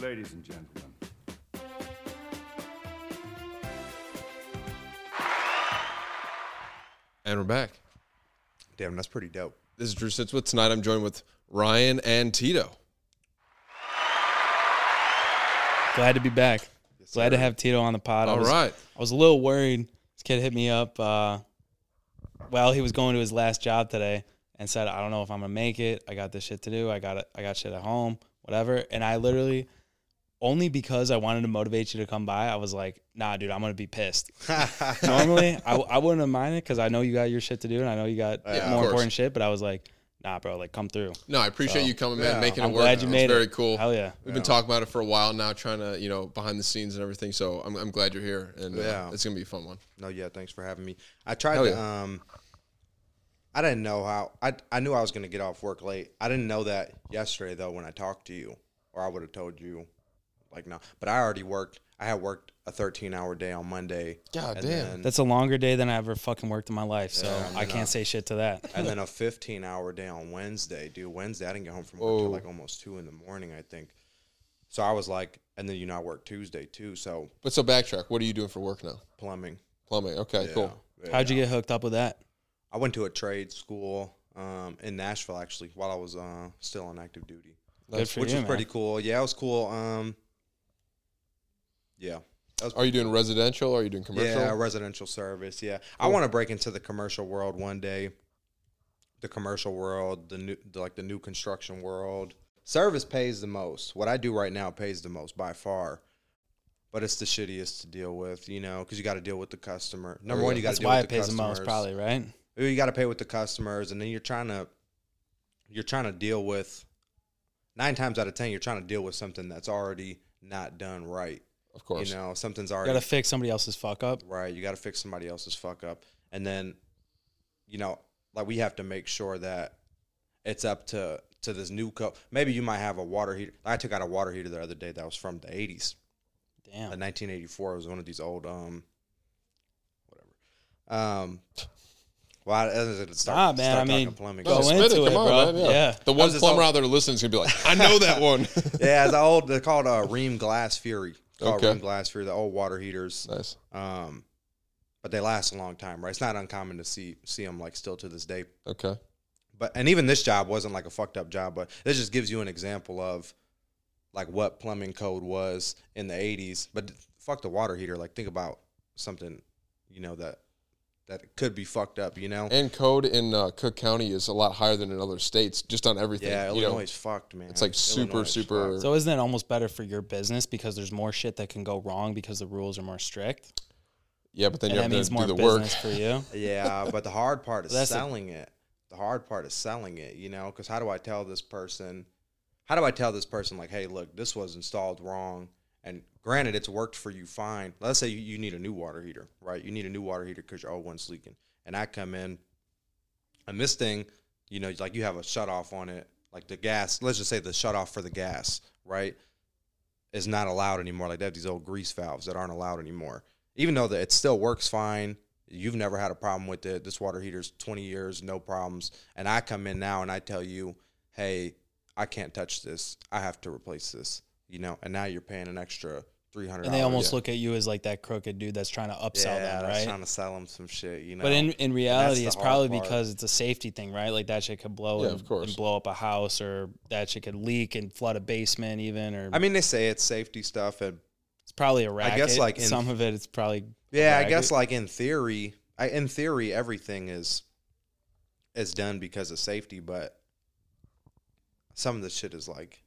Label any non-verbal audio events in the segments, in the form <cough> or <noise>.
Ladies and gentlemen. And we're back. Damn, that's <laughs> pretty dope. This is Drew Sits with tonight. I'm joined with Ryan and Tito. Glad to be back. Glad to sir. have Tito on the pod. All I was, right. I was a little worried. This kid hit me up uh, while he was going to his last job today and said, "I don't know if I'm gonna make it. I got this shit to do. I got I got shit at home, whatever." And I literally, only because I wanted to motivate you to come by, I was like, "Nah, dude, I'm gonna <laughs> be pissed." Normally, I, I wouldn't have minded because I know you got your shit to do and I know you got Yeah, of more course. important shit. But I was like, "Nah, bro, like come through." No, I appreciate So, you coming, man, yeah, making it I'm work. glad you made it's very it. cool. Hell yeah. We've been talking about it for a while now, trying to, you know, behind the scenes and everything. So I'm, I'm glad you're here. And uh, Yeah. it's going to be a fun one. No, yeah, thanks for having me. I tried Hell to. yeah. Um, I didn't know how. I I knew I was gonna get off work late. I didn't know that yesterday though when I talked to you, or I would have told you, like no. But I already worked. I had worked a 13 hour day on Monday. God and damn. Then, That's a longer day than I ever fucking worked in my life, so Yeah, I can't say shit <laughs> to that. and then a 15 hour day on Wednesday. Dude, Wednesday I didn't get home from work till Whoa. like almost two in the morning. I think. So I was like, and then you know I worked Tuesday too. So But so backtrack. What are you doing for work now? plumbing. Plumbing. Okay, cool. Yeah, How'd you get hooked up with that? I went to a trade school um, in Nashville actually while I was uh, still on active duty, Good for which you, was man. pretty cool. Yeah, it was cool. Um, yeah, Are you doing residential? Are you doing commercial? yeah, residential service. Yeah, I want to break into the commercial world one day. The commercial world, the new, the, like the new construction world. Service pays the most. What I do right now pays the most by far, but it's the shittiest to deal with, you know, because you got to deal with the customer. Number yeah. one, you got to Oh, That's deal why with it the pays the customers. most, probably, right? you got to pay with the customers and then you're trying to you're trying to deal with nine times out of ten you're trying to deal with something that's already not done right Of course. you know something's You already gotta fix somebody else's fuck up. right you got to fix somebody else's fuck up and then you know like we have to make sure that it's up to to this new co maybe you might have a water heater i took out a water heater the other day that was from the 80s Damn. a 1984 it was one of these old um whatever um well I, I was gonna start, Nah, man, start I mean, talking plumbing go No, in. spit into it, bro. man, Yeah. The one just plumber all- out there listening is going to be like, I know <laughs> that one. yeah it's old they're called uh, ream glass fury It's called Okay. ream glass fury the old water heaters nice. um but they last a long time right it's not uncommon to see see them like still to this day Okay. but and even this job wasn't like a fucked up job, but this just gives you an example of like what plumbing code was in the eighties. But fuck the water heater. Like think about something, you know, that that could be fucked up, you know? And code in uh, Cook County is a lot higher than in other states, just on everything. yeah, you know? Illinois is fucked, man. it's like super, Illinois is super- fucked. So isn't it almost better for your business because there's more shit that can go wrong because the rules are more strict? Yeah, but then And you that have to means more do the work. business for <laughs> you. Yeah, but the hard part is That's a- selling it. The hard part is selling it, you know, because how do I tell this person? How do I tell this person like, hey, look, this was installed wrong, and granted, it's worked for you fine. Let's say you, you need a new water heater, right? You need a new water heater because your old one's leaking, and I come in, and this thing, you know, like you have a shut off on it, like the gas. Let's just say the shut off for the gas, right? is not allowed anymore. Like they have these old grease valves that aren't allowed anymore. Even though that it still works fine, you've never had a problem with it. This water heater's 20 years, no problems. And I come in now and I tell you, hey, I can't touch this. I have to replace this. You know, and now you're paying an extra 300. And they almost look at you as like that crooked dude that's trying to upsell them, right? Trying to sell them some shit. You know, But in, in reality, the it's hard probably part. because it's a safety thing, right? Like that shit could blow Yeah, and, of course. and blow up a house, or that shit could leak and flood a basement, even. Or I mean, they say it's safety stuff, and it's probably a racket. guess, like, in- some of it, it's probably Yeah, I Right. guess like in theory, I, in theory, everything is is done because of safety, but some of the shit is like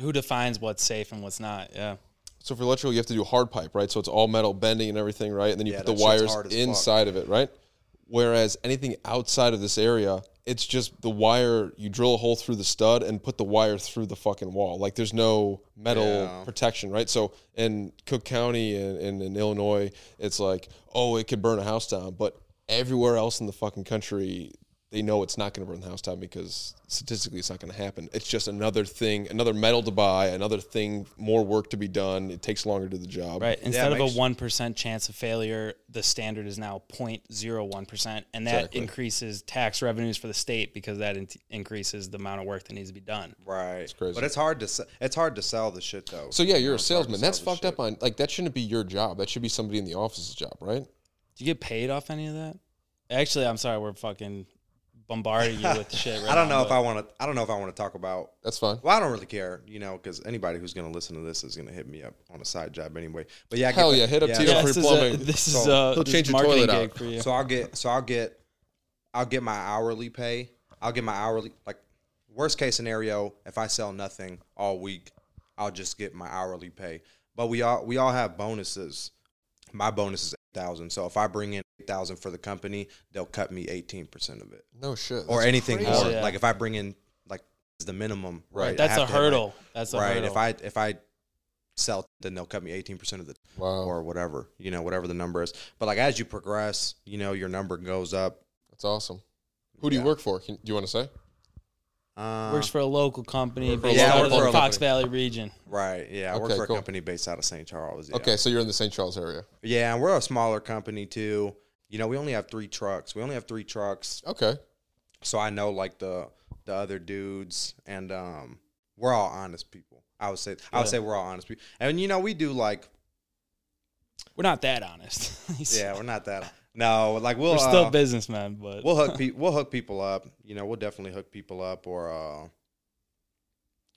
who defines what's safe and what's not. Yeah. So for electrical, you have to do hard pipe, right? So it's all metal bending and everything, right? And then you Yeah, put the that shit's wires hard as fuck. inside of it, right? Whereas anything outside of this area, it's just the wire. You drill a hole through the stud and put the wire through the fucking wall. Like there's no metal Yeah. protection, right? So in Cook County and, and in Illinois, it's like, oh, it could burn a house down, but everywhere else in the fucking country, they know it's not going to burn the house down because statistically it's not going to happen. It's just another thing, another metal to buy, another thing, more work to be done. It takes longer to do the job. Right. Instead of a makes- one percent chance of failure, the standard is now 0.01 percent, and that Exactly. increases tax revenues for the state because that in- increases the amount of work that needs to be done. Right. crazy. But it's hard to se- it's hard to sell the shit though. So yeah, you're a It's hard to salesman. sell That's the fucked shit. up on like that shouldn't be your job. That should be somebody in the office's job, right? Do you get paid off any of that? Actually, I'm sorry, we're fucking bombarding you <laughs> with shit. Right I don't now, know if but I want to I don't know if I want to talk about That's fine. Well, I don't really care, you know, because anybody who's going to listen to this is going to hit me up on a side job anyway. But yeah, I get Hell the- yeah, hit up Tito Yeah, for this, your is a, plumbing. this is So, a he'll this change is your toilet marketing out. gig for you. So I'll get so I'll get I'll get my hourly pay. I'll get my hourly like worst case scenario if I sell nothing all week, I'll just get my hourly pay. But we all we all have bonuses. My bonus is eight thousand. So if I bring in eight thousand for the company, they'll cut me eighteen percent of it No shit. or That's anything crazy. more. Yeah. Like if I bring in like the minimum, Right. right? I That's have to a have my- hurdle. That's a right. hurdle. If I if I sell, then they'll cut me eighteen percent of the Wow, Oh. or whatever you know whatever the number is. But like as you progress, you know your number goes up. that's awesome. Who do you Yeah. work for? Can, do you want to say? Uh, works for a local company Work for a based local out of the company. Fox Valley region. right. Yeah, I work Okay, for a cool. company based out of St. Charles. Yeah. Okay, so you're in the St. Charles area. Yeah, and we're a smaller company too. You know, we only have three trucks. We only have three trucks, Okay, so I know like the the other dudes, and um, we're all honest people. I would say I would Yeah. say we're all honest people, and you know we do like We're not that honest. <laughs> yeah we're not that no like we'll we're still uh, businessmen, but <laughs> we'll hook pe- we'll hook people up. You know, we'll definitely hook people up or uh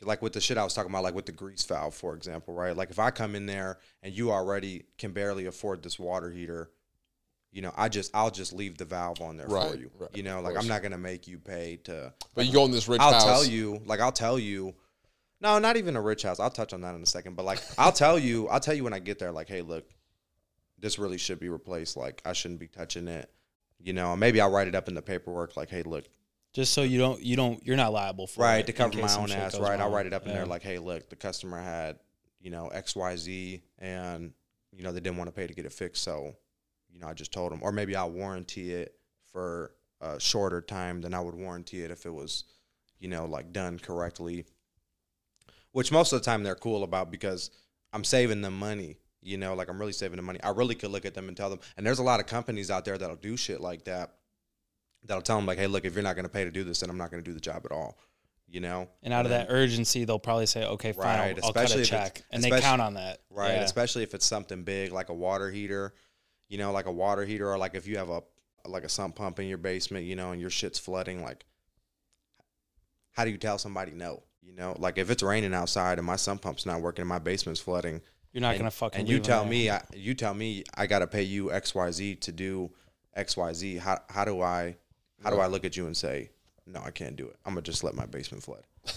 like with the shit I was talking about, like with the grease valve, for example, right? Like if I come in there and you already can barely afford this water heater, you know, I just I'll just leave the valve on there for Right, you. right, you know, of like course. I'm not gonna make you pay to but you go in this rich I'll house. tell you, like I'll tell you. No, not even a rich house. I'll touch on that in a second. But like I'll tell you, I'll tell you when I get there. Like, hey, look, this really should be replaced. Like I shouldn't be touching it. You know, and maybe I'll write it up in the paperwork. Like, hey, look, just so you don't you don't you're not liable for right it to in cover case my some own shit ass. goes Right, I'll wrong. write it up in Yeah. there. Like, hey, look, the customer had you know X Y Z, and you know they didn't want to pay to get it fixed. So, you know, I just told them, or maybe I'll warranty it for a shorter time than I would warranty it if it was, you know, like done correctly. Which most of the time they're cool about because I'm saving them money. You know, like I'm really saving them money. I really could look at them and tell them. And there's a lot of companies out there that'll do shit like that. That'll tell them like, hey, look, if you're not going to pay to do this, then I'm not going to do the job at all. You know, and out of that urgency, they'll probably say, "Okay, fine, I'll- Right, I'll, cut especially a if it's- check," and they especially- count on that. right? Yeah. Especially if it's something big like a water heater, you know, like a water heater, or like if you have a like a sump pump in your basement, you know, and your shit's flooding. Like, how do you tell somebody no? You know, like if it's raining outside and my sump pump's not working and my basement's flooding, You're not and- gonna fucking. and you leave them tell there. me I, you tell me I got to pay you xyz to do xyz how how do I how do I look at you and say no I can't do it I'm going to just let my basement flood <laughs>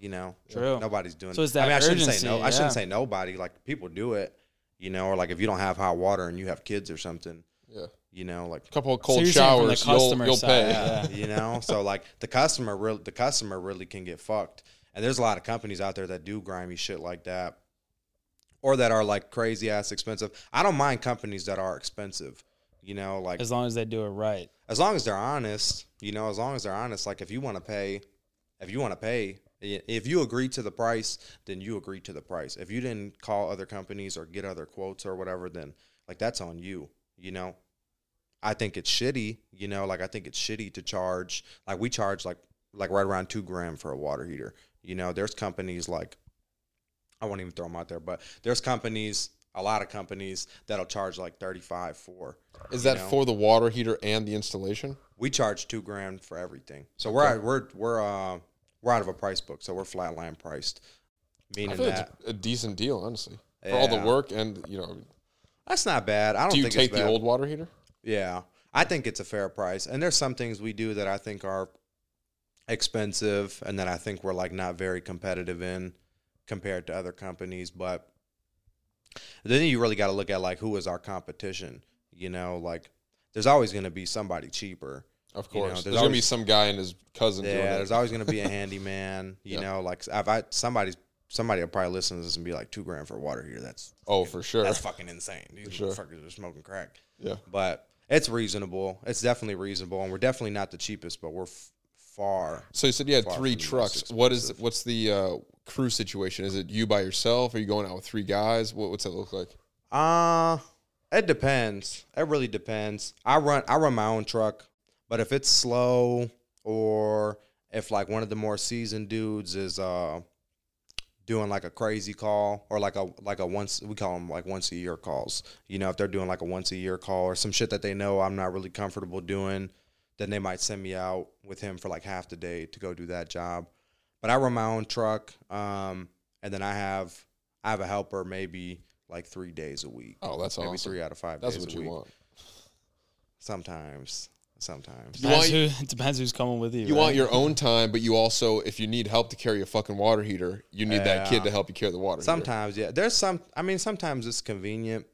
you know True. nobody's doing So it's I that mean I shouldn't urgency, say no I yeah. shouldn't say nobody like people do it you know or like if you don't have hot water and you have kids or something Yeah, you know like a couple of So cold you're saying from the showers. You'll, customer you'll side, pay. yeah. <laughs> you know so like the customer real the customer really can get fucked and there's a lot of companies out there that do grimy shit like that or that are like crazy ass expensive i don't mind companies that are expensive you know like as long as they do it right. as long as they're honest, you know, as long as they're honest, like if you want to pay, if you want to pay, i- if you agree to the price, then you agree to the price. If you didn't call other companies or get other quotes or whatever, then like that's on you, you know. I think it's shitty, you know, like I think it's shitty to charge like we charge like like right around 2 grand for a water heater. You know, there's companies like I won't even throw them out there, but there's companies, a lot of companies that'll charge like 35 for Is You that know? for the water heater and the installation? we charge two grand for everything. So we're we're we're uh we're out of a price book, so we're flatline priced. I Meaning feel it's that a decent deal, honestly, for all the Yeah. work and you know. that's not bad. I don't Do you think take it's bad. the old water heater? Yeah, I think it's a fair price. And there's some things we do that I think are expensive, and that I think we're like not very competitive in compared to other companies. But then you really got to look at like who is our competition. You know, like there's always going to be somebody cheaper. Of You know, course. there's there's, gonna be always- some guy and his cousin doing Yeah, it. there's always going <laughs> to be a handyman. You Yeah. know, like I've, I somebody's somebody will probably listen to this and be like, two grand for water here. That's oh, for sure. that's fucking insane. These sure. motherfuckers are smoking crack. Yeah. But It's reasonable. It's definitely reasonable, and we're definitely not the cheapest, but we're f- far. So you said you had Far three from the most trucks. What is expensive. what's the uh, crew situation? Is it you by yourself? Are you going out with three guys? What, what's that look like? Uh it depends. It really depends. I run I run my own truck, but if it's slow or if like one of the more seasoned dudes is uh doing like a crazy call or like a like a once we call them like once a year calls. You know, if they're doing like a once a year call or some shit that they know I'm not really comfortable doing, then they might send me out with him for like half the day to go do that job. But I run my own truck, um, and then I have I have a helper maybe like three days a week. Oh, that's maybe awesome. three out of five That's days what a you week. want. Sometimes. Sometimes. You Depends want- who <laughs> it depends who's coming with you. You right? want your own time, but you also, if you need help to carry a fucking water heater, you need that kid Yeah. to help you carry the water. heater. Sometimes, yeah. There's some. I mean, sometimes it's convenient.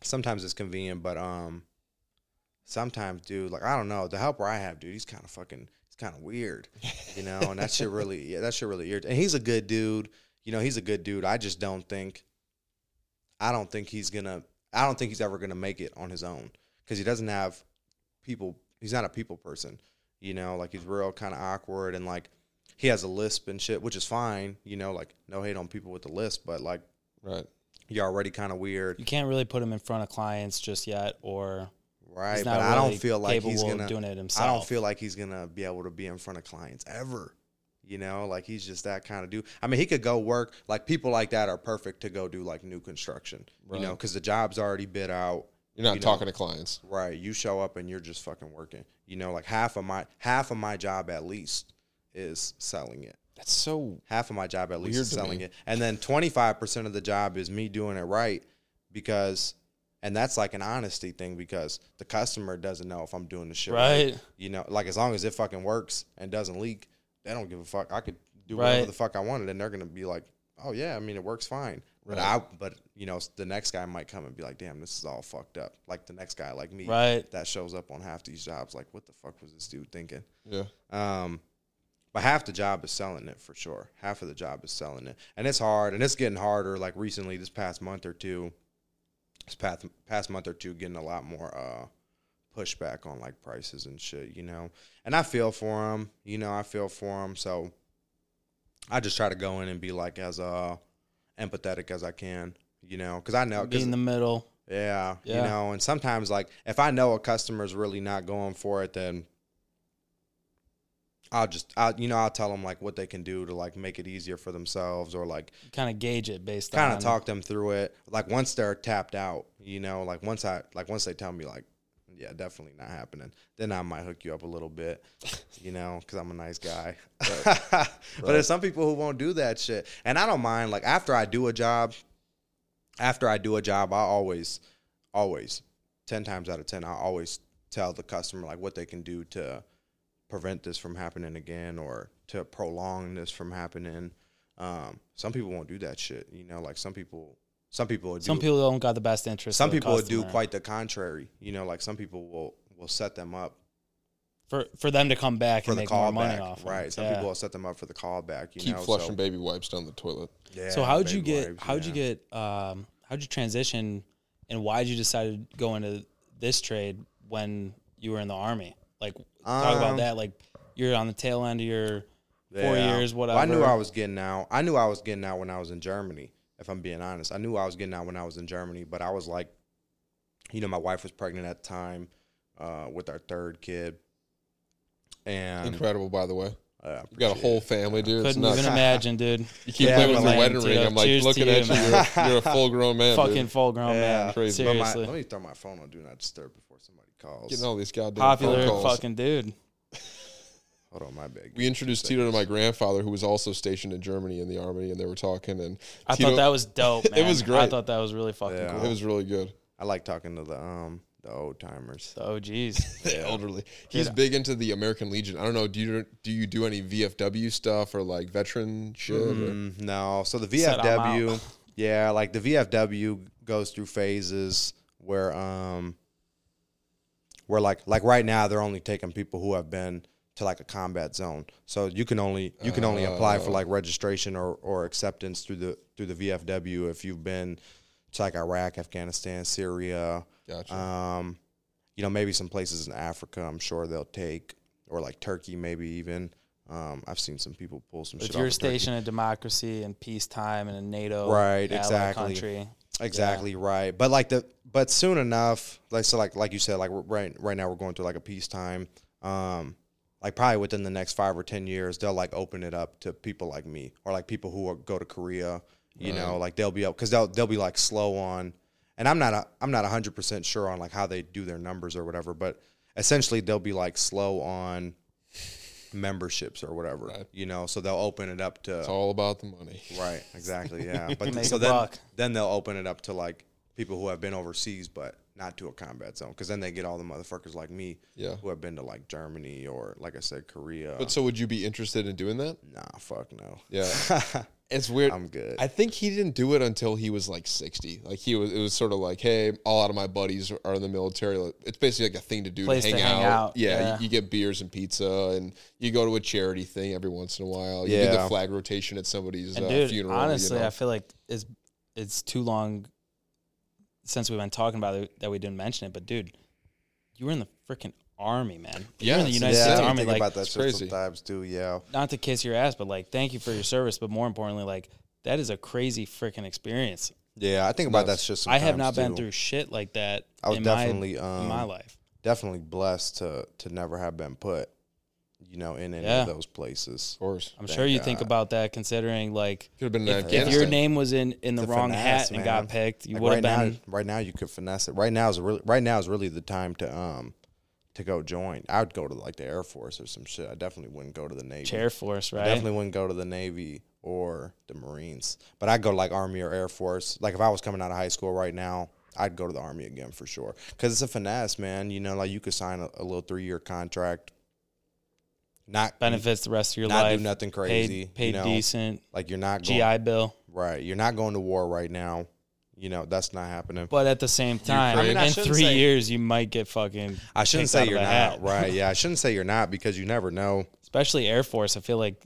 Sometimes it's convenient, but um, sometimes, dude, like I don't know, the helper I have, dude, he's kind of fucking, he's kind of weird, you know. And <laughs> that shit really, yeah, that shit really irritates. And he's a good dude, you know. He's a good dude. I just don't think, I don't think he's gonna, I don't think he's ever gonna make it on his own because he doesn't have people. He's not a people person, you know. Like he's real kind of awkward and like he has a lisp and shit, which is fine. You know, like no hate on people with the lisp, but like right? you're already kind of weird, You can't really put him in front of clients just yet, or right? he's not But really I don't feel like capable he's of gonna. doing it himself. I don't feel like he's gonna be able to be in front of clients ever. You know, like he's just that kind of dude. I mean, he could go work. Like people like that are perfect to go do like new construction. You know, Right. because the job's already bid out. You're not You know. talking to clients. Right. You show up and you're just fucking working. You know, like half of my half of my job at least is selling it. That's so half of my job at least Weird is to selling me. it and then 25% of the job is me doing it right because and that's like an honesty thing because the customer doesn't know if i'm doing the shit right. you know like as long as it fucking works and doesn't leak they don't give a fuck i could do Right. whatever the fuck i wanted and they're gonna be like oh yeah i mean it works fine but i but you know the next guy might come and be like damn this is all fucked up like the next guy like me Right. that shows up on half these jobs like what the fuck was this dude thinking yeah. um, but half the job is selling it for sure. Half of the job is selling it, and it's hard, and it's getting harder. Like recently, this past month or two, this past past month or two, getting a lot more uh, pushback on like prices and shit, you know. And I feel for them, you know. I feel for them, so I just try to go in and be like as uh, empathetic as I can, you know, because I know Be because in the middle. yeah, Yeah. You know, and sometimes like if I know a customer's really not going for it, then I'll just I you know, I'll tell them like what they can do to like make it easier for themselves or like Kind of gauge it based on kind of talk them through it. Like once they're tapped out, you know, like once I like once they tell me like yeah, definitely not happening. Then I might hook you up a little bit, you know, because I'm a nice guy. <laughs> but there's some people who won't do that shit, and I don't mind. Like after I do a job, after I do a job, I always, always, ten times out of ten, I always tell the customer like what they can do to prevent this from happening again or to prolong this from happening. Um, some people won't do that shit, you know. Like some people, some people will do Some people don't got the best interest. some of the people would do customer. quite the contrary. You know, like some people will will set them up for for them to come back for and the make more money callback, off. 'em. right? Some Yeah. people will set them up for the callback. You Keep know, flushing baby wipes down the toilet. So, yeah, so how'd you baby get wipes, how'd yeah. you get um how'd you transition and why'd you decide to go into this trade when you were in the army? Like Um, talk about that. Like you're on the tail end of your four Yeah. years, Well, whatever. I knew I was getting out. I knew I was getting out when I was in Germany. If I'm being honest, I knew I was getting out when I was in Germany, but I was like, you know, my wife was pregnant at the time uh, with our third kid, and Incredible, by the way. uh, You got a whole family, dude. It's couldn't nuts. even imagine, dude. <laughs> You keep Yeah, playing but with the like- wedding Dude, ring. I'm like cheers to looking you, at you. man. You're a, you're a full grown man. Fucking dude. full grown Yeah. man. Crazy. But my- Seriously. let me throw my phone on do not disturb before somebody calls. getting all these goddamn Popular phone calls. fucking dude. Hold on, my bad. we introduced Tito to my grandfather, who was also stationed in Germany in the army, and they were talking, and I Tito- thought that <laughs> was dope, man. was I great. thought that was really fucking Yeah. cool. it was really good. I like talking to the um the old timers. <laughs> The <laughs> OGs. The elderly. He's big into the American Legion. I don't know. Do you do you do any VFW stuff or like veteran shit? or- Mm, Mm-hmm. no, so the Said I'm out. VFW, yeah, like the VFW goes through phases where um where like like right now they're only taking people who have been to like a combat zone. So you can only you can only apply for like registration or or acceptance through the through the Uh, VFW if you've been to like Iraq, Afghanistan, Syria, Gotcha. um, you know, maybe some places in Africa, I'm sure they'll take, or like Turkey, maybe even. Um, I've seen some people pull some shit. If off you're of Turkey. stationed in democracy and peacetime in a NATO Right, ally exactly. country, Exactly right. But like the but soon enough, like so like like you said, like we're- right right now we're going through like a peacetime. Um, like probably within the next five or ten years, they'll like open it up to people like me or like people who are, go to Korea. You know, like they'll be up because they'll they'll be like slow on, and I'm not a, I'm not hundred percent sure on like how they do their numbers or whatever, but essentially they'll be like slow on memberships or whatever. You know, so they'll open it up to It's all about the money. Right, exactly. <laughs> Yeah, but Make so a then buck. then they'll open it up to like people who have been overseas, but not to a combat zone, because then they get all the motherfuckers like me, Yeah. who have been to like Germany or like I said, Korea. But so would you be interested in doing that? nah, fuck no. Yeah. It's weird. <laughs> I'm good. I think he didn't do it until he was like 60. Like he was, it was sort of like, hey, a lot of my buddies are in the military. Like, It's basically like a thing to do Place to, hang, to out. hang out, Yeah, yeah. You, you get beers and pizza, and you go to a charity thing every once in a while. You do the Yeah. flag rotation at somebody's and uh, dude, funeral. you honestly, know? I feel like it's it's too long since we've been talking about it that we didn't mention it. But dude, you were in the freaking army, man. You were in the Yes, United yeah, I States didn't I Army. think Like, about that it's shit crazy. sometimes too. Yeah, not to kiss your ass, but like, thank you for your service. But more importantly, like, that is a crazy freaking experience. yeah. I think about that Nuts. shit. I Sometimes have not been too. through shit like that. I was in definitely my, um in my life. definitely blessed to to never have been put, you know, in any Yeah. of those places. of course. I'm thank sure you think God. about that, considering like Could have been in if, if Afghanistan. your name was in in the It's a wrong finesse, hat and man. got picked, you Like, would have right been. Now, right now, you could finesse it. Right now is really right now is really the time to um to go join. I would go to like the Air Force or some shit. I definitely wouldn't go to the Navy. Chair Force, I right? definitely wouldn't go to the Navy or the Marines. But I'd go to like Army or Air Force. Like if I was coming out of high school right now, I'd go to the Army again for sure. Because it's a finesse, man. You know, like you could sign a, a little three year contract. Not Benefits the rest of your not life. do nothing paid crazy. paid you know? decent. Like you're not going, GI Bill. right. You're not going to war right now. You know, that's not happening. But at the same time, I mean, I in shouldn't three say- years, you might get fucking. I shouldn't picked say out of you're a not hat. right. Yeah, I shouldn't say you're not because you never know. Especially Air Force, I feel like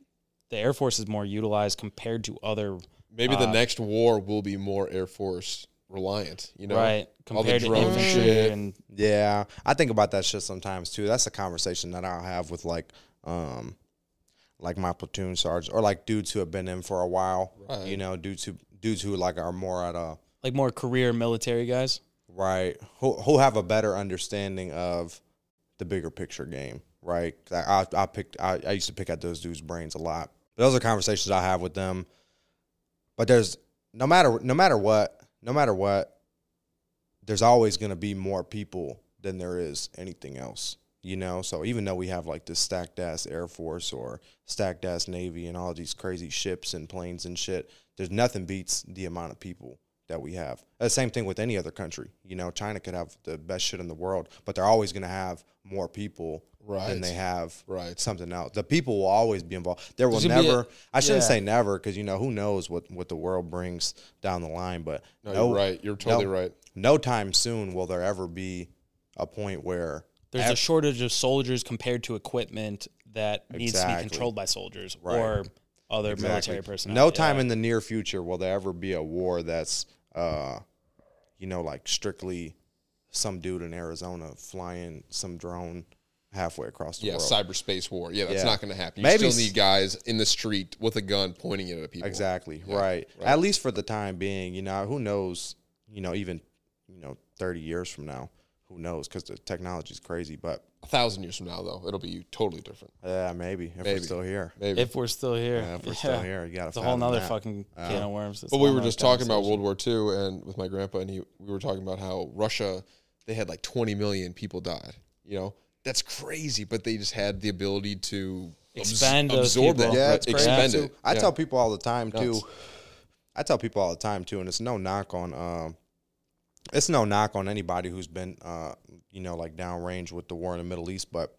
the Air Force is more utilized compared to other Maybe uh, the next war will be more Air Force reliant. You know, right all the compared to drone infantry shit. and Yeah, I think about that shit sometimes too. That's a conversation that I'll have with like, um, like my platoon sergeant or like dudes who have been in for a while. Right. You know, dudes who dudes who like are more at a like more career military guys. right who who have a better understanding of the bigger picture game. Right. I I, I picked I, I used to pick at those dudes' brains a lot. those are conversations I have with them. But there's no matter no matter what no matter what there's always going to be more people than there is anything else you know so even though we have like this stacked ass air force or stacked ass navy and all these crazy ships and planes and shit there's nothing beats the amount of people that we have the same thing with any other country you know china could have the best shit in the world but they're always going to have more people Right. than they have Right. something else the people will always be involved there will There's gonna be a- never I i shouldn't Yeah. say never because you know who knows what what the world brings down the line, but No, no, you're right. You're totally right. no time soon will there ever be a point where There's a shortage of soldiers compared to equipment that needs to be Exactly. controlled by soldiers Right. or other Exactly. military personnel. No time in the near future will there ever be a war that's, uh, you know, like strictly some dude in Arizona flying some drone halfway across the Yeah, world. cyberspace war. Yeah, that's Yeah. not going to happen. You Maybe still s- need guys in the street with a gun pointing it at people. Exactly. right. At least for the time being, you know, who knows, you know, even, you know, 30 years from now, who knows? Because the technology's crazy, but A thousand years from now, though, it'll be totally different. uh, maybe if Maybe. we're still here. Maybe. If we're still here, Yeah, <laughs> if we're Yeah. still here, you got to. It's a whole nother fucking can of worms. That's But we a whole were nother just talking about conversation. World War II, and with my grandpa, and he, we were talking about how Russia, they had like 20 million people died. You know, that's crazy, but they just had the ability to abs- Expand those absorb that, people. Yeah, right, it's crazy expand too. it. I Yeah. tell people all the time too. Nuts. I tell people all the time too, and it's no knock on. Um, it's no knock on anybody who's been, uh, you know, like downrange with the war in the Middle East, but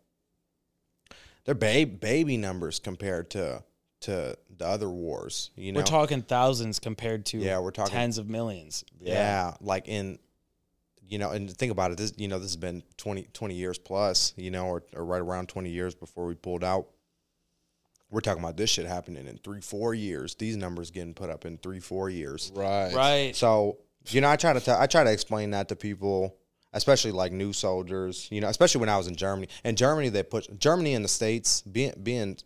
they're ba- baby numbers compared to to the other wars. You know, We're talking thousands compared to Yeah, we're talking- tens of millions. yeah, like in you know and think about it this you know this has been 20, 20 years plus you know or, or right around 20 years before we pulled out we're talking about this shit happening in three four years these numbers getting put up in three four years Right. Right. so you know i try to tell i try to explain that to people especially like new soldiers, you know, especially when I was in Germany. In Germany, they push Germany and the states being being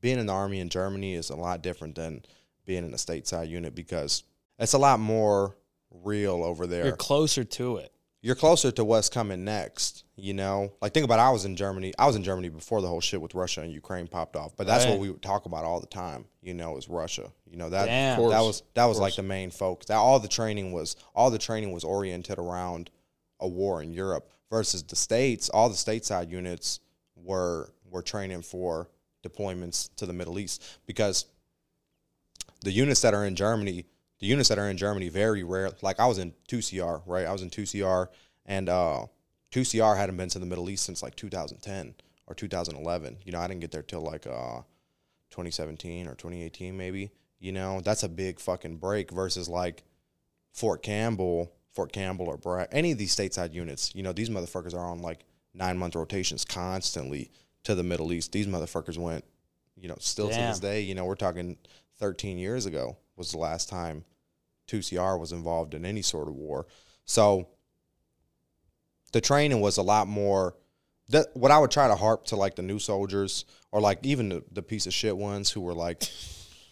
being in the army in Germany is a lot different than being in a stateside unit because it's a lot more real over there. You're closer to it. You're closer to what's coming next, you know. Like think about I was in Germany. I was in Germany before the whole shit with Russia and Ukraine popped off, but that's Right. what we would talk about all the time, you know, is Russia. You know that Damn. Of that course, was that was like the main focus. That all the training was all the training was oriented around a war in Europe versus the states. All the stateside units were were training for deployments to the Middle East because the units that are in Germany, the units that are in Germany, very rare. Like I was in two CR, right? I was in two CR, and uh, two CR hadn't been to the Middle East since like 2010 or 2011. You know, I didn't get there till like uh, 2017 or 2018, maybe. You know, that's a big fucking break versus like Fort Campbell, Fort Campbell or Bragg, any of these stateside units. You know, these motherfuckers are on like nine month rotations constantly to the Middle East. These motherfuckers went, you know, still to this Damn. day. You know, we're talking 13 years ago was the last time 2CR was involved in any sort of war. So the training was a lot more. That, what I would try to harp to like the new soldiers or like even the, the piece of shit ones who were like,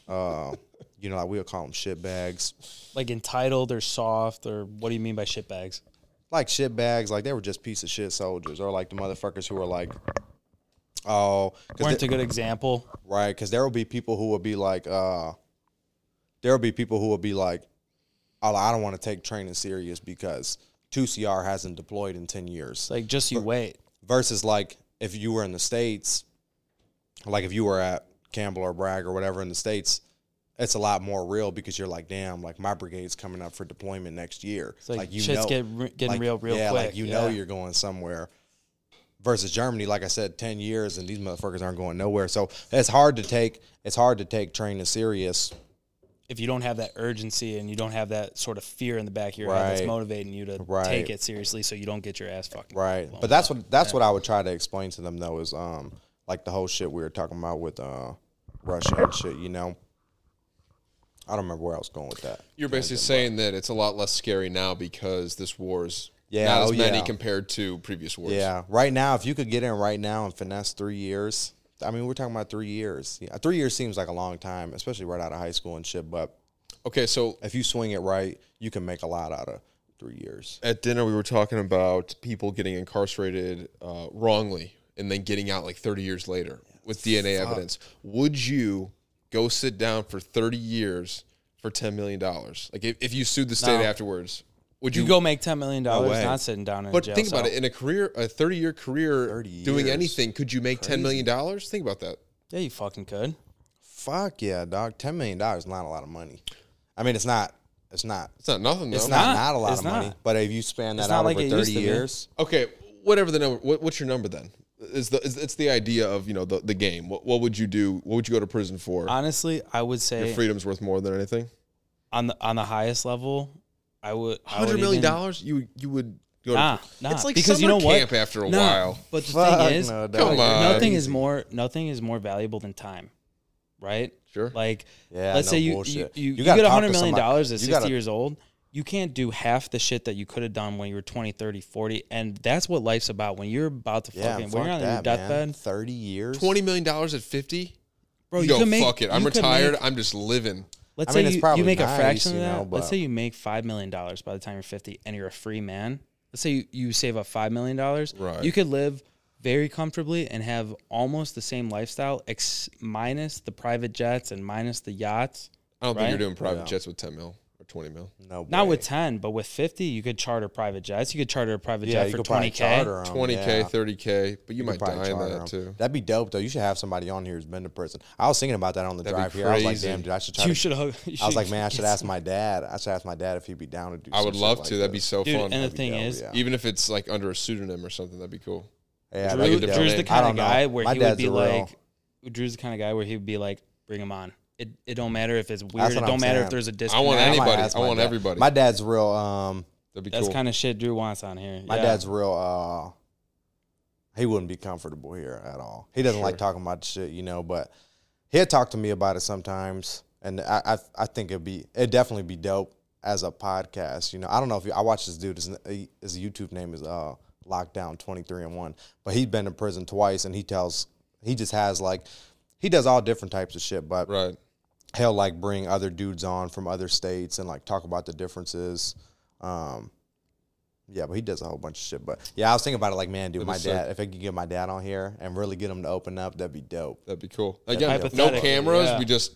uh, you know, like we'll call them shit bags. Like entitled or soft or what do you mean by shitbags? like shit bags, like they were just piece of shit soldiers, or like the motherfuckers who were like, oh, cause Weren't the, a good example. right? Because there will be people who will be like, uh, there will be people who will be like, oh, I don't want to take training serious because two CR hasn't deployed in ten years It's like just you wait. versus like if you were in the states, like if you were at Campbell or Bragg or whatever in the states, it's a lot more real because you're like, damn, like my brigade's coming up for deployment next year. It's like, shit's get, re- getting like, real, real yeah, quick. like you know Yeah. you're going somewhere. Versus Germany, like I said, ten years and these motherfuckers aren't going nowhere. So it's hard to take it's hard to take training serious. if you don't have that urgency and you don't have that sort of fear in the back of your head that's Right. motivating you to Right. take it seriously so you don't get your ass fucking Right. blown But that's what that's what I would try to explain to them though is um like the whole shit we were talking about with uh Russia and shit, you know. I don't remember where I was going with that. You're basically saying that it's a lot less scary now because this war's Yeah, not as oh, many yeah. compared to previous wars. Yeah. Right now, if you could get in right now and finesse three years, I mean, we're talking about three years. Yeah, three years seems like a long time, especially right out of high school and shit. But Okay, so if you swing it right, you can make a lot out of three years. at dinner we were talking about people getting incarcerated uh, wrongly and then getting out like 30 years later with DNA evidence. Would you go sit down for 30 years for 10 million dollars? Like if, if you sued the state No. afterwards, would you, you go make $10 million way. not sitting down in But a jail think about cell. it in a career, a 30 year career 30 doing years. anything, could you make 10 million dollars? Think about that. yeah you fucking could Fuck yeah, dog. Ten million dollars is not a lot of money. I mean, it's not. It's not. It's not nothing though. It's not, not. not a lot It's of not. money. But if you span that It's not out like over it thirty used to be. years, Okay, whatever the number. What, what's your number then? Is the is, it's the idea of you know the, the game. What, what would you do? What would you go to prison for? honestly i would say your freedom's worth more than anything. on the on the highest level i would I would Hundred million even- dollars. You you would go. Nah, to, nah. It's like because summer you know what? camp after a Nah, while. But the Fuck thing is, no, dog. Come on. nothing Crazy. is more nothing is more valuable than time, right? Sure. Like, Yeah, let's no say you you, bullshit. you, You you gotta get a talk hundred to million somebody. dollars at You 60 gotta- years old, you can't do half the shit that you could have done when you were 20, 30, 40. and that's what life's about. When you're about to yeah, fucking, fuck when you're on your that, man. deathbed, Thirty years. Twenty million dollars at fifty. bro, you, you, go could make, fuck it. I'm you could make- retired. I'm just living. Let's I say mean, it's you, you probably make a nice, fraction of you that. know, Let's but- say you make five million dollars by the time you're fifty and you're a free man. Let's say you, you save up five million dollars. Right. You could live very comfortably and have almost the same lifestyle, ex- minus the private jets and minus the yachts. I don't think Right? you're doing private jets with ten mil or twenty mil. No, Not way. <laughs> with ten, but with fifty, you could charter private jets. You could charter a private yeah, jet you for could probably twenty k. charter 'em, Twenty Oh, k, yeah. thirty k. But you, might Probably die in charter that 'em. too. That'd be dope though. You should have somebody on here who's been to prison. I was thinking about that on the That'd be drive here. I was like, crazy. damn, dude, I should try. You to- should. <laughs> hook- you I was should like, man, I should get- ask my dad. I should ask my dad if he'd be down to do. I some would shit love like to. That'd be this. so Dude, fun. and the thing dope, is, yeah. Even if it's like under a pseudonym or something, that'd be cool. Yeah, Drew, that'd be Drew- dope. Drew's I the don't kind of know. guy where My he dad's would be a real- like, Drew's the kind of guy where he'd be like, bring him on. It, it don't matter if it's weird. That's It what don't I'm matter saying. if there's a I disconnect. want I might anybody. ask I my want dad. everybody. My dad's real. Um, That'd be That's cool. kind of shit Drew wants on here. my Yeah. dad's real. Uh, he wouldn't be comfortable here at all. He doesn't like Sure. talking about shit, you know. But he'll talk to me about it sometimes, and I, I, I think it'd be, it'd definitely be dope. as a podcast. You know, I don't know if you, I watch this dude. His, n- his YouTube name is uh, Lockdown Twenty Three and One, but he's been in prison twice, and he tells he just has like he does all different types of shit. But Right. he'll like bring other dudes on from other states and like talk about the differences. Um, yeah, but he does a whole bunch of shit. But yeah, I was thinking about it like, man, dude, That'd be my sick. dad. If I could get my dad on here and really get him to open up, that'd be dope. That'd be cool. Again, no Hypothetically, cameras. yeah. We just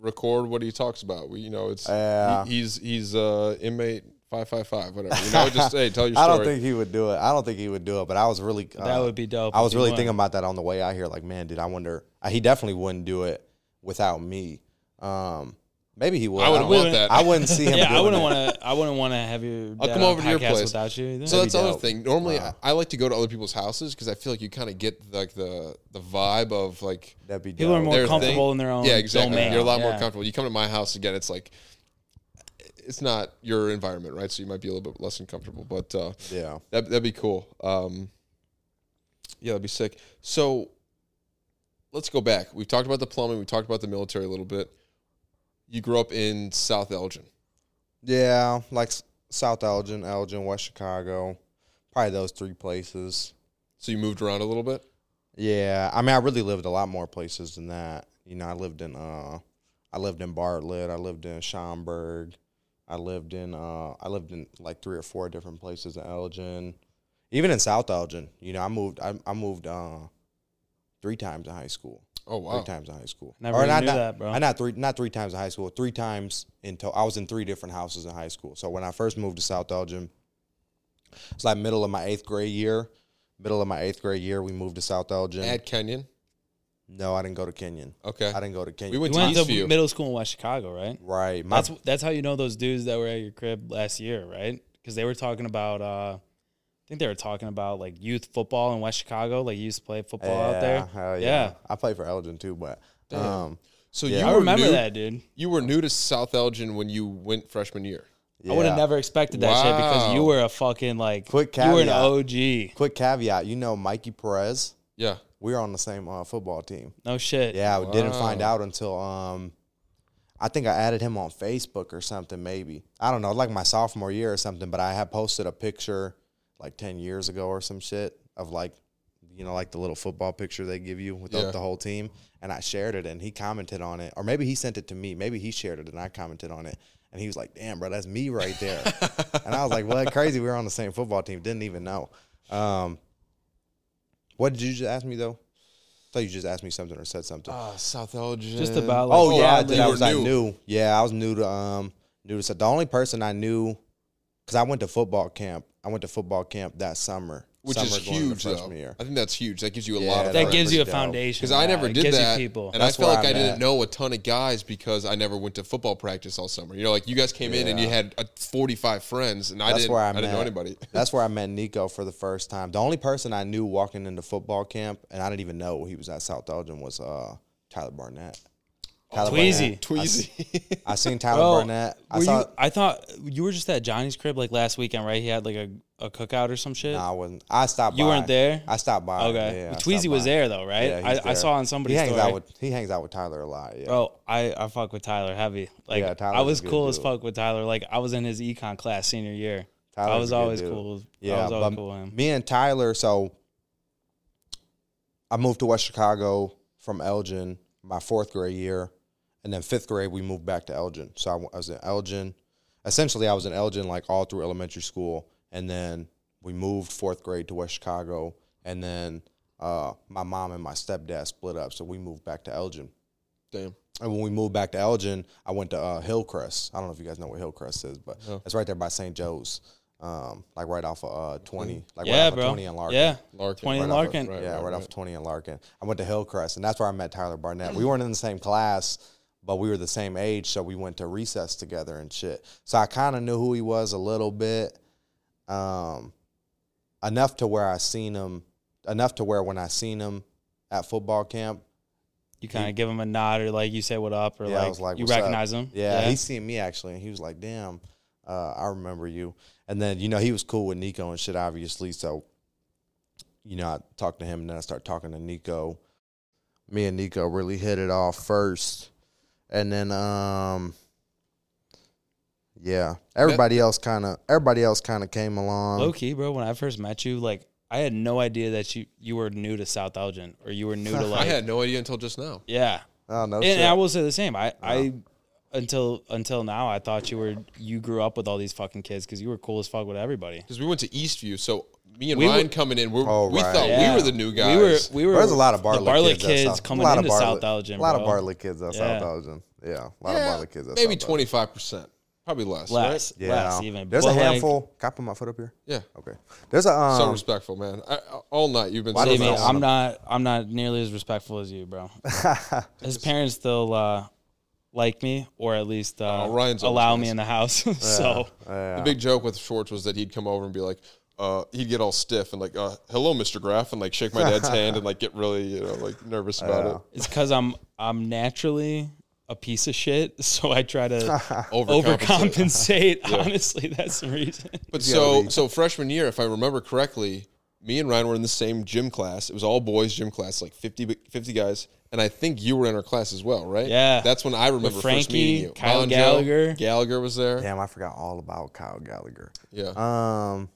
record what he talks about. We, you know, it's Yeah. he- he's he's uh inmate five five five whatever. You know, <laughs> just hey, tell your I story. don't think he would do it. I don't think he would do it. But I was really uh, That would be dope I if was he really would. thinking about that on the way out here. Like, man, dude, I wonder. uh, He definitely wouldn't do it without me. Um, maybe he would. I would don't- want that. I wouldn't <laughs> see him. yeah, I doing wouldn't it. want to. I wouldn't want to have your. I'll dad come on over to your podcast place. without you. either. So that's the other That'd be dope. thing. Normally, I, I like to go to other people's houses because I feel like you kind of get like the the vibe of like That'd be dope. People are more their thing. comfortable in their own Yeah, exactly. domain. You're a lot more Yeah. comfortable. You come to my house again, it's like it's not your environment, right? So you might be a little bit less uncomfortable, but uh, yeah. that that'd be cool. Um, yeah, that'd be sick. So let's go back. We've talked about the plumbing. We talked about the military a little bit. You grew up in South Elgin. Yeah, like S- South Elgin, Elgin, West Chicago, probably those three places. So you moved around a little bit. Yeah, I mean, I really lived a lot more places than that. You know, I lived in uh, I lived in Bartlett, I lived in Schaumburg, I lived in uh, I lived in like three or four different places in Elgin, even in South Elgin. You know, I moved, I, I moved uh, three times in high school, Oh three wow. times in high school. Never really not, knew not, that, bro. I not three, not three times in high school. Three times in to- I was in three different houses in high school. So when I first moved to South Elgin, it's like middle of my eighth grade year. Middle of my eighth grade year, we moved to South Elgin. At Kenyon. no, I didn't go to Kenyon. Okay. I didn't go to Kenyon. We went You to went to Eastview. middle school in West Chicago, right? right. My, That's that's how you know those dudes that were at your crib last year, right? Because they were talking about, uh, I think they were talking about like youth football in West Chicago. Like you used to play football out Yeah, there. hell yeah. Yeah. I played for Elgin too, but um, so Yeah. you I were remember new- that, dude. You were new to South Elgin when you went freshman year. yeah. I would have never expected that shit because you Wow. were a fucking like Quick you were an caveat. OG. Quick caveat, you know, Mikey Perez. <laughs> Yeah. We were on the same uh, football team. No shit. Yeah, I didn't find Wow. out until um, I think I added him on Facebook or something. Maybe I don't know, like my sophomore year or something. But I had posted a picture like ten years ago or some shit of like, you know, like the little football picture they give you with the- Yeah. the whole team, and I shared it, and he commented on it, or maybe he sent it to me. Maybe he shared it, and I commented on it. And he was like, "Damn, bro, that's me <laughs> right there." and I was like, "What? Crazy? We were on the same football team. Didn't even know." Um, what did you just ask me though? I thought you just asked me something or said something. Ah, South Elgin. Just about like Oh, yeah, I oddly did. I you was were I new. knew. Yeah, I was new to um new to so the only person I knew because I went to football camp. I went to football camp that summer, which summer is going into huge though. freshman year. I think that's huge. That gives you a Yeah, lot of that that friends. gives you a Pretty dope. foundation. because I yeah, never it did gives that, You people. and That's I felt where like I I'm didn't at. know a ton of guys because I never went to football practice all summer. You know, like you guys came in and you Yeah. had uh, forty five friends, and I That's didn't. where I I'm didn't know at. anybody. That's where I met Nico for the first time. The only person I knew walking into football camp, and I didn't even know he was at South Elgin, was uh Tyler Barnett. Tyler Oh, <laughs> Tweezy. Tweezy. I seen Tyler Bro, Barnett. I Were saw. you, I thought you were just at Johnny's crib like last weekend, right? He had like a, a cookout or some shit. Nah, I wasn't. I stopped. You by. weren't there? I stopped by. okay. Yeah, I But stopped Tweezy was by. there though, right? Yeah, I, he's I there. saw on He somebody's hangs story. out with he hangs out with Tyler a lot. Yeah. Bro, I, I fuck with Tyler heavy. Like Yeah, Tyler's I a was good cool as dude. fuck with Tyler. Like I was in his econ class senior year. I Tyler's was a good always dude. cool. with- I Yeah, was always but cool with him. me and Tyler. So I moved to West Chicago from Elgin my fourth grade year, and then fifth grade we moved back to Elgin. So I, w- I was in Elgin. Essentially, I was in Elgin like all through elementary school, and then we moved fourth grade to West Chicago, and then uh, my mom and my stepdad split up, so we moved back to Elgin. Damn. And when we moved back to Elgin, I went to uh, Hillcrest. I don't know if you guys know what Hillcrest is, but No. it's right there by St. Joe's, um, like right off of uh, 20, like right Mm. yeah, off of bro. 20 and Larkin. Yeah. Larkin. 20 and Right off Larkin. of- right. yeah, right, off of 20 and Larkin. I went to Hillcrest, and that's where I met Tyler Barnett. <clears throat> We weren't in the same class, but we were the same age, so we went to recess together and shit. So I kind of knew who he was a little bit, um, enough to where I seen him, enough to where when I seen him at football camp, You kind of give him a nod or like you say what up or Yeah, I like, was like, you "What's up?" recognize him. Yeah, he seen me actually, and he was like, "Damn, uh, I remember you." And then you know he was cool with Nico and shit, obviously. So, you know, I talked to him, and then I started talking to Nico. Me and Nico really hit it off first, and then um, Yeah. Everybody else kind of everybody else kind of came Um, along. Low key, bro. When I first met you, like I had no idea that you you were new to South Elgin or you were new to <laughs> I like had no idea until just now. yeah. Oh no And shit. I will say the same. I I until until now I thought you were you grew up with all these fucking kids because you were cool as fuck with everybody. Because we went to Eastview, so me and We were- Ryan coming in, we're, Oh, we right. thought Yeah. we were the new We were guys. we were. There's a lot of Bartlett, the Bartlett kids, kids, at South, coming a lot of into Bartlett- South Elgin. A lot bro. of Bartlett kids at Yeah. South Elgin. Yeah, a lot of Yeah, Bartlett kids at maybe South Elgin. twenty five percent, probably less. right? Less, Yeah, less even. There's But, a like, handful. Can I put my foot up here? Yeah, Okay. There's a so um, respectful, man. I, I- all night you've been. Why so does Believe Those me, are nice. awesome. I'm not. I'm not nearly as respectful as you, <laughs> bro. His parents still uh, like me, or at least uh, Oh, Ryan's always allow nice. me in the house. <laughs> so The yeah. big joke with Schwartz was that he'd come over and be like, uh, he'd get all stiff and like, uh, "Hello, Mr. Graff," and like shake my dad's hand and like get really, you know, like nervous about it's because I'm I'm naturally a piece of shit, <laughs> so I try <laughs> to it. Overcompensate. <laughs> overcompensate. Honestly, that's the reason. But so so freshman year, if I remember correctly, me and Ryan were in the same gym class. It was all boys gym class, like 50, bi- 50 guys, and I think you were in our class as well, right? Yeah. that's when I remember first Frankie, meeting you. Kyle Bonjo, Gallagher. Gallagher was there. Yeah. Damn, I forgot all about Kyle Gallagher. yeah. Um,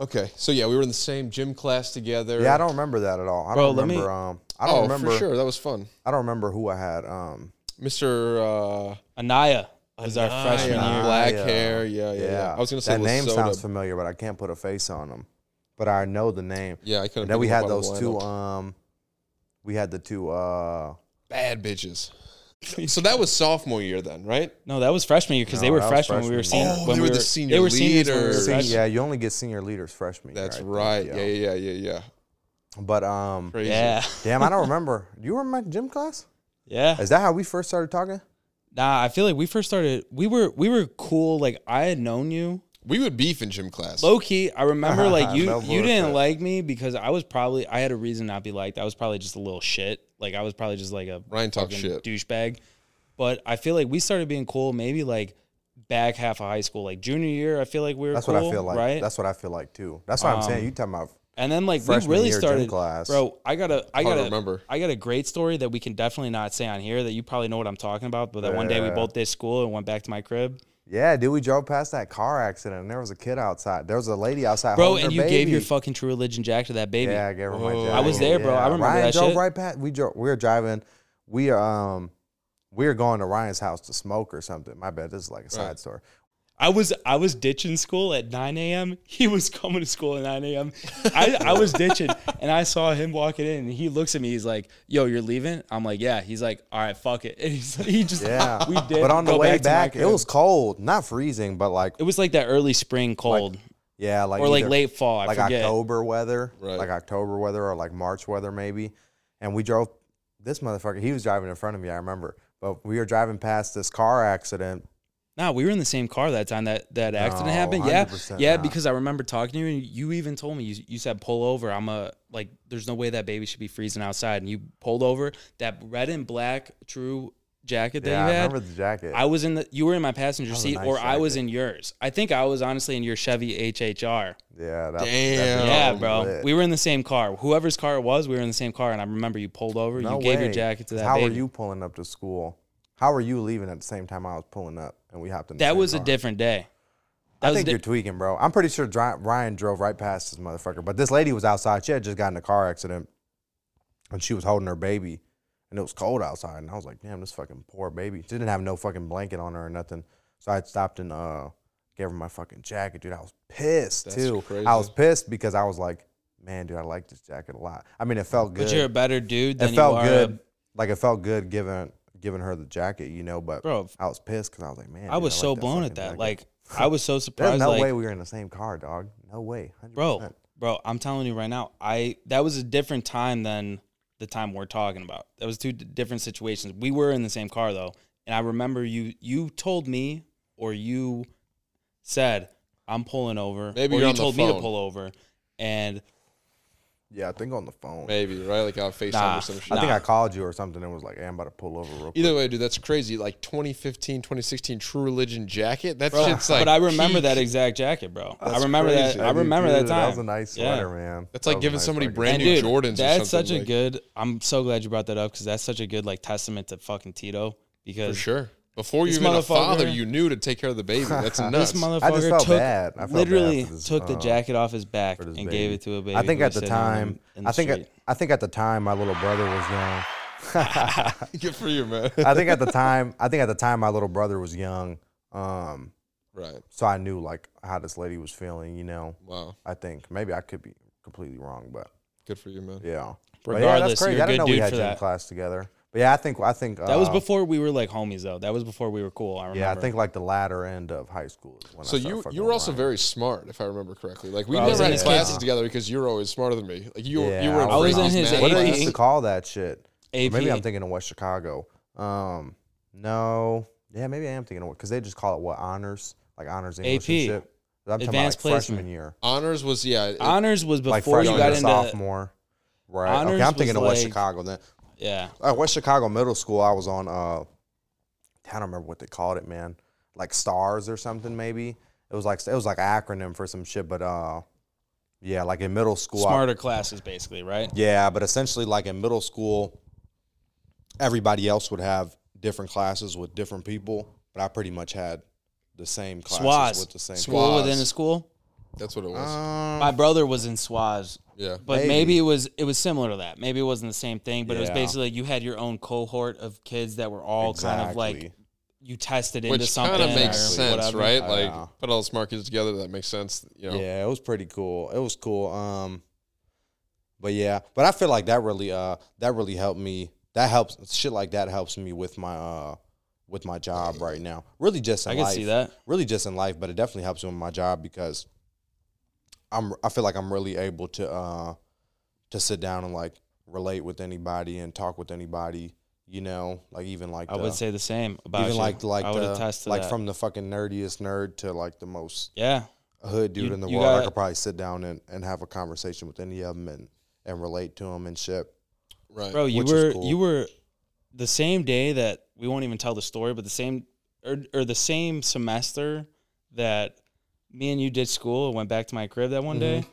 Okay. So yeah, we were in the same gym class together. yeah, I don't remember that at all. I Bro, don't let me- remember. um, I don't Oh, remember. for sure, that was fun. I don't remember who I had. Um, Mr. Uh, Anaya was our freshman Ryan, year. black Yeah. hair. Yeah, yeah, yeah, yeah. I was gonna say that name Lasota. sounds familiar, but I can't put a face on him. But I know the name. Yeah, I couldn't. And then we pick 'em had up out of those the two. lineup. Um, we had the two. Uh, bad bitches. <laughs> so that was sophomore year then, right? No, that was freshman year because they No, were that was freshmen. when We were freshman year. seniors. Oh, when they we were were the senior They were seniors. when we were leaders. senior- freshmen. yeah, you only get senior leaders freshman. year, I That's think, right. Yeah, yeah, yeah, yeah, yeah. But um, Crazy. Yeah, damn, I don't remember. Do you remember my gym class? yeah. Is that how we first started talking? Nah, I feel like we first started. We were we were cool. Like I had known you We would beef in gym class. low key. I remember like <laughs> you No you didn't bullshit. like me because I was probably I had a reason not to be liked. I was probably just a little shit. Like I was probably just like a Ryan talked fucking shit. douchebag. But I feel like we started being cool maybe like back half of high school, like junior year. I feel like we were That's cool, what I feel like. right? Um, That's what I feel like too. That's what I'm saying. You talking about? and then like we freshman really year gym started, class. bro. I got a I Hard got to a remember. I got a great story that we can definitely not say on here. That you probably know what I'm talking about. But that one day we Yeah. both did school and went back to my crib. Yeah, dude, we drove past that car accident, and there was a kid outside. There was a lady outside, bro. holding And her you gave baby. your fucking true religion jack to that baby. Yeah, I gave her my Whoa. jacket. I was there, bro. I Yeah. remember Ryan that drove shit. right past. We drove. We were driving. We um, we were going to Ryan's house to smoke or something. My bad. This is like a side story. I was I was ditching school at 9 a.m. He was <laughs> coming to school at 9 a.m. I, I was ditching and I saw him walking in and he looks at me. He's like, "Yo, you're leaving?" I'm like, "Yeah." He's like, "All right, fuck it." <laughs> And he's, he just Yeah, we did. But on the go way to my back, it crib. was cold, not freezing, but like it was like that early spring cold yeah, like or like either- late fall. I like forget. October weather, Right. like October weather or like March weather maybe. And we drove this motherfucker. He was driving in front of me. I remember, but we were driving past this car accident. Nah, we were in the same car that time that that accident No, happened. Yeah, 100% yeah. not. Because I remember talking to you, and you even told me you, you said pull over. I'm a like, there's no way that baby should be freezing outside, and you pulled over. That red and black true jacket that Yeah, you I had. remember the jacket. I was in the you were in my passenger was a seat nice or I was jacket. in yours. I think I was honestly in your Chevy HHR. yeah, that, Damn. that- yeah, Oh, bro. lit. We were in the same car. Whoever's car it was, we were in the same car and I remember you pulled over, no you gave your way. jacket to that How baby. were you pulling up to school? How were you leaving at the same time I was pulling up? And we hopped in. The that same was a car? different day. That I was a think di- you're tweaking, bro. I'm pretty sure Dri- Ryan drove right past this motherfucker. But this lady was outside. She had just gotten in a car accident, and she was holding her baby, and it was cold outside. And I was like, damn, this fucking poor baby. She didn't have no fucking blanket on her or nothing. So I stopped and uh, gave her my fucking jacket, dude. I was pissed That's too. crazy. I was pissed because I was like, man, dude, I like this jacket a lot. I mean, it felt good. but you're a better dude than it felt you are good. a- like it felt good giving giving her the jacket, you know. But Bro. I was pissed because I was like, man, I dude, was like so that blown fucking at that. jacket. <laughs> Like I was so There's surprised no like way we were in the same car, dog. No way, 100%. bro, bro, I'm telling you right now, I that was a different time than the time we're talking about. That was two d- different situations. We were in the same car though, and I remember you you told me or you said I'm pulling over. Maybe or you're you on the told me to phone. pull over, and Yeah, I think on the phone. Maybe right, like on Facetime Nah. or some shit. I think Nah. I called you or something and was like, hey, I'm about to pull over real quick. Either way, dude, that's crazy. Like 2015, 2016 True Religion jacket. That bro, shit's like. but I remember peak. that exact jacket, bro. I That's remember crazy. that. I remember that Dude, time. That was a nice Yeah. sweater, man. That's That like was a giving nice somebody fucking- brand And new dude, Jordans. or that's such something, a like, good. I'm so glad you brought that up because that's such a good like testament to fucking Tito For because sure. Before This you were even a father, motherfucker- you knew to take care of the <laughs> baby. That's nuts. This motherfucker felt took bad. I felt bad literally for this, took the uh, jacket off his back for and this gave baby. it to a baby. I think who at was the sitting on him time, in the I think at, street. I think at the time my little brother was <laughs> young. <laughs> <laughs> Good for you, man. I think at the time, I think at the time my little brother was young. Um, <laughs> right. so I knew like how this lady was feeling. You know, Wow. I think maybe I could be completely wrong, but Good for you, man. yeah. But yeah, Regardless, that's crazy. you're I a didn't know we good dude had for gym that. class together. But yeah, I think I think That was uh, before we were like homies, though. That was before we were cool. I remember. Yeah, I think like the latter end of high school. Is when So I started you fucking you were also around. very smart, if I remember correctly. Like we Bro, I was never in had his classes kid- together because you were always smarter than me. Like you were Yeah, you were. I was in Frankie's his math What do they class. used to AP. call that shit? Or AP. Maybe I'm thinking of West Chicago. Um, no, yeah, maybe I am thinking of what because they just call it what honors, like honors English and AP. shit. But I'm Advanced talking about like freshman placement. year, Honors was yeah. it- honors was like before freshman you got and into sophomore. Right. Honors okay, I'm was thinking of West like- Chicago then. yeah. Uh, West Chicago Middle School, I was on. Uh, I don't remember what they called it, man. Like stars or something, maybe. It was like it was like an acronym for some shit, but uh, yeah, like in middle school, I- Smarter classes, basically, right? yeah, but essentially, like in middle school, everybody else would have different classes with different people, but I pretty much had the same classes SWAS. with the same. School Swaz. within a school. That's what it was. Um, My brother was in SWAS, yeah. but Maybe. maybe. it was it was similar to that. Maybe it wasn't the same thing, but it was Yeah. basically like you had your own cohort of kids that were all kind of like Exactly. you tested into Which something. kind of makes or sense, whatever. right? I Like know. put all the smart kids together. That makes sense. You know. Yeah, it was pretty cool. It was cool. Um, but yeah, but I feel like that really, uh, that really helped me. That helps shit like that helps me with my, uh, with my job right now. Really, just in I can life. see that. Really, just in life, but it definitely helps me with my job because I'm. I feel like I'm really able to, uh, to sit down and like relate with anybody and talk with anybody. You know, like even like I the- would say the same about even you. like like I would the- attest to like that. from the fucking nerdiest nerd to like the most yeah. a hood dude You- in the you world, I gotta- could probably sit down and, and have a conversation with any of them and, and relate to them and shit. Right. bro you which is were cool. you were the same day that we won't even tell the story but the same or, or the same semester that me and you did school and went back to my crib that one Mm-hmm. day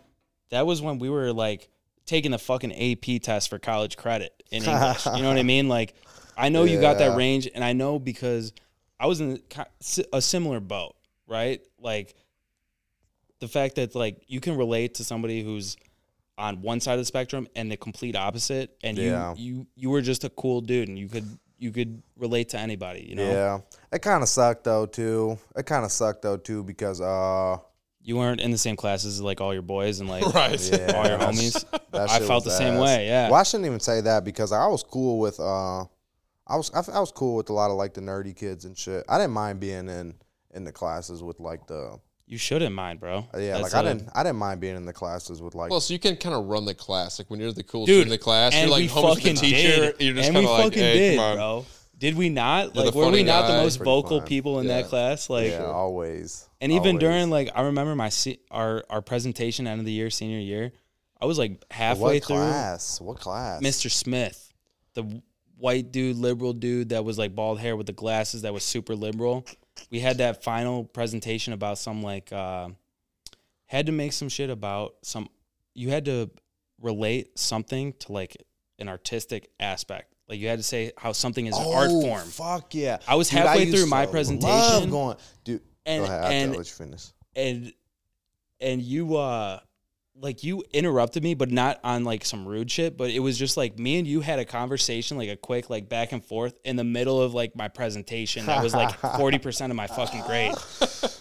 that was when we were like taking the fucking ap test for college credit in english you know what i mean like i know you <laughs> got Yeah. that range and i know because i was in ki- si- a similar boat right like the fact that like you can relate to somebody who's on one side of the spectrum and the complete opposite and Yeah. you you you were just a cool dude and you could you could relate to anybody you know Yeah. It kind of sucked though, too. It kind of sucked though, too, because, uh, you weren't in the same classes as like all your boys and like <laughs> Right. yeah. all your that's- homies that <laughs> I shit felt was the same ass. way, yeah. Well, I shouldn't even say that because I was cool with, uh, I was, I, f- I was cool with a lot of like the nerdy kids and shit. I didn't mind being in, in the classes with like the, uh, you shouldn't mind bro yeah, That's like I a- didn't, I didn't mind being in the classes with like, Well, so you can kind of run the class. Like when you're the coolest dude dude in the class, and you're we like homie to the fucking teacher. did. You're just and kind we of like, fucking hey, did come on. bro did we not You're the like were we funny not the guy. most Pretty vocal fun. people in Yeah. that class like yeah, always. And even always. during like I remember my se- our our presentation end of the year senior year, I was like halfway what through class? What class? Mr. Smith, the w- white dude liberal dude that was like bald hair with the glasses that was super liberal. We had that final presentation about some like uh, had to make some shit about some you had to relate something to like an artistic aspect. Like you had to say how something is an art Oh, form. Fuck yeah! I was halfway through my presentation. going, dude. And- go ahead, I'll- I'll and- let you finish. and and you uh like you interrupted me but not on like some rude shit but it was just like me and you had a conversation like a quick like back and forth in the middle of like my presentation that was like <laughs> 40% of my fucking grade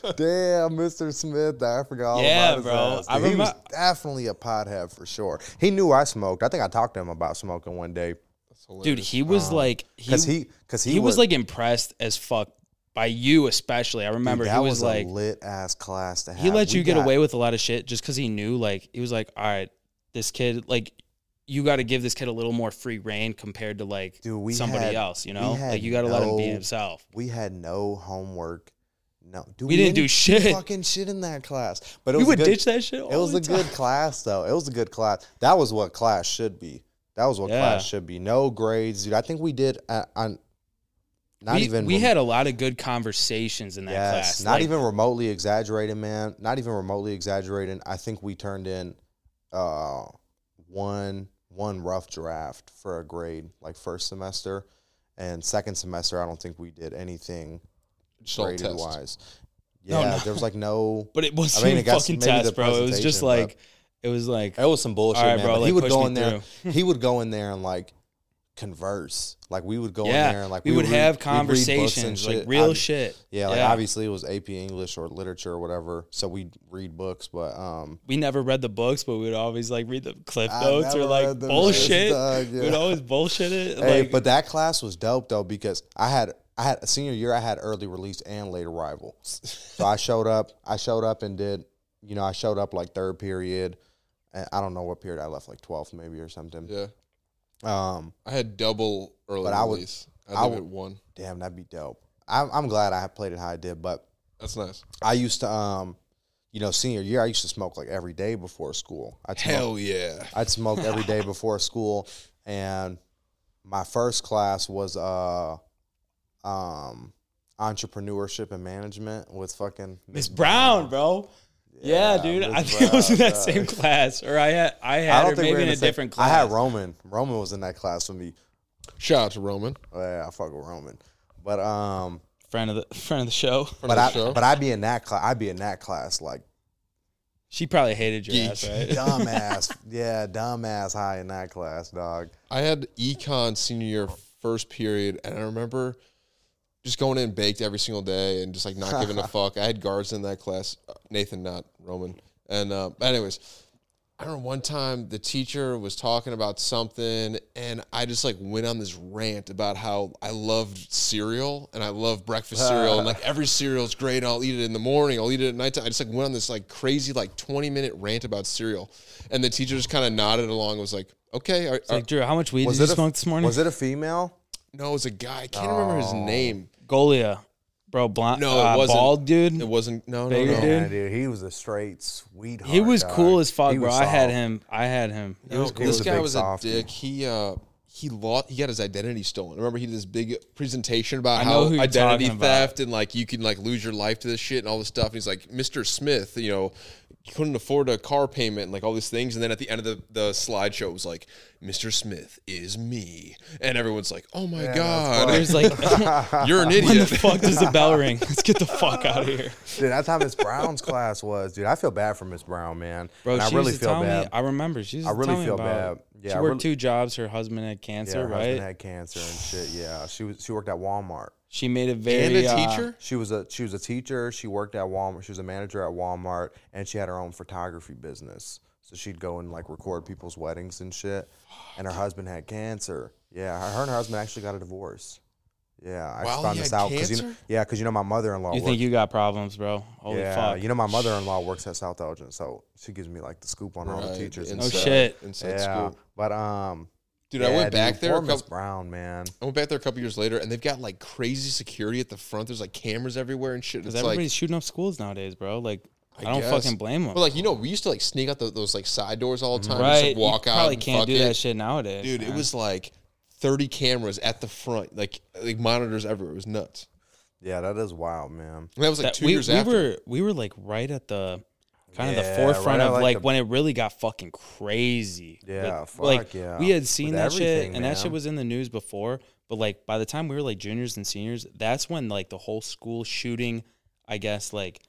Damn, Mr. Smith, I forgot all Yeah, about his bro. ass, I dude. he was remem- definitely a pothead for sure. He knew I smoked. I think I talked to him about smoking one day That's hilarious. dude he was like he because he, he because he, was, like impressed as fuck by you especially i remember dude, he that was, was like a lit ass class to have. he let We you get got- away with a lot of shit just because he knew like he was like all right this kid like you got to give this kid a little more free reign compared to like Dude, we somebody had- else you we know like had you got to let him be no- himself We had no homework. No, dude, We didn't do shit. Fucking shit in that class. But it we was a would good- ditch that shit. It was a good class though. It was a good class. That was what class should be. That was what class Yeah. should be. No grades, dude. I think we did uh, on <laughs> not we, even we rem- had a lot of good conversations in that yes, class. not Like, even remotely exaggerated, man. Not even remotely exaggerated. I think we turned in uh one one rough draft for a grade like first semester, And second semester, I don't think we did anything Just all graded tests. wise. Yeah, No, no. there was like no. But it wasn't I <laughs> mean, even it got fucking maybe the test, bro. It was just presentation, like it was like It was some bullshit, All right, man. bro, but like, he would push go me in there. He would go in there and like converse. Like we would go yeah, in there and like we, would read- we'd read have books and conversations, like shit. real Obvi- shit. Yeah, like Yeah. obviously it was AP English or literature or whatever. So we would read books, but um, We never read the books, but we would always like read the clip I notes or never like read the bullshit. notes, dog, yeah. We'd always bullshit it. hey, like, but that class was dope though because I had I had senior year I had early release and late arrival. so I showed up. I showed up and did you know I showed up like third period. and I don't know what period I left, like twelfth maybe or something. Yeah, Um, I had double early But I would- release. I, I I live would- at one. damn, that'd be dope. I'm, I'm glad I played it how I did, but That's nice. I used to, um, you know, senior year, I used to smoke like every day before school. I'd smoke, Hell yeah. I'd smoke every <laughs> day before school, and my first class was uh, um, entrepreneurship and management with fucking Miss Brown, bro. Yeah, dude. I Miss think I was in Brown, that dog. same class, or I had I I had don't her think we maybe were in a the same- different class. I had Roman. Roman was in that class with me. Shout out to Roman. Oh, yeah, I fuck with Roman, but um, friend of the <laughs> friend of the show. but I show. but I'd be in that class. I'd be in that class like She probably hated your Geek. ass, <laughs> right? dumbass. yeah, dumbass high in that class, dog. I had econ senior year first period, and I remember just going in baked every single day and just like not giving a fuck. I had guards in that class, uh, Nathan, not Roman. And uh, but anyways, I remember one time the teacher was talking about something, and I just like went on this rant about how I loved cereal and I love breakfast cereal, and like every cereal's great. And I'll eat it in the morning, I'll eat it at nighttime. I just like went on this like crazy like twenty minute rant about cereal, and the teacher just kind of nodded along and was like, "Okay, are, are, Like Drew, how much weed did you smoke this morning? Was it a female? No, it was a guy. I can't remember his Oh. name. Golia, bro? Blonde? No, it uh, wasn't. Bald dude. It wasn't. No, no, Bigger no. dude? Yeah, dude, he was a straight sweetheart. he was dog. cool as fuck, He bro. was I had soft. him. I had him. It No, was cool. This was a guy big was a softie. dick. He uh, he lost. He got his identity stolen. Remember, he did this big presentation about I know how who you're identity talking about. theft and like you can like lose your life to this shit and all this stuff. And he's like, Mister Smith, you know, couldn't afford a car payment and like all these things. And then at the end of the the slideshow, it was like, Mister Smith is me, and everyone's like, Oh my It god, was like, <laughs> <laughs> you're an when the idiot. fuck does the bell ring? Let's get the fuck out of here, Dude, that's how Miss Brown's class was, dude. I feel bad for Miss Brown, man. bro. and I she really used to feel tell bad. me. I remember. She used I to really tell me feel about. bad. Yeah, she I worked really- two jobs. Her husband had yeah, cancer, her right? husband had cancer and shit. Yeah, she was. She worked at Walmart. she made it very. and a uh, teacher. She was a she was a teacher. She worked at Walmart. She was a manager at Walmart, and she had her own photography business. So she'd go and like record people's weddings and shit. And her husband had cancer. Yeah, her, her and her husband actually got a divorce. Yeah, I While just found he this had out you know, cancer? yeah, because you know my mother-in-law. you worked- think you got problems, bro? Holy yeah, fuck! you know my mother-in-law works at South Elgin, so she gives me like the scoop on all Right, the teachers. Oh, inside- shit. Inside yeah, school. but um, Dude, yeah, I went back there. Poor A Miss couple, Brown, man. I went back there a couple years later, and they've got like crazy security at the front. There's like cameras everywhere and shit. It's Because everybody's like, shooting up schools nowadays, bro. Like, I, I don't guess. fucking blame them. but like you know, we used to like sneak out tho- those like side doors all the time. right? Just, like, walk you out. probably and can't fuck do it. that shit nowadays, dude. It man. was like thirty cameras at the front, like like monitors everywhere. It was nuts. Yeah, that is wild, man. And that was like that two we, years we after. were we were like right at the kind of the Yeah, forefront right at, of like, like, the- when it really got fucking crazy. Yeah, Like- fuck like, yeah. We had seen With that shit everything, and that shit man. was in the news before, but like by the time we were like juniors and seniors, that's when like the whole school shooting, I guess like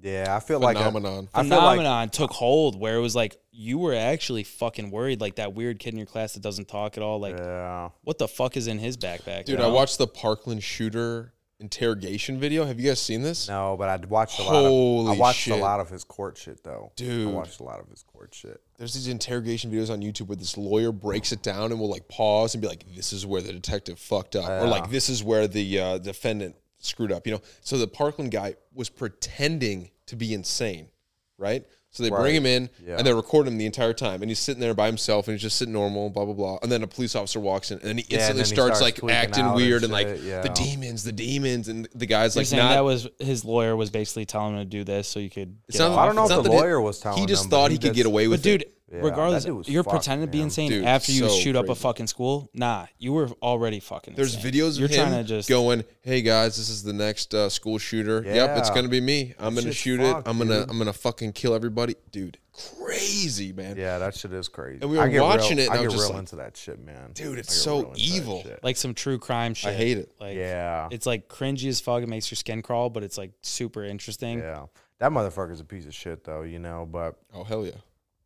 Yeah, I feel like a- phenomenon. I feel like phenomenon took hold where it was like you were actually fucking worried like that weird kid in your class that doesn't talk at all like yeah. what the fuck is in his backpack dude, you I know? watched the Parkland shooter interrogation video. Have you guys seen this? No, but I watched a lot. Holy of, I watched shit. a lot of his court shit though. Dude. I watched a lot of his court shit. there's these interrogation videos on YouTube where this lawyer breaks it down and will like pause and be like, "This is where the detective fucked up," or like, "This is where the uh, defendant screwed up." You know. So the Parkland guy was pretending to be insane, right? So they bring him in and they record him the entire time, and he's sitting there by himself and he's just sitting normal, blah blah blah. And then a police officer walks in, and then he and instantly then he starts, starts like tweaking acting out and weird and, like shit, yeah. the demons, the demons, and the guy's You're like saying not that was his lawyer was basically telling him to do this so you could It's get not- off I don't know it's if not the that it- lawyer was telling He just him, but thought he he could did- get away with But dude, it. Yeah, regardless, that dude was you're fucked, pretending to be man. insane Dude, after so you shoot up a crazy. fucking school. Nah, you were already fucking. There's insane. videos of You're him trying to just going, "Hey guys, this is the next uh, school shooter. Yep, it's Yeah. gonna be me. I'm gonna shit's shoot it. fucked, I'm gonna dude. I'm gonna fucking kill everybody, dude. crazy, man. Yeah, that shit is crazy. And we were I get watching real, it, and I I get was just real like, into that shit, man. dude, it's I get so real into that evil. shit. like some true crime shit. I hate it. Like, yeah, It's like cringy as fuck. It makes your skin crawl, but it's like super interesting. yeah. That motherfucker's a piece of shit, though. You know, but Oh hell yeah.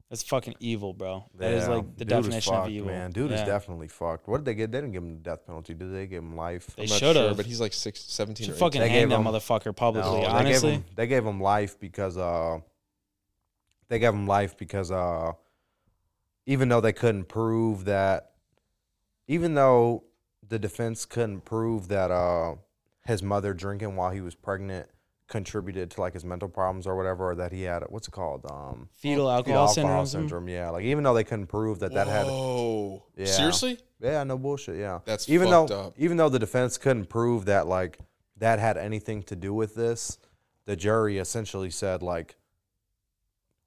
That's fucking evil, bro. That is yeah, like the dude is definition fucked, of evil. Man, dude is Yeah. definitely fucked. What did they get? They didn't give him the death penalty. Did they give him life? They I'm not should sure, have. but he's like six, 17 or should 18. fucking They hang gave that him- motherfucker publicly. No, honestly, they gave him they gave him life because uh they gave him life because uh even though they couldn't prove that even though the defense couldn't prove that uh his mother drinking while he was pregnant contributed to like his mental problems or whatever or that he had what's it called um fetal fetal alcohol, syndrome. yeah like even though they couldn't prove that that had Whoa. Yeah. Seriously? yeah, no bullshit. Yeah, That's even fucked though up. even though the defense couldn't prove that like that had anything to do with this, the jury essentially said like,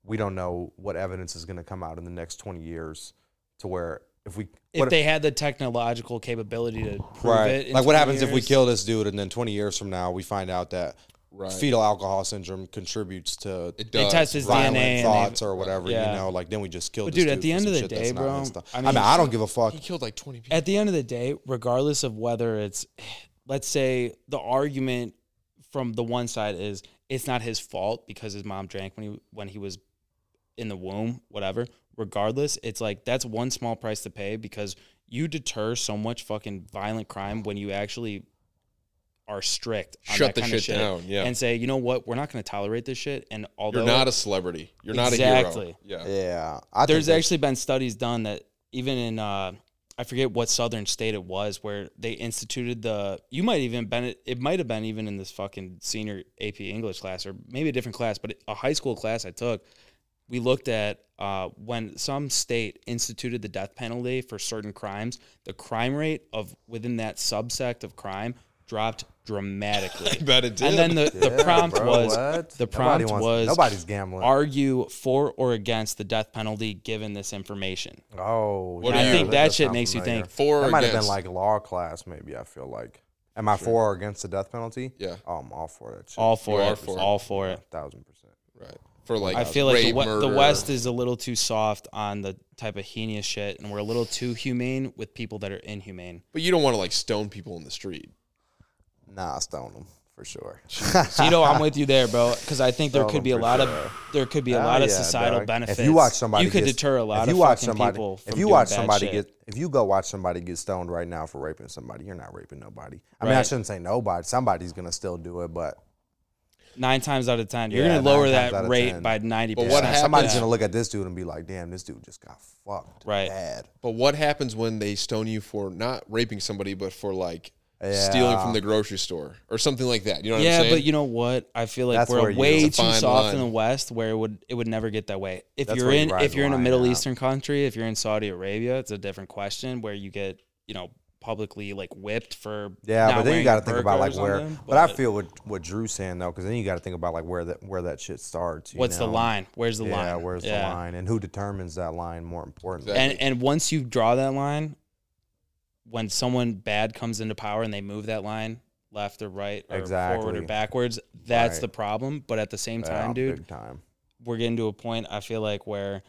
we don't know what evidence is going to come out in the next twenty years to where if we If what- they had the technological capability to prove it, in Like what 20 happens if we years? kill this dude and then 20 years from now we find out that Right. fetal alcohol syndrome contributes to It They does. test his violent DNA. and they- thoughts or whatever, Yeah. you know, like then we just killed But this dude, at the for end some of the shit day, that's not bro, his stuff. I I mean- mean, I don't give a fuck. He killed like 20 people. At the end of the day, regardless of whether it's, let's say, the argument from the one side is it's not his fault because his mom drank when he when he was in the womb, whatever. Regardless, it's like that's one small price to pay because you deter so much fucking violent crime when you actually are strict. On Shut that the kind shit of shit down, yeah. and say, you know what, we're not going to tolerate this shit. And although You're not a celebrity. You're not a Exactly. hero. <laughs> Yeah. yeah, I there's think actually been studies done that even in uh, I forget what southern state it was where they instituted the you might even been it might have been even in this fucking senior AP English class or maybe a different class but a high school class I took we looked at uh, when some state instituted the death penalty for certain crimes the crime rate of within that subsect of crime dropped dramatically I bet it did. and then the, Yeah, the prompt bro, was what? the Nobody prompt wants- was nobody's gambling. Argue for or against the death penalty given this information. they- oh, What yeah, do I you- think does that shit sound makes you familiar. think. for or That might have been against? like law class, maybe. I feel like, am I for or against the death penalty? Yeah. oh, I'm all for that shit. All for You are it. for it. all for it. thousand percent. right. For like I feel like the, rape, we- the murder. West is a little too soft on the type of heinous shit, and we're a little too humane with people that are inhumane. But you don't want to like stone people in the street. Nah, I stone them for sure. you know, I'm with you there, bro, because I think there Tell could be a them for lot sure. of there could be a Hell lot <laughs> of yeah, societal dog. benefits. If you watch somebody, you could get- deter a lot if of you watch fucking somebody, people. if from you doing watch bad somebody shit. get, if you go watch somebody get stoned right now for raping somebody, you're not raping nobody. I mean, I Right. shouldn't say nobody. Somebody's gonna still do it, but nine times out of ten, you're Yeah, gonna nine lower times out that of rate 10. by ninety But percent. what yeah, somebody's happens- gonna look at this dude and be like, "Damn, this dude just got fucked Right. bad." But what happens when they stone you for not raping somebody, but for like stealing from Yeah. the grocery store or something like that? You know what I'm yeah, saying? but you know what? I feel like That's we're where you- way too It's a fine soft in the line. West, where it would it would never get that way. If That's you're where you in ride if the you're in a line Middle at. Eastern country, if you're in Saudi Arabia, it's a different question where you get you know publicly like whipped for Yeah, not but then you got got to think about like where. But, I feel what what Drew's saying though, because then you got to think about like where that where that shit starts. you what's the know? line? Where's the line? Yeah, where's the line, and who determines that line? More importantly, Exactly. And and once you draw that line, when someone bad comes into power and they move that line left or right or forward or Exactly. backwards, that's Right. the problem. But at the same Yeah, time, dude, big time. we're getting to a point I feel like where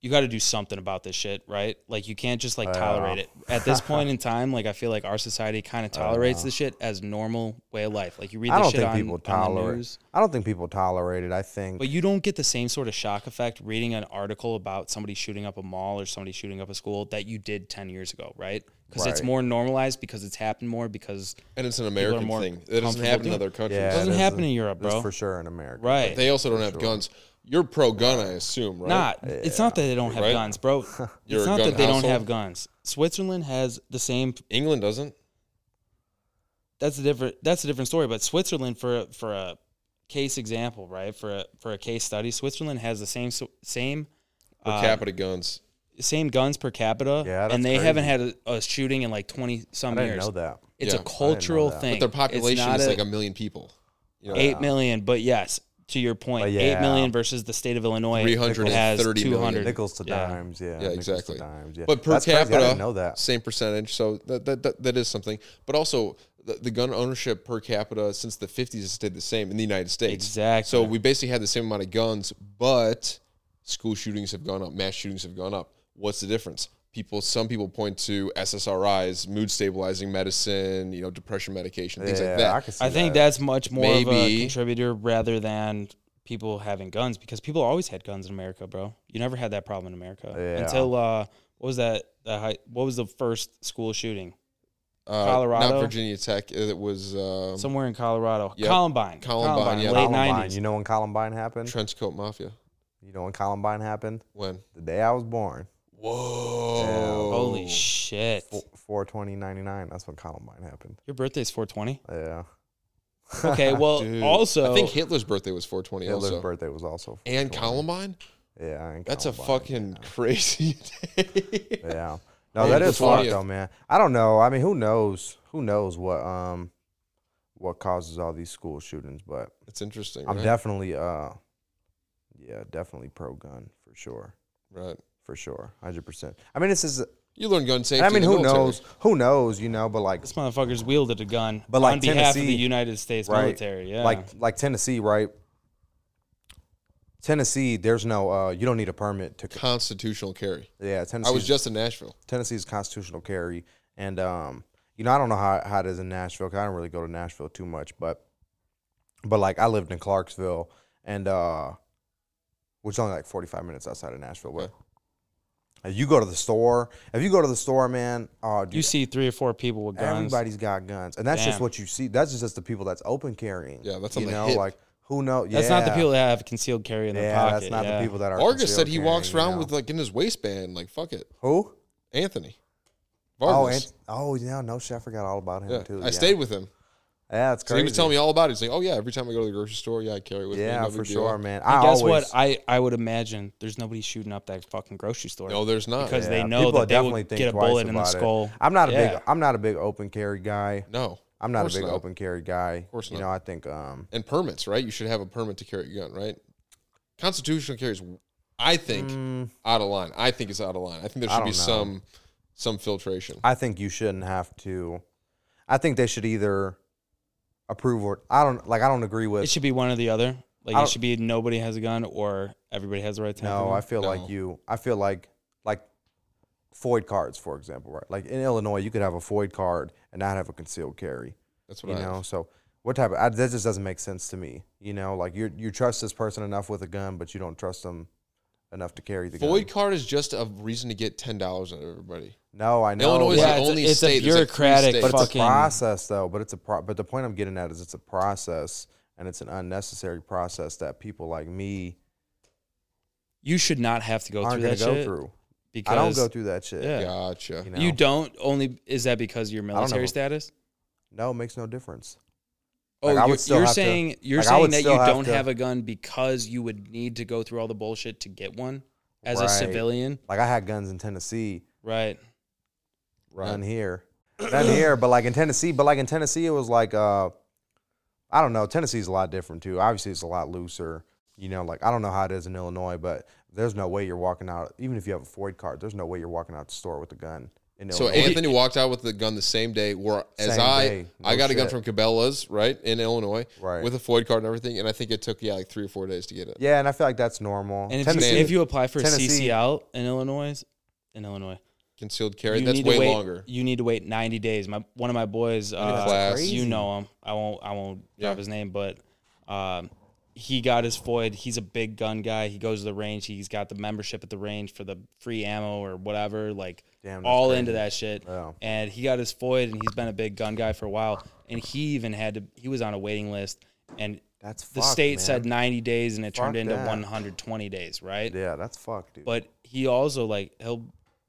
you got to do something about this shit, right? Like you can't just like Yeah. tolerate it. <laughs> At this point in time, like I feel like our society kind of tolerates this shit as normal way of life. Like you read I this don't shit think on, people on the tolerate. news, I don't think people tolerate it. I think but you don't get the same sort of shock effect reading an article about somebody shooting up a mall or somebody shooting up a school that you did 10 years ago, right? Because it's Right. more normalized because it's happened more because And it's an American more thing. It doesn't comfortable happen in doing other countries. Yeah, it doesn't that's happen a- in Europe, that's bro. for sure in America. Right. They also don't have guns. You're pro gun, I assume, right? Not. It's not that they don't have Right? guns, bro. <laughs> You're it's a not gun that they don't household? have guns. Switzerland has the same England doesn't. that's a different that's a different story. But Switzerland for for a case example, right? For a for a case study, Switzerland has the same so- same Per Uh, capita guns. same guns per capita, Yeah, that's and they haven't had crazy. a, a shooting in like twenty I some didn't years. know that. Yeah, I It's a didn't cultural that. But thing. Their population it's is not like a million people. You know, eight million, but yes, to your point, But eight yeah. million versus the state of Illinois. 330 million. 200. Nickels to Yeah. dimes, yeah. Yeah, nickels to exactly. dimes, yeah. But per That's crazy, capita, I didn't know that. same percentage. So that that, that, that is something. But also, the, the gun ownership per capita since the 50s has stayed the same in the United States. Exactly. So we basically had the same amount of guns, but school shootings have gone up, mass shootings have gone up. What's the difference? People, some people point to SSRIs, mood stabilizing medicine, you know, depression medication, things like that. I, can see I think that. that's much more of a Maybe- contributor rather than people having guns because people always had guns in America, bro. You never had that problem in America Yeah. until uh, what was that? The high, what was the first school shooting? Uh, Colorado? not Virginia Tech. It was um, Somewhere in Colorado, Yep. Columbine, Columbine, yeah. late Columbine. nineties. You know when Columbine happened? trench coat mafia. You know when Columbine happened? When? The day I was born, Whoa! Holy shit! 42099. That's when Columbine happened. Your birthday's four <laughs> twenty. Yeah. <laughs> Okay, well, Dude. also I think Hitler's birthday was 420. Hitler's also. birthday was also and 420. Columbine. Yeah, and That's a Columbine, fucking yeah. crazy <laughs> day. Yeah. No, Maybe that the is fucked 20th. though, man. I don't know. I mean, who knows? Who knows what um what causes all these school shootings? But It's interesting. I'm right? definitely uh yeah, definitely pro gun for sure. right. For sure. Hundred percent. I mean this is You learn gun safety. I mean in the who military. knows? Who knows, you know, but like this motherfucker's wielded a gun But, like, on behalf of the Tennessee- United States right, military. Yeah, like like Tennessee, right? Tennessee, there's no uh you don't need a permit to Constitutional carry. yeah, Tennessee I was just in Nashville. Tennessee's constitutional carry, and um, you know, I don't know how, how it is in Nashville. 'cause I don't really go to Nashville too much, but but like I lived in Clarksville, and uh, which is only like forty five minutes outside of Nashville. But if you go to the store, if you go to the store, man, oh, dude, you see three or four people with guns. everybody's got guns, and that's just Damn. what you see. That's just the people that's open carrying. Yeah, that's on you the know, hip. like who knows? That's not the people that have concealed carry in their Yeah, pocket. that's not yeah. the people that are. Vargas said concealed he walks carrying, around you with know. like in his waistband, like fuck it, who? Anthony. Oh, Vargas. and, oh, yeah, no shit, I forgot all about him yeah. too. I yeah. stayed with him. Yeah, it's So crazy. he was telling me all about it. He's like, "Oh yeah, every time I go to the grocery store, yeah, I carry it with me. Yeah, no for big deal." sure, man. I Guess always, what? I, I would imagine there's nobody shooting up that fucking grocery store. No, there's not. because they Yeah, know people that they will definitely think get a twice bullet in the about it. skull. I'm not a Yeah. big. I'm not a big open carry guy. no, I'm not Course a big not. open carry guy. course you not. know, I think. Um, and permits, right? You should have a permit to carry a gun, right? Constitutional carry is, I think, mm, out of line. I think it's out of line. I think there I should be don't know. some some filtration. I think you shouldn't have to. I think they should either approve or I don't like. I don't agree It with. should be one or the other. Like I it don't- should be nobody has a gun or everybody has the right to. have a No, gun. I feel No. like you. I feel like like Foyd cards, for example, right? Like in Illinois, you could have a Foyd card and not have a concealed carry. That's you what I know so what type of I, that just doesn't make sense to me you know like you you trust this person enough with a gun but you don't trust them enough to carry the Void gun card is just a reason to get ten dollars out of everybody. no i know Illinois is but- yeah, the it's a- only it's a state. that's free bureaucratic state. the but it's a fucking- process though but it's a pro but the point i'm getting at is it's a process and it's an unnecessary process that people like me you should not have to go aren't through going that to go shit through because i don't go through that shit Yeah. Gotcha. you know You don't only is that because of your know. military status? no it makes no difference Oh, Like, I would you're, still you're have to- saying you're like, I saying would that you still have don't to- have a gun because you would need to go through all the bullshit to get one as a Right. civilian, like i had guns in tennessee right? none here none here but like in tennessee but like in tennessee it was like uh i don't know tennessee's a lot different too obviously it's a lot looser you know like i don't know how it is in illinois but there's no way you're walking out even if you have a ford card there's no way you're walking out the store with a gun in So illinois Anthony walked out with the gun the same day. Where as Same I, day. No I got a gun shit. from Cabela's right in Illinois, Right. with a Floyd card and everything, and I think it took yeah like three or four days to get it. yeah and i feel like that's normal And if you, Tennessee- if you apply for Tennessee- CC out in Illinois, in Illinois, Concealed carry. you that's need to way wait, longer. You need to wait 90 days. My one of my boys, uh, class. you know him. I won't. I won't Yeah. drop his name, but um, he got his Floyd. He's a big gun guy. He goes to the range. He's got the membership at the range for the free ammo or whatever. Like Damn, that's all crazy. into that shit. Yeah. And he got his Floyd, and he's been a big gun guy for a while. And he even had to. He was on a waiting list, and that's the fucked, state man. said 90 days, and it turned Fuck into that. 120 days. Right yeah that's fucked dude but he also like he'll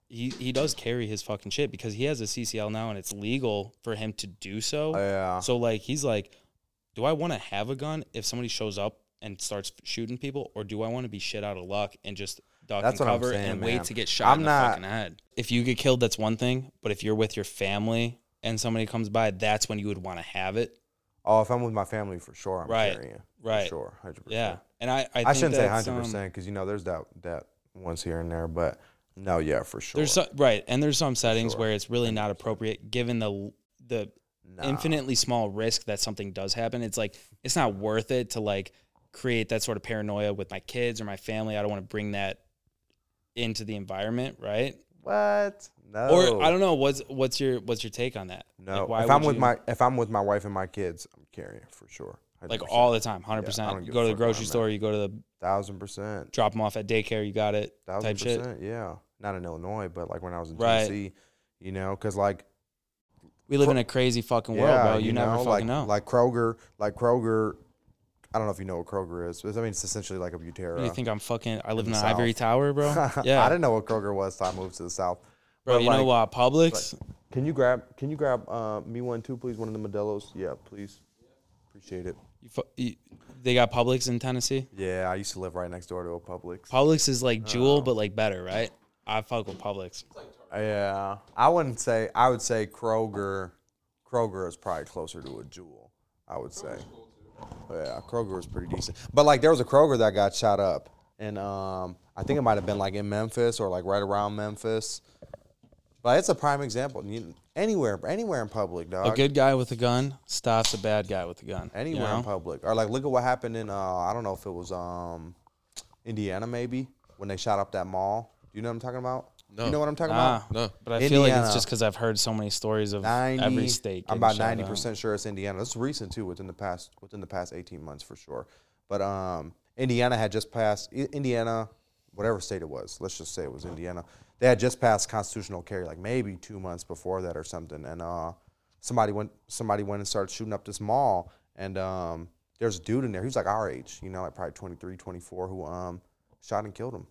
he, he does carry his fucking shit because he has a CCL now and it's legal for him to do so. Oh, yeah So like he's like, do I want to have a gun if somebody shows up and starts shooting people, or do I want to be shit out of luck and just duck That's and what I'm cover saying, and man. wait to get shot I'm in not- the fucking head? If you get killed, that's one thing, but if you're with your family and somebody comes by, that's when you would want to have it, oh if i'm with my family for sure i'm Right, carrying right? for sure 100% Yeah, and I I, i think shouldn't say that's, 100% um, because you know there's that that once here and there but no yeah for sure There's some, right, and there's some settings sure. where it's really not appropriate given the the Nah. infinitely small risk that something does happen. It's like it's not worth it to like create that sort of paranoia with my kids or my family. I don't want to bring that into the environment, right? What? No. Or I don't know. What's what's your what's your take on that? No. Like, why if I'm would with you- my if I'm with my wife and my kids, I'm carrying for sure. like all the time, hundred Yeah, I don't percent. You give go a to the fuck where grocery I'm store, you go to the thousand percent, drop them off at daycare, you got it thousand type shit. percent. Yeah, not in Illinois, but like when I was in Right. Tennessee, you know, because like We live in a crazy fucking world, bro. You, never fucking like, know. Like Kroger, like Kroger. I don't know if you know what Kroger is. But I mean, it's essentially like a Butera. What do you think I'm fucking? I live uh, In in, the an South. ivory tower, bro. Yeah, <laughs> I didn't know what Kroger was till I moved to the south. bro. but, You know what? Publix. Can you grab? Can you grab uh, me one too, please? One of the Modelo's. Yeah, please. Appreciate it. you fu- you- they got Publix in Tennessee. Yeah, I used to live right next door to a Publix. Publix is like Oh. Jewel, but like better, right? I fuck with Publix. Yeah, I wouldn't say. I would say Kroger. Kroger is probably closer to a jewel. I would say. Yeah, Kroger was pretty decent, but like there was a Kroger that got shot up, and um, I think it might have been like in Memphis or like right around Memphis. But it's a prime example. You- Anywhere, anywhere in public, dog. A good guy with a gun stops a bad guy with a gun. you anywhere know? in public. Or like, look at what happened in uh, I don't know if it was um, Indiana maybe when they shot up that mall. Do you know what I'm talking about? No. You know what I'm talking Ah, about? No. But I feel like it's Indiana. just because I've heard so many stories of 90, every state. I'm getting about shut down. ninety percent sure it's Indiana. This is recent too, within the past within the past eighteen months for sure. But um, Indiana had just passed I- Indiana, whatever state it was. Let's just say it was Indiana. They had just passed constitutional carry, like maybe two months before that or something. And uh, somebody went somebody went and started shooting up this mall. And um, there's a dude in there. He was like our age, you know, like probably 23, 24, who um, shot and killed him.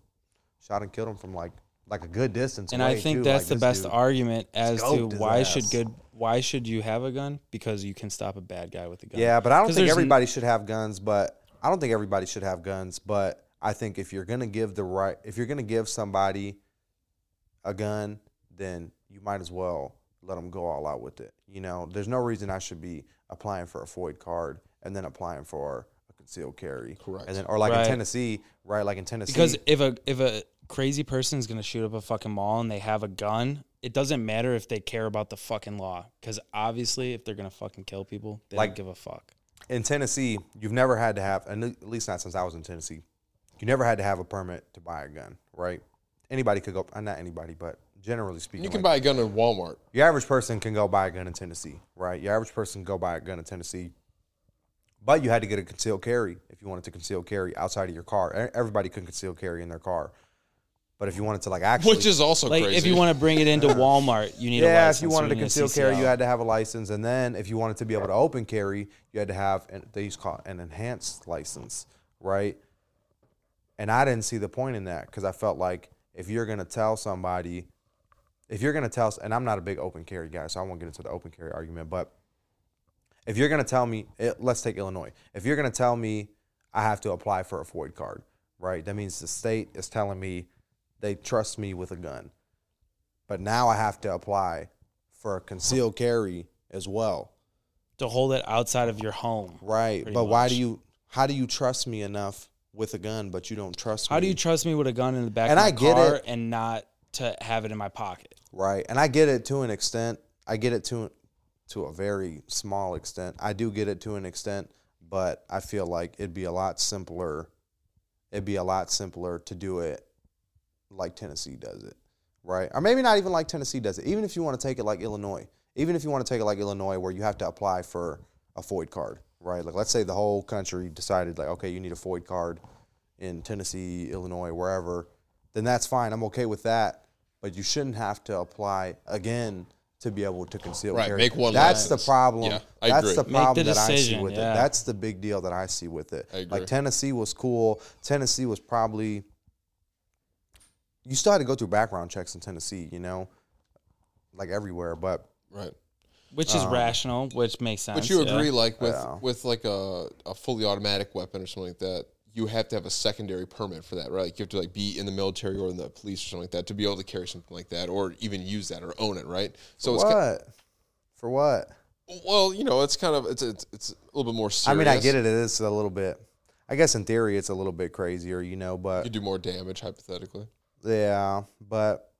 Shot and killed him from like like a good distance. And away, I think too. that's Like, the this best dude- argument as to scoped his why ass. should good why should you have a gun? Because you can stop a bad guy with a gun. Yeah, but I don't 'Cause think there's n- everybody should have guns. But I don't think everybody should have guns. But I think if you're gonna give the right, if you're gonna give somebody a gun, then you might as well let them go all out with it. You know, there's no reason I should be applying for a FOID card and then applying for a concealed carry. Correct. And then, or like Right. in Tennessee, right? Like in Tennessee, Because if a if a crazy person is gonna shoot up a fucking mall and they have a gun, it doesn't matter if they care about the fucking law. Because obviously, if they're gonna fucking kill people, they Like- don't give a fuck. in Tennessee, you've never had to have, and at least not since I was in Tennessee, you never had to have a permit to buy a gun, right? Anybody could go, uh, not anybody, but generally speaking, You can like, buy a gun in Walmart. your average person can go buy a gun in Tennessee, right? Your average person can go buy a gun in Tennessee, but you had to get a concealed carry if you wanted to conceal carry outside of your car. E- Everybody can conceal carry in their car, but if you wanted to like actually, Which is also Like crazy. if you want to bring <laughs> it into Walmart, you need a yeah, license. if you wanted to need a conceal carry, you CCL. had to have a license, and then if you wanted to be able to open carry, you had to have an, they used to call it an enhanced license, right? And I didn't see the point in that because I felt like if you're gonna tell somebody, if you're gonna tell, and I'm not a big open carry guy, so I won't get into the open carry argument, but if you're gonna tell me, it, let's take Illinois. If you're gonna tell me I have to apply for a FOID card, right? That means the state is telling me they trust me with a gun but now I have to apply for a concealed carry as well. to hold it outside of your home. Right. Pretty but why much. do you how do you trust me enough with a gun but you don't trust me? How do you trust me with a gun in the back And of my I get car it. and not to have it in my pocket? Right. And I get it to an extent. I get it to to a very small extent. I do get it to an extent, but I feel like it'd be a lot simpler. It'd be a lot simpler to do it like Tennessee does it, right? Or maybe not even like Tennessee does it. Even if you want to take it like Illinois, even if you want to take it like Illinois, where you have to apply for a FOID card, right? Like let's say the whole country decided like, okay, you need a FOID card in Tennessee, Illinois, wherever, then that's fine. I'm okay with that. But you shouldn't have to apply again to be able to conceal Right, carry. make one That's license. the problem. Yeah, I that's agree. the Make the problem that I see decision, with yeah. it. That's the big deal that I see with it. I agree. Like Tennessee was cool. Tennessee was probably you still had to go through background checks in Tennessee, you know, like everywhere. But right. Which Uh-huh. is rational, which makes sense. But you yeah. agree, like with Yeah. with like a, a fully automatic weapon or something like that, you have to have a secondary permit for that, right? Like you have to like be in the military or in the police or something like that to be able to carry something like that, or even use that or own it, right? So it's what? For what? ki- well, you know, it's kind of it's it's, it's a little bit more serious. I mean, I get it. It is a little bit. I guess in theory, it's a little bit crazier, you know. You But do more damage hypothetically, yeah, but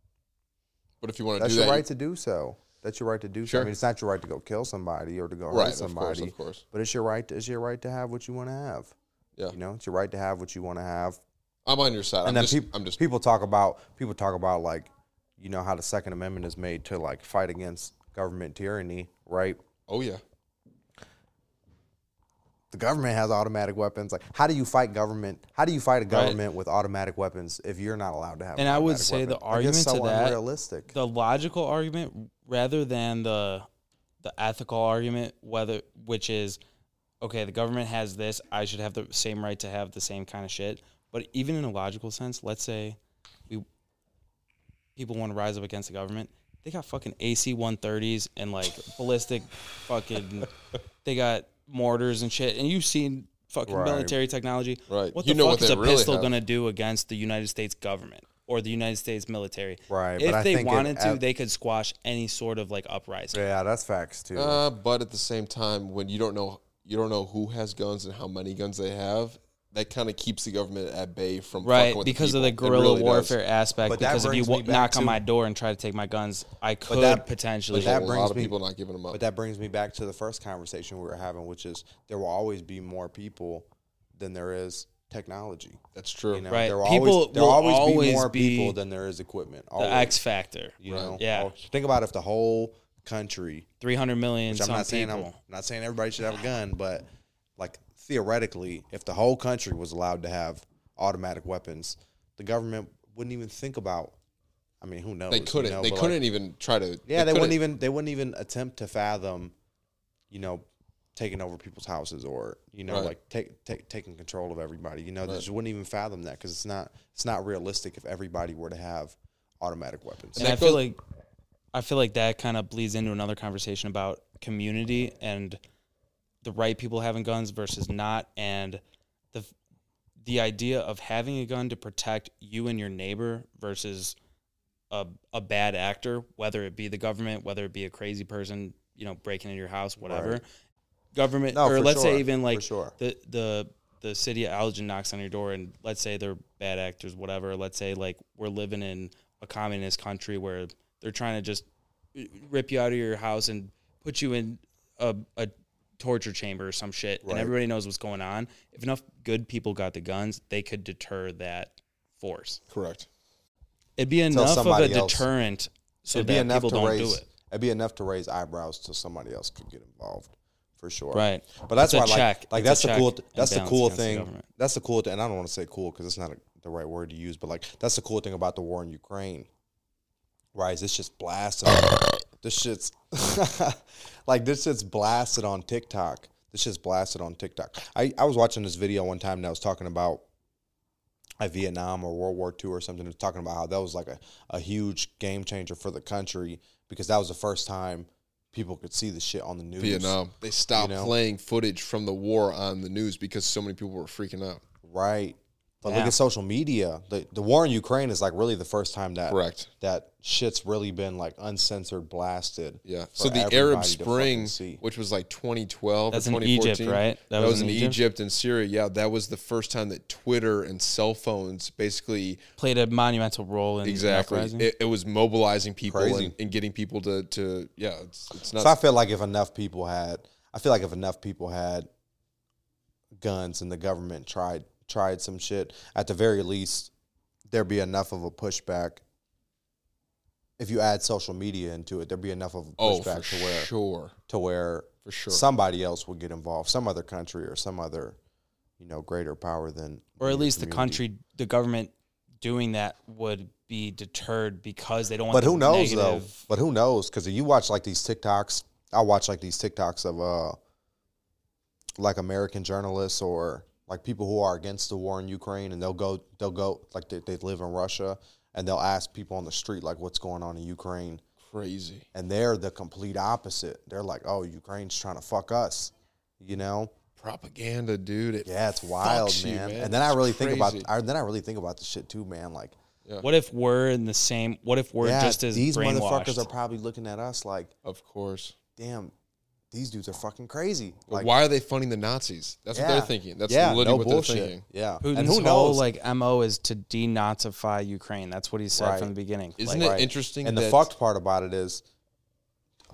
but if you want to that's do your that, right to do so. That's your right to do so. Sure. I mean, it's not your right to go kill somebody or to go right? hurt Of course, somebody, of course. but it's your right. To, it's your right to have what you want to have. Yeah. You know, it's your right to have what you want to have. I'm on your side. and I'm then just, peop- I'm just people talk about people talk about like you know how the second amendment is made to like fight against government tyranny right Oh yeah. the government has automatic weapons like how do you fight government how do you fight a government with automatic weapons if you're not allowed to have And an I would automatic say the weapon? Like, argument it's to so that- unrealistic the logical argument rather than the the ethical argument whether which is okay the government has this i should have the same right to have the same kind of shit but even in a logical sense let's say we people want to rise up against the government they got fucking ac-130s <laughs> and like ballistic fucking they got mortars and shit and you've seen fucking Right. military technology Right. what You the know fuck what is they a really pistol have. gonna do against the united states government or the united states military Right, but if I they think it wanted to, ab- they could squash any sort of like uprising. yeah that's facts too Uh, but at the same time, when you don't know you don't know who has guns and how many guns they have, that kind of keeps the government at bay from Right, fucking with because people. of the It guerrilla really does. warfare aspect. But that because if you brings me wa- back knock on to- my door and try to take my guns, I could that- potentially. but that a brings lot of me- people not giving them up. But that brings me back to the first conversation we were having, which is there will always be more people than there is technology. That's true. You know, Right. there will People always there will will always, always be more be people than there is equipment. the Always, X factor, you know, yeah. Al- think about if the whole country. three hundred million. Which I'm Some not saying I'm people. not saying everybody should have a gun, but like theoretically, if the whole country was allowed to have automatic weapons, the government wouldn't even think about. I mean, who knows? they you couldn't. know, they but, like, couldn't even try to. yeah, they, wouldn't couldn't- even they wouldn't even attempt to fathom, you know, taking over people's houses or you know Right. like take, take taking control of everybody. You know, they just wouldn't even fathom that because it's not it's not realistic if everybody were to have automatic weapons. and I feel like I feel like that kind of bleeds into another conversation about community and the right people having guns versus not, and the the idea of having a gun to protect you and your neighbor versus a a bad actor, whether it be the government, whether it be a crazy person, you know, breaking into your house, whatever. Right. Government, No, or for let's sure, say even for like sure. the the the city of Elgin knocks on your door, and let's say they're bad actors, whatever. Let's say like we're living in a communist country where they're trying to just rip you out of your house and put you in a, a torture chamber or some shit, and everybody knows what's going on. If enough good people got the guns, they could deter that force. Correct. It'd be Until enough of a somebody else- deterrent so it'd that be enough people to don't raise do it. it'd be enough to raise eyebrows till somebody else could get involved for sure. Right. But that's It's a why, check. like, like It's that's a the check cool. and that's the balance cool against the thing. government. that's the cool thing. And I don't want to say cool because it's not a, the right word to use, but like that's the cool thing about the war in Ukraine. Right? is It's just blasted. on, <coughs> this shit's <laughs> like this shit's blasted on TikTok. This shit's blasted on TikTok. I I was watching this video one time that was talking about at Vietnam or World War II or something, was talking about how that was like a, a huge game changer for the country because that was the first time people could see the shit on the news. Vietnam. They stopped You know? playing footage from the war on the news because so many people were freaking out. Right. But Yeah. look at social media. The the war in Ukraine is like really the first time that Correct. that shit's really been like uncensored blasted. Yeah. for So the Arab everybody to fucking Spring, see. which was like 2012 That's or in Egypt, 2014, right? That, was, in Egypt? and Syria. Yeah, that was the first time that Twitter and cell phones basically Played a monumental role in the exactly uprising. it, it was mobilizing people Crazy. and, and getting people to to yeah. It's, it's not So I feel like if enough people had I feel like if enough people had guns and the government tried tried some shit, at the very least there'd be enough of a pushback. If you add social media into it, there'd be enough of a oh for pushback to where sure to where for sure. somebody else would get involved, some other country or some other, you know, greater power than, than or at your least the community. country, the government doing that would be deterred because they don't want. But the who knows though? negative- But who knows? Because you watch like these TikToks. I watch like these TikToks of uh, like American journalists or like people who are against the war in Ukraine, and they'll go, they'll go like they, they live in Russia, and they'll ask people on the street like, "What's going on in Ukraine?" crazy. And they're the complete opposite. They're like, "Oh, Ukraine's trying to fuck us," you know. propaganda, dude. It Yeah, it's fucks wild, you, man. And then I It's really think about crazy. I, then I really think about the shit too, man. Like, What if we're in the same? What if we're yeah, just as these brainwashed? motherfuckers are probably looking at us like, of course. damn, these dudes are fucking crazy. But Like, why are they funding the Nazis? That's what yeah, they're thinking. That's yeah, literally no what bullshit. they're thinking. Yeah, Putin's and who whole knows? like mo is to denazify Ukraine. That's what he said Right. from the beginning. Isn't it Like, interesting? and that the fucked part about it is,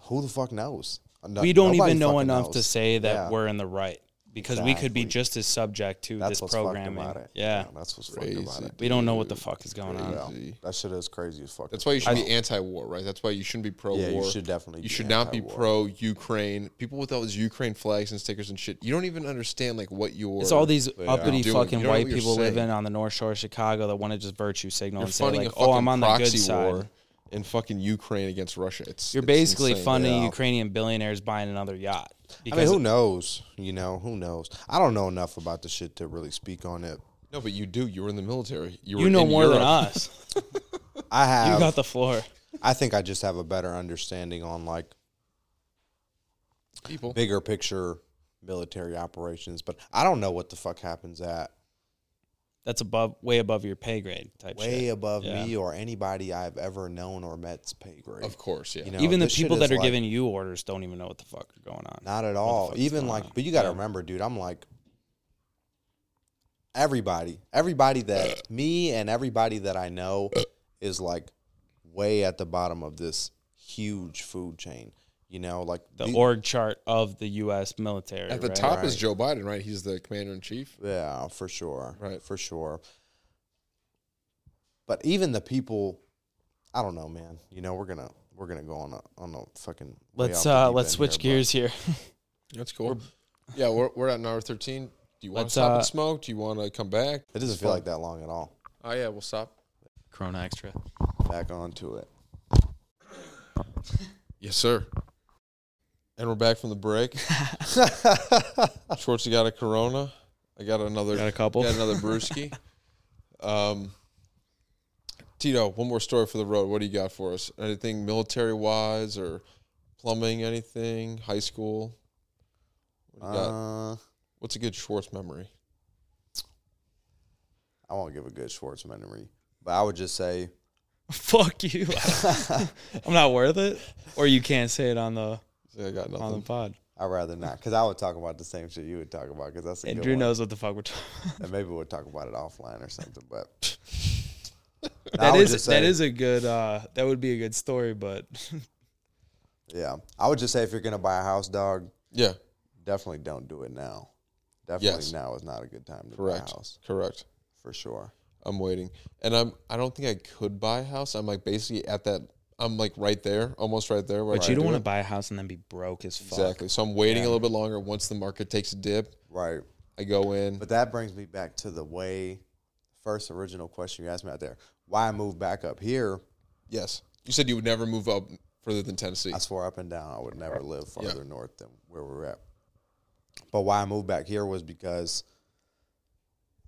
who the fuck knows? No- We don't nobody even know fucking enough knows. to say that Yeah. we're in the right. because we could be Exactly. just as subject to That's this what's fucked programming. about it. Yeah. that's what's Crazy, fucked about it. we don't know what the dude. fuck is going on. Yeah. Crazy. That shit is crazy as fuck. That's why you should I- be anti-war, right? That's why you shouldn't be pro-war. yeah, you should definitely. You should not be anti-war. pro Ukraine. People with all those Ukraine flags and stickers and shit, you don't even understand like what your It's all these Yeah. uppity Doing- fucking you don't know white what you're people saying. living on the North Shore of Chicago that want to just virtue signal you're and say funding like, a fucking "Oh, I'm on the good proxy side." war in fucking Ukraine against Russia. It's You're it's basically insane. funding Yeah. Ukrainian billionaires buying another yacht. I mean, who knows? You know, who knows? I don't know enough about the shit to really speak on it. No, but you do. You were in the military. You, were you know in more Europe. than us. I You have. got the floor. I think I just have a better understanding on like People. bigger picture military operations, but I don't know what the fuck happens at That's above, way above your pay grade type way shit. above Yeah. me or anybody I've ever known or met's pay grade. Of course, yeah. You know, even the this shit people is that are like- giving you orders don't even know what the fuck are going on. Not at all. fuck is Even going like, on? but you got to Yeah. remember, dude. I'm like everybody, everybody that me and everybody that I know is like way at the bottom of this huge food chain. You know, like The the- org chart of the U.S. military. At the right? top is Joe Biden, right? He's the commander in chief. Yeah, for sure. Right. For sure. But even the people, I don't know, man. You know, we're gonna we're gonna go on a on a fucking. way Let's off the uh, deep let's end switch here, gears here. That's cool. yeah, we're, we're at an hour 13. Do you want to Let's, stop uh, and smoke? Do you want to come back? but It doesn't feel like that long at all. Oh, yeah, we'll stop. <laughs> Corona Extra. Back onto it. Yes, sir. And we're back from the <laughs> break. Schwartz, you got a Corona. I got another. Got a couple. Got another <laughs> brewski. um, Tito, one more story for the road. What do you got for us? Anything military wise or plumbing? Anything high school? What do you got? Uh, What's a good Schwartz memory? I won't give a good Schwartz memory, but I would just say <laughs> <laughs> Fuck you. I'm not worth it. Or you can't say it on the See, I got on the nothing. pod. I'd rather not, because I would talk about the same shit you would talk about, because that's a And good Drew one. knows what the fuck we're talking. <laughs> And maybe we'll talk about it offline or something. But No, I That would is just that say- is a good. Uh, that would be a good story, but <laughs> yeah. I would just say if you're gonna buy a house, dog, Yeah, definitely don't do it now. Definitely Yes. now is not a good time to buy correct, a house correct. for sure. I'm waiting, and I'm. I don't think I could buy a house. I'm like basically at that. I'm like right there, almost right there. where I but you don't do want to it. buy a house and then be broke as fuck. Exactly. So I'm waiting a little bit longer. Once the market takes a dip, Right. I go in. But that brings me back to the way first original question you asked me out there. Why move back up here? Yes. You said you would never move up further than Tennessee. I swore up and down I would never live farther north than where we're at. But why I moved back here was because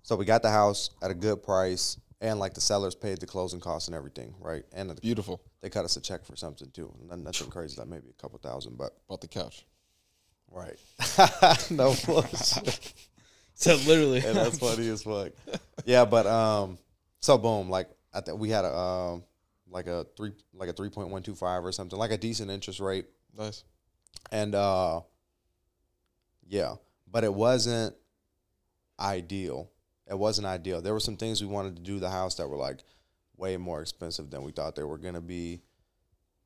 so we got the house at a good price and like the sellers paid the closing costs and everything, right? And the, Beautiful. they cut us a check for something too. Nothing- Nothing crazy, like maybe a couple thousand, but Bought the couch. <laughs> right. <laughs> no bullshit. So literally, <laughs> and that's funny as fuck. Yeah, but um, so boom, like I think we had a um, like a three, like a three point one two five or something, like a decent interest rate, Nice. and uh, yeah, but it wasn't ideal. It wasn't ideal. There were some things we wanted to do to the house that were like way more expensive than we thought they were gonna be,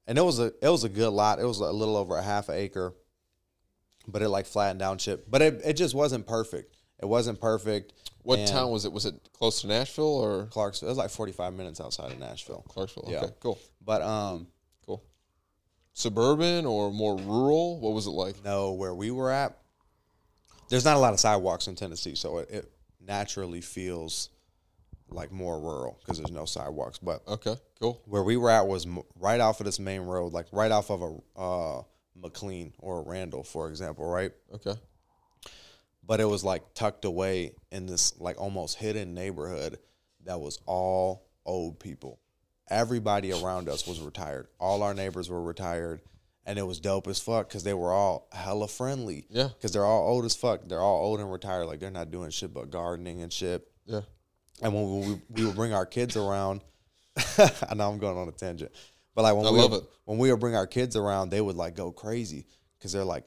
and it was a it was a good lot. It was a little over a half acre, but it like flattened down shit. But it it just wasn't perfect. It wasn't perfect. What And- town was it? Was it close to Nashville or Clarksville. It was like 45 minutes outside of Nashville. Clarksville? Yeah. Okay, cool. But um, Cool. Suburban or more rural? What was it like? no, where we were at, there's not a lot of sidewalks in Tennessee, so it, it naturally feels like more rural because there's no sidewalks. But Okay, cool. where we were at was m- right off of this main road, like right off of a uh, McLean or a Randall, for example, right? Okay. But it was like tucked away in this like almost hidden neighborhood that was all old people. everybody around us was retired. All our neighbors were retired. And it was dope as fuck because they were all hella friendly. Yeah. Because they're all old as fuck. They're all old and retired. Like they're not doing shit but gardening and shit. Yeah. And when we, we would bring our kids around, <laughs> I know I'm going on a tangent, but like when I we love would, it. when we would bring our kids around, they would like go crazy because they're like,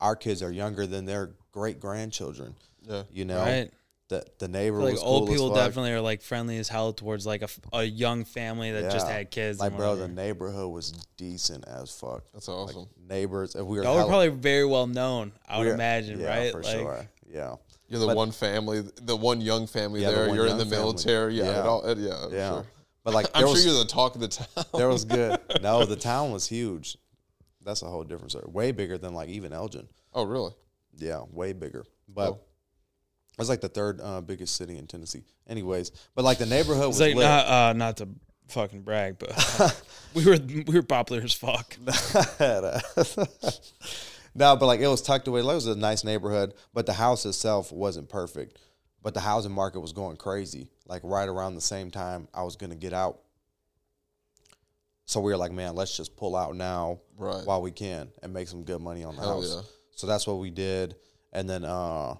our kids are younger than their great grandchildren, Yeah. you know? right? the the neighbor like was cool old as people fuck. definitely are like friendly as hell towards like a, f- a young family that just Yeah. had kids. Like and bro, the whatever. neighborhood was decient as fuck. That's awesome. Neighbors, if we were, y'all were Hall- probably very well known. I would we were- imagine, yeah, right? For like, sure, yeah, You're the But- one family, the one young family Yeah, the there. one you're in young the family. military. Yeah, Yeah. it all- it- yeah, I'm yeah. sure. But <laughs> like, I'm there sure was you're the talk of the town. <laughs> there was good. No, the town was huge. That's a whole different story. Way bigger than like even Elgin. oh, really? Yeah, way bigger. But Cool. it's like the third uh, biggest city in Tennessee. Anyways, but like the neighborhood was it's like lit. <laughs> not uh, not to fucking brag, but we were we were popular as fuck. no, but like it was tucked away. Like, it was a nice neighborhood, but the house itself wasn't perfect. But the housing market was going crazy. Like right around the same time I was gonna get out. So we were like, man, let's just pull out now Right. while we can and make some good money on the Hell house. yeah. So that's what we did. And then uh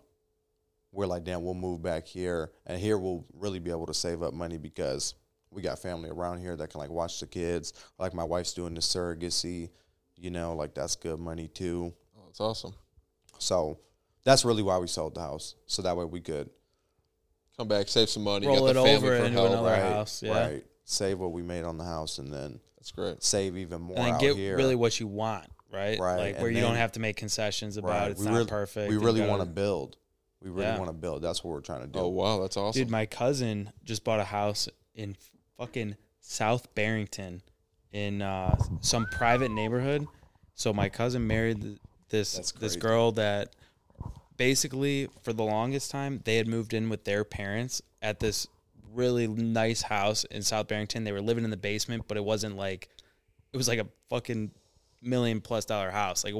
we're like, damn, we'll move back here. And here we'll really be able to save up money because we got family around here that can like watch the kids. Like my wife's doing the surrogacy, you know, like that's good money too. Oh, that's awesome. So that's really why we sold the house. So that way we could Come back, save some money, Roll get it the family over for into help. another- Our right, house, yeah. right. Save what we made on the house and then That's great. save even more and then out get here. really what you want, right? Right, Like and where you don't then- have to make concessions about Right. it's We not really- perfect. we you really gotta- want to build. We really Yeah. want to build. That's what we're trying to do. Oh wow, that's awesome. Dude, my cousin just bought a house in fucking South Barrington in uh, some private neighborhood. So my cousin married th- this That's this crazy. girl that basically for the longest time they had moved in with their parents at this really nice house in South Barrington. They were living in the basement, but it wasn't like it was like a fucking million plus dollar house. Like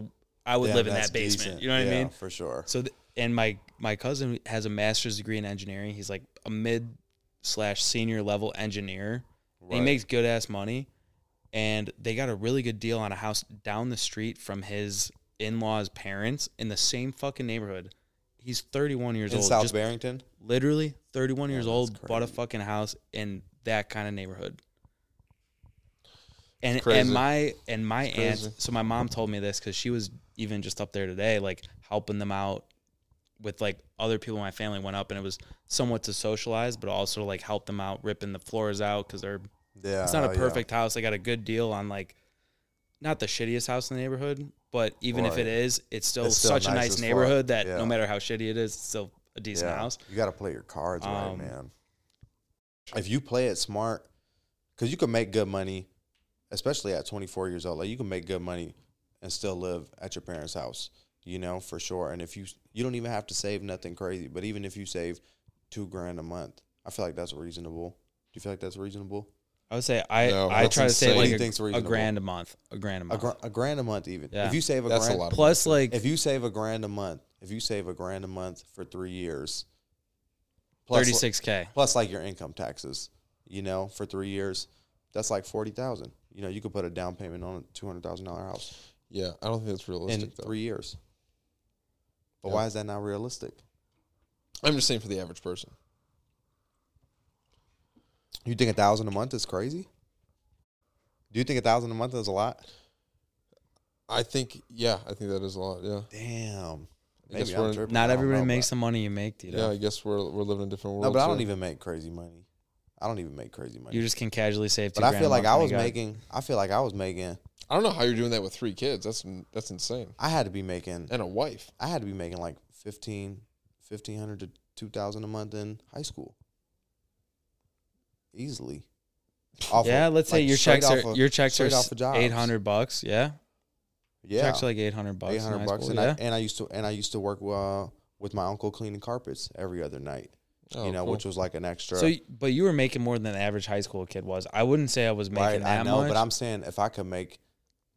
I would Damn, live in that's that basement. decent. You know what I Yeah, mean? For sure. So, th- and my my cousin has a master's degree in engineering. He's like a mid slash senior level engineer. He Right. makes good ass money, and they got a really good deal on a house down the street from his in laws' parents in the same fucking neighborhood. He's 31 years in old. South just Barrington. literally 31 years Oh, that's old, bought a crazy. fucking house in that kind of neighborhood. And, crazy. and my and my aunt crazy. so my mom told me this because she was even just up there today like helping them out with like other people in my family went up and it was somewhat to socialize but also like help them out ripping the floors out because they're Yeah, it's not a hell Oh, yeah. perfect house they got a good deal on like not the shittiest house in the neighborhood but even if Right. it is it's still, It's still such nice a as nice fuck. neighborhood that Yeah. no matter how shitty it is it's still a decent house You got to play your cards right, Um, man. If you play it smart, because you can make good money, especially at 24 years old. Like you can make good money and still live at your parents' house, you know, for sure. And if you you don't even have to save nothing crazy, but even if you save two grand a month, I feel like that's reasonable. Do you feel like that's reasonable? I would say I No, I that's try to insane. save What do like you a, think's a reasonable? grand a month, a grand a A, month. gr- a grand a month, even Yeah. if you save a That's a grand, lot of Plus, like if you save a grand a month, if you save a grand a month for three years, thirty six k. plus like your income taxes, you know, for three years, that's like forty thousand. You know, you could put a down payment on a two hundred thousand dollar house yeah, I don't think that's in realistic. Though. three years. But Yeah. why is that not realistic? I'm just saying for the average person. You think a thousand a month is crazy? Do you think a thousand a month is a lot? I think, yeah, I think that is a lot. Yeah, Damn. I guess Maybe we're I'm in- tripping. I Not don't everybody know, makes but- the money you make, dude. yeah. I guess we're we're living in a different world. No, but I too. don't even make crazy money. I don't even make crazy money. You just can casually save. Two but I grand feel a like month I when was you got- making. I feel like I was making. I don't know how you're doing that with three kids. That's that's insane. I had to be making. And a wife. I had to be making like 15, 1500 to 2000 a month in high school. Easily. Off <laughs> Yeah, of- let's say like, your straight checks off are of- your checks straight off of are jobs. eight hundred bucks. Yeah? yeah, checks are like eight hundred bucks. eight hundred bucks, and yeah. I and I used to and I used to work uh, with my uncle cleaning carpets every other night. Oh, you know, cool. which was like an extra. so, y- but you were making more than the average high school kid was. I wouldn't say I was making right, that I know, much. but I'm saying if I could make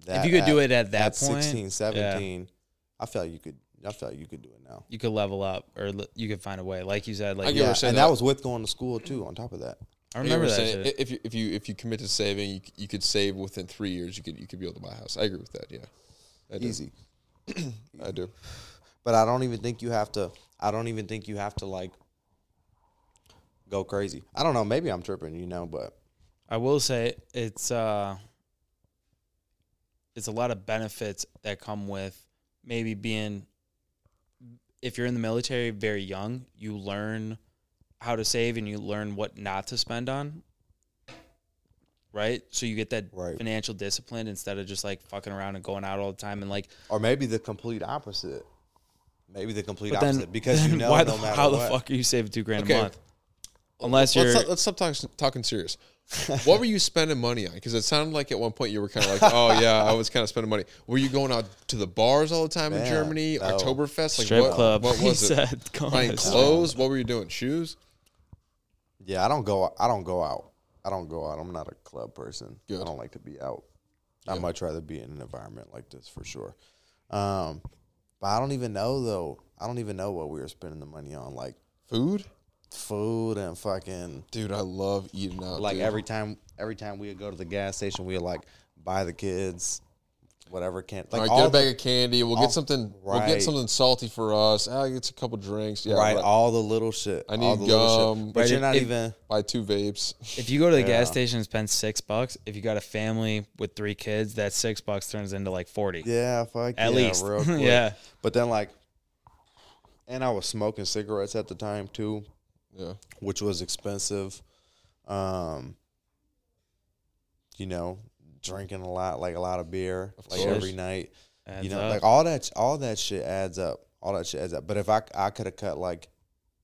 that, if you could do at- it at that at point, 16, yeah. 17, I felt you could. I felt you could do it now. you could level up, or li- you could find a way. Like you said, like I I, get Yeah, were and saying that. that- was with going to school too. On top of that, I remember that. saying, shit. i- if you if you if you commit to saving, you, c- you could save within three years. You could you could be able to buy a house. I agree with that. Yeah, I do. easy. I do. But I don't even think you have to. I don't even think you have to like go crazy. I don't know. Maybe I'm tripping, you know. But I will say it's uh it's a lot of benefits that come with maybe being if you're in the military very young, you learn how to save and you learn what not to spend on. Right? So you get that Right. financial discipline instead of just like fucking around and going out all the time and like or maybe the complete opposite. Maybe the complete but opposite then, because you then know why no the, matter how what. the fuck are you saving two grand Okay. a month? Unless you're Let's, not, let's stop talking, talking serious. <laughs> what were you spending money on? Because it sounded like at one point you were kind of like, oh yeah, I was kind of spending money. Were you going out to the bars all the time in Man, Germany? no. Oktoberfest? Like strip uh, what, club. What <laughs> he was it? said, "Go Buying ahead." clothes? What were you doing? Shoes? <laughs> Yeah, I don't go. I don't go out. I don't go out. I'm not a club person. Good. I don't like to be out. I'd much rather be in an environment like this for sure. Um, but I don't even know though. I don't even know what we were spending the money on, like Food? food and fucking. Dude, I love eating out. Like dude. every time, every time we would go to the gas station, we would like buy the kids whatever can. Like all right, all get a the- bag of candy. We'll get something. We'll get right. something salty for us. Ah, get a couple drinks. Yeah, right, right. all the little shit. I need all the little gum. shit. but Right, you're not if- even. Buy two vapes. <laughs> If you go to the gas station and spend six bucks, if you got a family with three kids, that six bucks turns into like forty. Yeah, fuck. At yeah, least. <laughs> real quick. Yeah. But then like, and I was smoking cigarettes at the time too, Yeah, which was expensive. Um, you know, drinking a lot, like a lot of beer, like course. every night. Adds you know, up. like all that, all that shit adds up. All that shit adds up. But if I, I could have cut like,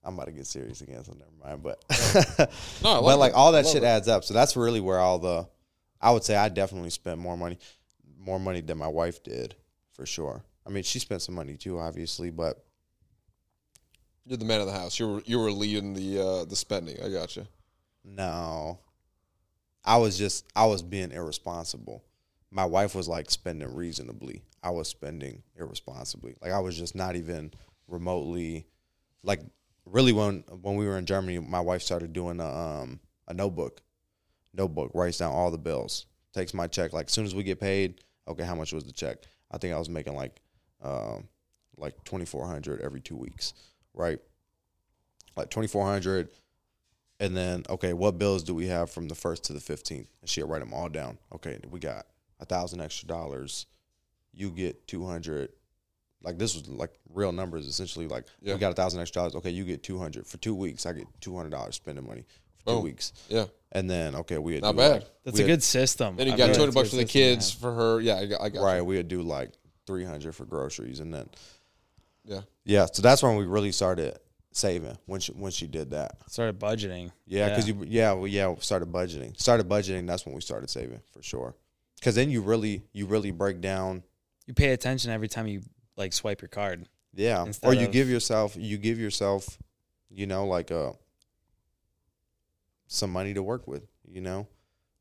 I'm about to get serious again, so never mind. But, No, <laughs> I love <laughs> but like it. all that Love shit it. adds up. So that's really where all the, I would say I definitely spent more money, more money than my wife did for sure. I mean, she spent some money too, obviously, but you're the man of the house. You were you were leading the uh, the spending. I got you. No. I was just I was being irresponsible. My wife was like spending reasonably. I was spending irresponsibly. Like I was just not even remotely like really when when we were in Germany, my wife started doing a um a notebook. Notebook writes down all the bills. Takes my check like as soon as we get paid, okay, how much was the check? I think I was making like um like 2400 every 2 weeks, right? Like 2400 and then, okay, what bills do we have from the first to the fifteenth? And she'll write them all down. Okay, we got a thousand extra dollars. You get two hundred. Like this was like real numbers essentially. Like Yeah. we got a thousand extra dollars. Okay, you get two hundred for two weeks. I get two hundred dollars spending money for two Boom. weeks. Yeah, And then okay, we would not do bad. like- That's we a had- good system. Then you I got mean, two hundred that's bucks a for the good system to kids for her. Yeah, I got. I got you. right. We would do like three hundred for groceries, and then Yeah. yeah. So that's when we really started saving when she when she did that. have. Started budgeting. Yeah, because you yeah well, yeah we started budgeting. Started budgeting. That's when we started saving for sure. Because then you really you really break down. you pay attention every time you like swipe your card. Yeah, or Instead you of- give yourself you give yourself, you know, like uh some money to work with. You know,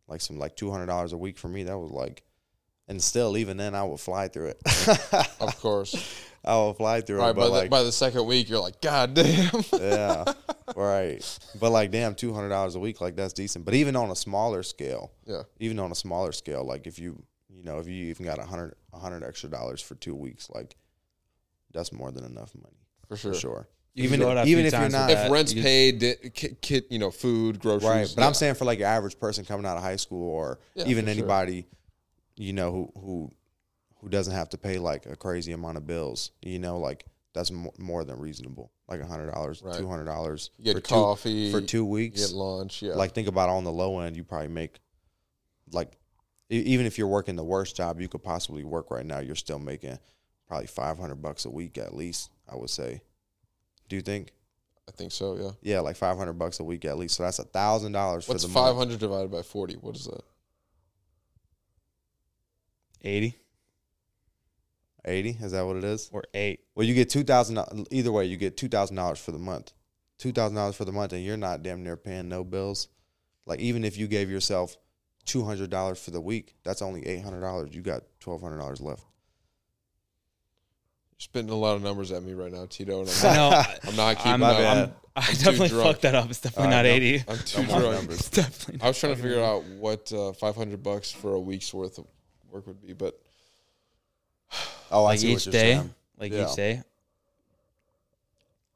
like some like two hundred dollars a week for me. That was like, and still even then I would fly through it. <laughs> Of course. I would fly through All right. it. By, But the, like, by the second week, you're like, God damn. <laughs> yeah, right. But like, damn, two hundred dollars a week, like that's decent. But even on a smaller scale, Yeah. even on a smaller scale, like if you you know if you even got a hundred a hundred extra dollars for two weeks, like that's more than enough money <laughs> For for sure. sure. You can Even go if- out a even few if you're times with not- If that. rent's You- paid, di- kit, kit, you know, food, groceries. Right, but yeah. I'm saying for like your average person coming out of high school or Yeah, even for sure. anybody, you know who who who doesn't have to pay like a crazy amount of bills, you know, like that's mo- more than reasonable, like a hundred dollars, Right. two hundred dollars you for get coffee two for two You get weeks. lunch. Yeah. Like think about on the low end, you probably make like e- even if you're working the worst job you could possibly work right now, you're still making probably 500 bucks a week at least, I would say. Do you think? I think so. Yeah. Yeah, like 500 bucks a week at least. So that's a $1,000 for What's the five month. hundred divided by forty? What is that? 80 80? Is that what it is? or 8. <laughs> Well, you get $2,000 either way, you get $2,000 for the month. $2,000 for the month and you're not damn near paying no bills. Like even if you gave yourself $200 for the week, that's only $800. You got $1,200 left. You're spitting a lot of numbers at me right now, Tito. And I'm <laughs> I not, know. I'm not keeping I'm- My up. bad. I'm- I too definitely drunk. fucked that up. It's definitely All right, not no. <laughs> 80. I'm too more drunk. numbers. It's definitely I was trying to fucking figure 80. out what uh, 500 bucks for a week's worth of work would be, but Oh, I Like see each what you're day, saying. like Yeah. each day.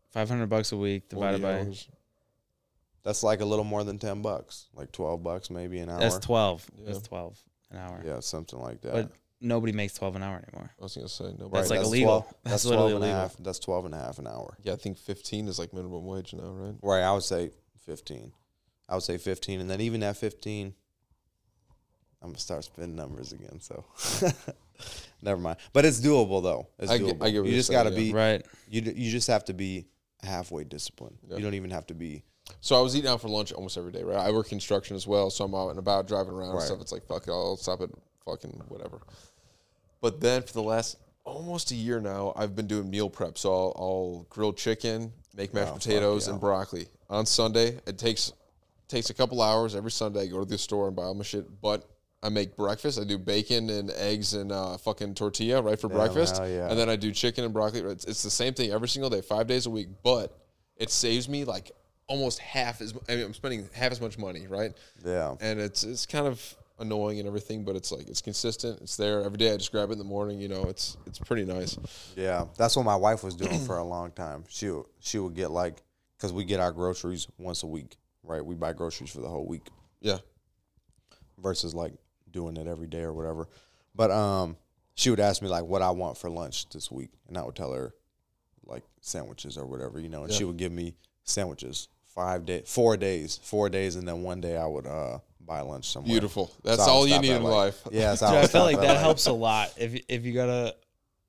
500 bucks a week 40 divided by hours. That's like a little more than ten bucks, like twelve bucks maybe an hour. That's 12. Yeah. That's 12 an hour. yeah, something like that. But nobody makes twelve an hour anymore. I was gonna say no. right, That's like that's illegal. 12 that's that's literally 12 and a illegal. half. That's 12 and a half an hour. yeah, I think fifteen is like minimum wage now, right? Right. I would say 15. I would say 15. And then even at 15, I'm going to start spinning numbers again. So <laughs> never mind. But it's doable, though. It's I doable. get- I get what you you're just saying, got to yeah. be, Right. you, d- you just have to be halfway disciplined. You don't even have to be. So I was eating out for lunch almost every day, right? I work construction as well, so I'm out and about driving around and Right. stuff. It's like fuck it, I'll stop at fucking whatever. But then for the last almost a year now, I've been doing meal prep. So I'll, I'll grill chicken, make Oh, mashed potatoes, and broccoli on Sunday. It takes takes a couple hours every Sunday. I go to the store and buy all my shit, but. I make breakfast. I do bacon and eggs and uh, fucking tortilla right for breakfast, hell yeah. and then I do chicken and broccoli. It's, it's the same thing every single day, five days a week. But it saves me like almost half as I mean, I'm spending half as much money, right? Yeah. And it's it's kind of annoying and everything, but it's like it's consistent. It's there every day. I just grab it in the morning. You know, it's it's pretty nice. Yeah, that's what my wife was doing for a long time. She would- she would get like because we get our groceries once a week, right? We buy groceries for the whole week Yeah, versus like doing it every day or whatever. But um, she would ask me like what I want for lunch this week, and I would tell her like sandwiches or whatever, you know. And she would give me sandwiches five day, four days, four days, and then one day I would uh buy lunch somewhere. beautiful. So I That's would all you stop need at, in like- life. Yeah, <laughs> so Dude, would I feel stop like at, that helps a lot. If if you got a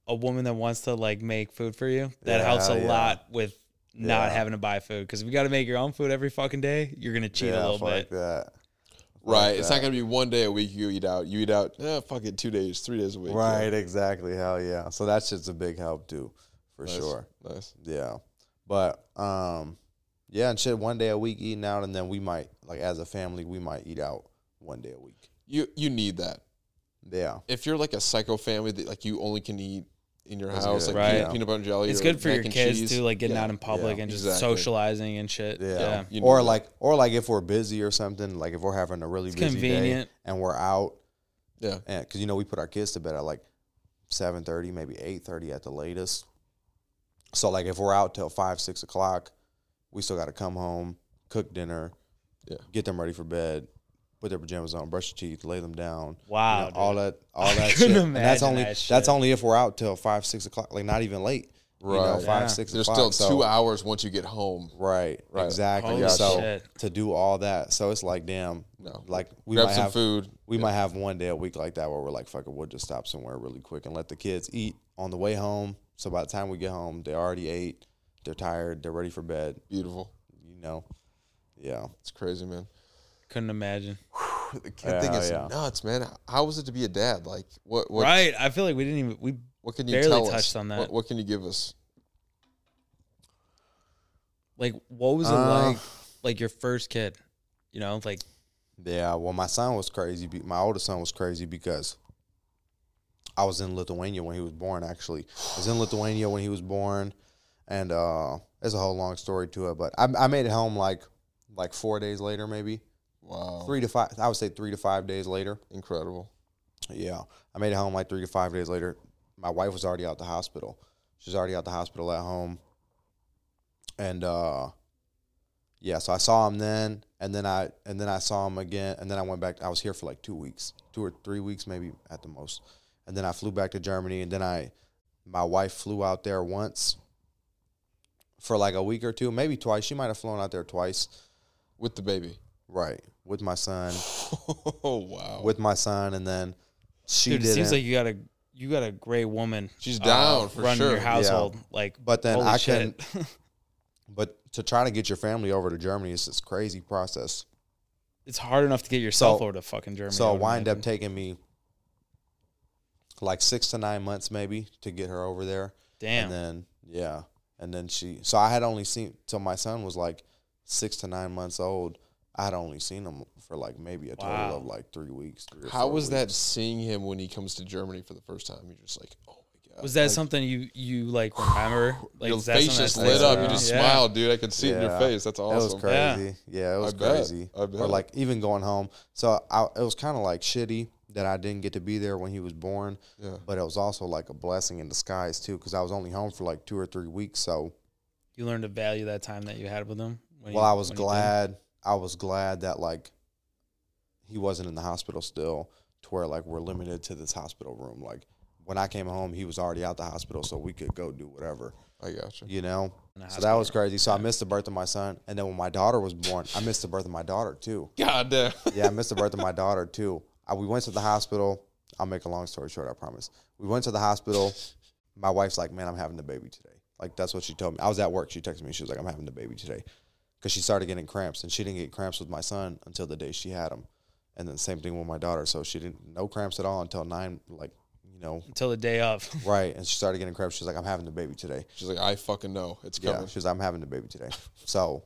a woman that wants to like make food for you, that Yeah, helps a yeah. lot with not Yeah. having to buy food. Because if you got to make your own food every fucking day, you're gonna cheat yeah, a little fuck bit. that. right. It's not gonna be one day a week you eat out. You eat out. Eh, fuck it, two days, three days a week. Right, exactly. Hell yeah. So that's just a big help too, for Nice, sure. Nice. Yeah. But um yeah, and shit one day a week eating out and then we might like as a family we might eat out one day a week. You you need that. Yeah. If you're like a psycho family that like you only can eat in your That's house, good, like Right. peanut, peanut butter and jelly. It's or good for mac your and kids cheese. too, like getting Yeah. out in public yeah, and just exactly. socializing and shit. Yeah. yeah. You Or need that. like or like if we're busy or something, like if we're having a really It's busy convenient. day and we're out Yeah. and cuz you know we put our kids to bed at like 7:30, maybe 8:30 at the latest. So like if we're out till 5, 6 o'clock, we still got to come home, cook dinner, Yeah. get them ready for bed, put their pajamas on, brush your teeth, lay them down, you know, Wow. all dude. that, <laughs> all I that shit. couldn't And that's imagine only that shit. that's only if we're out till five, six o'clock. Like not even late. You know, Right. five, Yeah. six There's o'clock. still so, two hours once you get home. Right, Right. exactly. Holy so shit. to do all that, so it's like damn, No. like we Grab might some have food. we might have one day a week like that where we're like, fuck it, we'll just stop somewhere really quick and let the kids eat on the way home. So by the time we get home, they already ate, they're tired, they're ready for bed. Beautiful. You know, yeah. It's crazy, man. Couldn't imagine. The kid thing Yeah, is yeah. nuts, man. How is it to be a dad? Like, what? what Right. I feel like we didn't even we What can you Barely tell us? touched on that. What, what can you give us? like what was it Uh, like like your first kid? You know, like Yeah, well, my son was crazy. be- My oldest son was crazy because I was in Lithuania when he was born. Actually, I was in Lithuania when he was born, and uh, it's a whole long story to it. But I, I made it home like like four days later, maybe Wow, three to five. I would say three to five days later. incredible. Yeah, I made it home like three to five days later. My wife was already out the hospital. She's already out the hospital at home, and uh, yeah. So I saw him then, and then I and then I saw him again, and then I went back. I was here for like two weeks, two or three weeks maybe at the most, and then I flew back to Germany, and then I, my wife flew out there once. For like a week or two, maybe twice. She might have flown out there twice, With the baby. right? With my son, Oh wow, with my son, and then she dude, it didn't. seems like you got a you got a great woman. uh, She's down, for running sure. your Yeah. household. Like But then holy I shit. but to try to get your family over to Germany is this crazy process. <laughs> it's hard enough to get yourself So- over to fucking Germany. I so it would wind imagine. up taking me like six to nine months maybe to get her over there. Damn. And then yeah. And then she so I had only seen till my son was like six to nine months old. I had only seen him for like maybe a total Wow. of like three weeks. Three or How four was weeks. that seeing him when he comes to Germany for the first time? You're just like, oh my god. was that something you you like <sighs> remember? Like your is that something face just that lit sticks up. You around? just Yeah. smiled, dude. I could see it in your Yeah. face. That's awesome. That was crazy. Yeah, it was I bet. crazy. I bet. Or like even going home. So I, it was kind of like shitty that I didn't get to be there when he was born. Yeah. But it was also like a blessing in disguise too, because I was only home for like two or three weeks. So You learned to value that time that you had with them. when well, you- I was when you did. glad. I was glad that like he wasn't in the hospital still to where like we're limited to this hospital room. Like when I came home, he was already out the hospital, so we could go do whatever, I gotcha. you know. In the So that was crazy. So I missed the birth of my son, and then when my daughter was born, I missed the birth of my daughter too. God damn. Yeah, I missed the birth of my daughter too. I, we went to the hospital. I'll make a long story short. I promise. We went to the hospital. My wife's like, "Man, I'm having the baby today." Like that's what she told me. I was at work. She texted me. She was like, "I'm having the baby today," because she started getting cramps, and she didn't get cramps with my son until the day she had him, and then same thing with my daughter. So she didn't no cramps at all until nine, like you know, until the day of. <laughs> right. And she started getting cramps. She's like, "I'm having the baby today." <laughs> She's like, I fucking know. It's Yeah, coming. she's like, I'm having the baby today. So,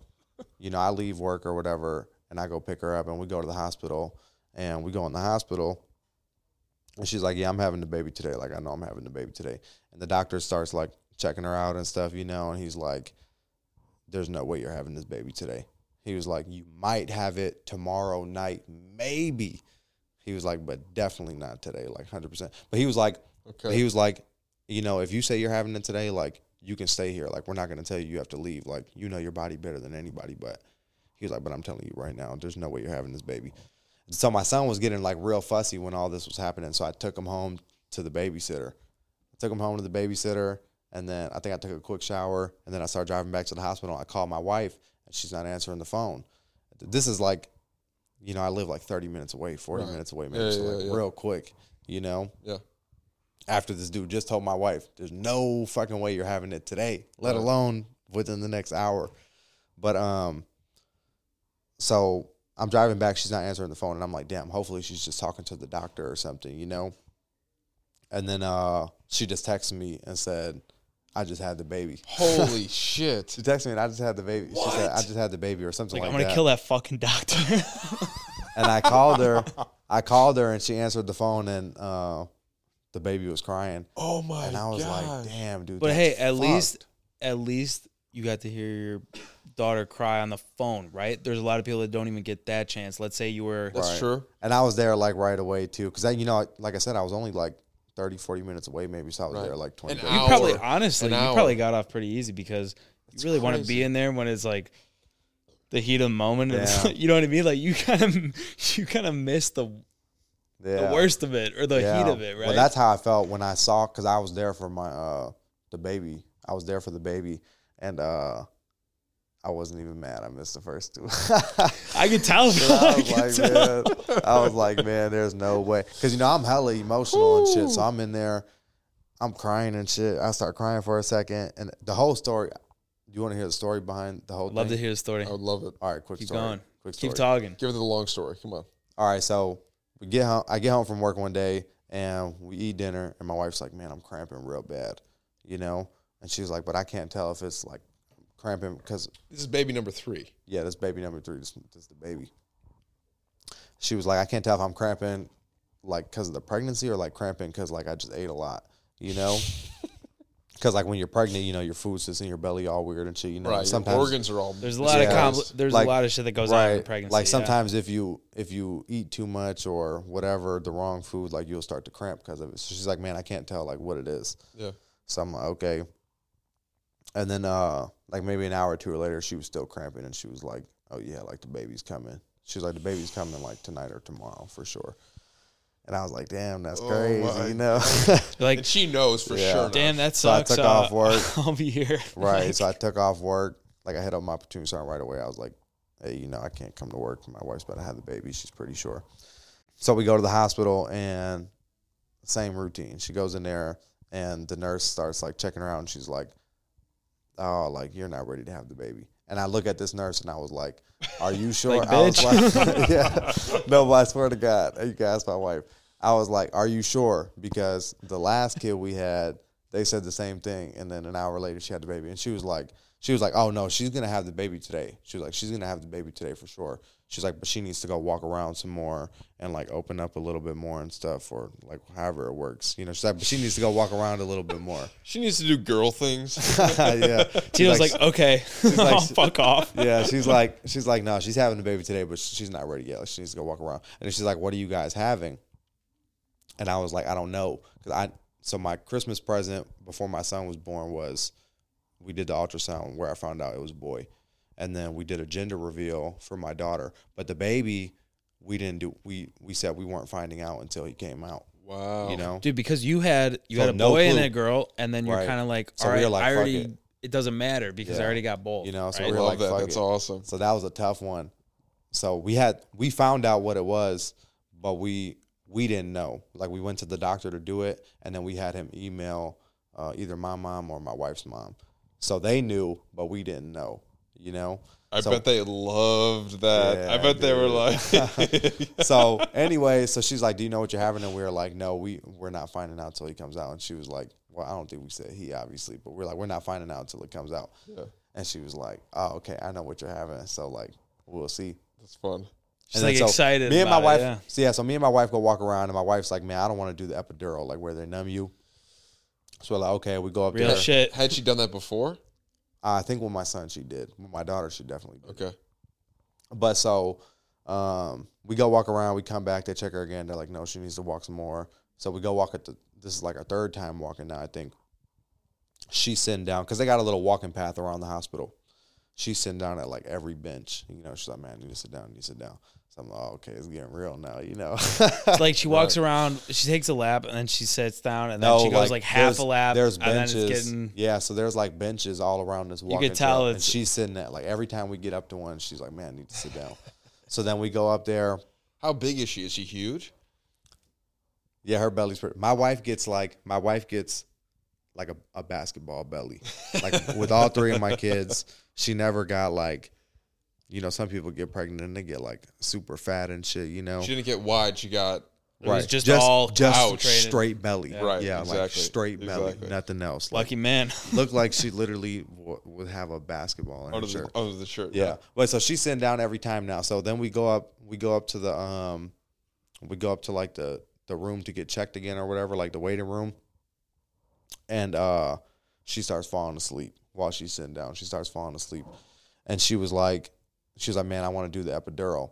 you know, I leave work or whatever, and I go pick her up, and we go to the hospital, and we go in the hospital, and she's like, Yeah, I'm having the baby today. Like, I know I'm having the baby today. And the doctor starts like checking her out and stuff, you know, and he's like, There's no way you're having this baby today. He was like, You might have it tomorrow night, maybe. He was like, But definitely not today, like 100%. But he was like, Okay. he was like, you know, if you say you're having it today, like you can stay here. Like we're not gonna tell you you have to leave. Like you know your body better than anybody. But he was like, but I'm telling you right now, there's no way you're having this baby. So my son was getting like real fussy when all this was happening. So I took him home to the babysitter. I took him home to the babysitter, and then I think I took a quick shower, and then I started driving back to the hospital. I called my wife, and she's not answering the phone. This is like, you know, I live like 30 minutes away, 40 Right. minutes away, man. Yeah, so yeah, like yeah. real quick, you know <laughs> Yeah. after this dude just told my wife, there's no fucking way you're having it today, let Right. alone within the next hour. But um, so I'm driving back. She's not answering the phone, and I'm like, damn. Hopefully, she's just talking to the doctor or something, you know. And then uh, she just texted me and said, "I just had the baby." Holy shit. She texted me and I just had the baby. She said, What? "I just had the baby" or something Like, like, I'm gonna that. <laughs> kill that fucking doctor. <laughs> and I called her. I called her, and she answered the phone, and uh, the baby was crying. Oh my And I was god. like, "Damn, dude!" but that's hey, at fucked. least at least you got to hear your daughter cry on the phone, right? There's a lot of people that don't even get that chance. Let's say you were That's Right. true. and I was there like right away too, because you know, like I said, I was only like 30, 40 minutes away, maybe, so I was Right. there like twenty. An minutes. you hour. probably honestly An you hour. probably got off pretty easy because you really want to crazy. be in there when it's like the heat of the moment and it's Yeah. like- <laughs> you know what I mean? Like you kind of <laughs> you kind of miss the, Yeah. the worst of it or the heat Yeah. of it, right? Well, that's how I felt when I saw, because I was there for my uh the baby. I was there for the baby, and uh I wasn't even mad. I missed the first two. <laughs> I can tell. So bro. I <laughs> I was can like, tell. man, <laughs> I was like, man, there's no way, because you know I'm hella emotional and shit. So I'm in there, I'm crying and shit. I start crying for a second, and the whole story. You want to hear the story behind the whole? I'd love thing? to hear the story. I would love it. All right, quick Keep story. going. Quick story. Keep talking. Give it the long story. Come on. All right, so we get home. I get home from work one day, and we eat dinner, and my wife's like, "Man, I'm cramping real bad," you know, and she's like, "But I can't tell if it's like cramping because This is baby number three. yeah, that's baby number three. This, this the baby." She was like, "I can't tell if I'm cramping, like, because of the pregnancy, or like cramping because like I just ate a lot, you <laughs> know." Because like when you're pregnant, you know your food sits in your belly all weird and shit. You know, Right. Your sometimes organs are all. There's a lot Yeah. of compli- there's Like- a lot of shit that goes on in pregnancy. Like yeah. sometimes if you if you eat too much or whatever, the wrong food, like you'll start to cramp because of it. So she's like, man, I can't tell like what it is. Yeah. So I'm like, okay. And then uh like maybe an hour or two later, she was still cramping and she was like, oh yeah, like the baby's coming. She's like, the baby's coming like tonight or tomorrow for sure. And I was like, damn, that's Oh my crazy, you know. <laughs> You're like And she knows for Yeah. sure. damn that So I sucks. took uh, off work. <laughs> I'll be here. Right. <laughs> so I took off work. Like I hit up my opportunity sign right away. I was like, hey, you know, I can't come to work. My wife's about to have the baby. She's pretty sure. So we go to the hospital and same routine. She goes in there and the nurse starts like checking her out and she's like, oh, like you're not ready to have the baby. And I look at this nurse and I was like, are you sure? I was like, <laughs> yeah. No, but I swear to God, you can ask my wife. I was like, are you sure? Because the last kid we had, they said the same thing. And then an hour later, she had the baby. And she was like, she was like, oh no, she's going to have the baby today. She was like, she's going to have the baby today for sure. She's like, but she needs to go walk around some more and like open up a little bit more and stuff or like however it works. You know, she's like, but she needs to go walk around a little bit more. <laughs> She needs to do girl things. yeah. Tina's like, okay, <laughs> I'll like- fuck off. yeah, she's like, she's like, no, she's having a baby today, but she's not ready yet. Like, she needs to go walk around. And then she's like, what are you guys having? And I was like, I don't know, 'Cause I so my Christmas present before my son was born was we did the ultrasound where I found out it was a boy, and then we did a gender reveal for my daughter. But the baby we didn't do we we said we weren't finding out until he came out. Wow. You know, dude, because you had you So had a no boy and clue. a girl, and then you're Right. kind of like, So all we right, were like, I fuck already. it." It. doesn't matter because I Yeah. already got both. You know, so right? I we were love like, that. fuck That's it. awesome. so that was a tough one. So we had we found out what it was, but we we didn't know. Like we went to the doctor to do it, and then we had him email uh, either my mom or my wife's mom. So they knew, but we didn't know. You know. I So- bet they loved that. I Yeah, bet they were dude. like, <laughs> <laughs> so anyway, so she's like, "Do you know what you're having?" And we were like, "No, we we're not finding out until he comes out." And she was like, "Well, I don't think we said he obviously, but we're like, we're not finding out until it comes out." Yeah. And she was like, "Oh, okay, I know what you're having." So like, we'll see. that's fun. she's And like then so excited. Me and my about it, wife, yeah. so yeah. So me and my wife go walk around, and my wife's like, "Man, I don't want to do the epidural, like where they numb you." So we're like, "Okay, we go up real there." shit. Had she done that before? I think with my son, she did. With my daughter, she definitely did. Okay. But so um, we go walk around, we come back, they check her again. They're like, no, she needs to walk some more. So we go walk at the, this is like our third time walking now, I think. She's sitting down because they got a little walking path around the hospital. She's sitting down at like every bench. You know, she's like, man, I need to sit down, I need to sit down. So I'm like, oh, okay, it's getting real now, you know. <laughs> It's like she walks around, she takes a lap, and then she sits down, and then she goes like, half there's- a lap. There's and benches. Then it's getting, yeah, so there's like benches all around this walking. could tell trail, and it's- she's sitting at like every time we get up to one, she's like, man, I need to sit down. <laughs> so then we go up there. How big is she? Is she huge? Yeah, her belly's pretty. My wife gets like my wife gets like a, a basketball belly. <laughs> Like with all three of my kids, she never got like you know, some people get pregnant and they get like super fat and shit, you know. She didn't get wide. She got it was just, all just concentrated. straight belly. Yeah. Right, Yeah, like exactly, straight belly, exactly. nothing else. Like Lucky man. <laughs> looked like she literally w- would have a basketball in out of her the shirt. out of the shirt. Yeah. But so she's sitting down every time now. So then we go up we go up to the um we go up to like the the room to get checked again or whatever, like the waiting room. And uh she starts falling asleep while she's sitting down. She starts falling asleep. And she was like she was like, Man, I want to do the epidural.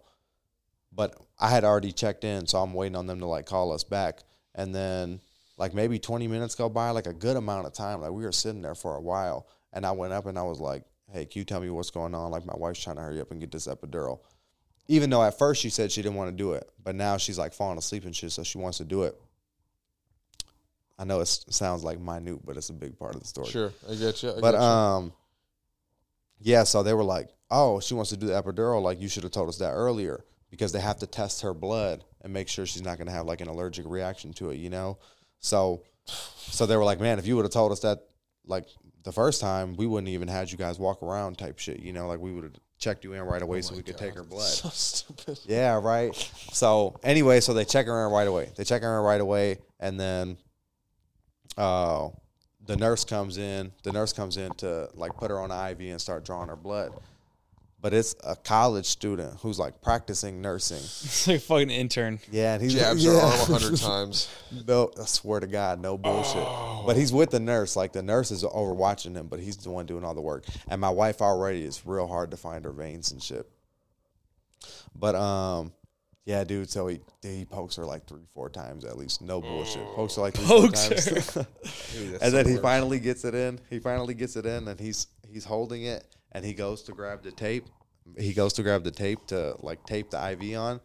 But I had already checked in, so I'm waiting on them to like call us back. And then like maybe 20 minutes go by, like a good amount of time. Like we were sitting there for a while. And I went up and I was like, hey, can you tell me what's going on? Like my wife's trying to hurry up and get this epidural. Even though at first she said she didn't want to do it, but now she's like falling asleep and shit, so she wants to do it. I know it's- it sounds like minute, but it's a big part of the story. Sure, I get you. I But get you. um, yeah. So they were like, "Oh, she wants to do the epidural. Like you should have told us that earlier because they have to test her blood and make sure she's not going to have like an allergic reaction to it. You know." So, so they were like, "Man, if you would have told us that like the first time, we wouldn't even had you guys walk around type shit. You know, like we would have checked you in right away so we could take her <laughs> blood." so <laughs> stupid. Yeah, right. So anyway, so they check her in right away. They check her in right away, and then uh, the nurse comes in. The nurse comes in to like put her on an IV and start drawing her blood. But it's a college student who's like practicing nursing. It's like a fucking intern. Yeah, and he's Jabs yeah. her arm a <laughs> hundred times. No, I swear to God, no bullshit. But he's with the nurse. Like the nurse is overwatching him, but he's the one doing all the work. And my wife already is real hard to find her veins and shit. But um, yeah, dude. So he he pokes her like three, four times at least. No bullshit. Pokes her like three, Pokes four times. <laughs> and then he finally gets it in. He finally gets it in, and he's he's holding it, and he goes to grab the tape. He goes to grab the tape to like tape the IV on,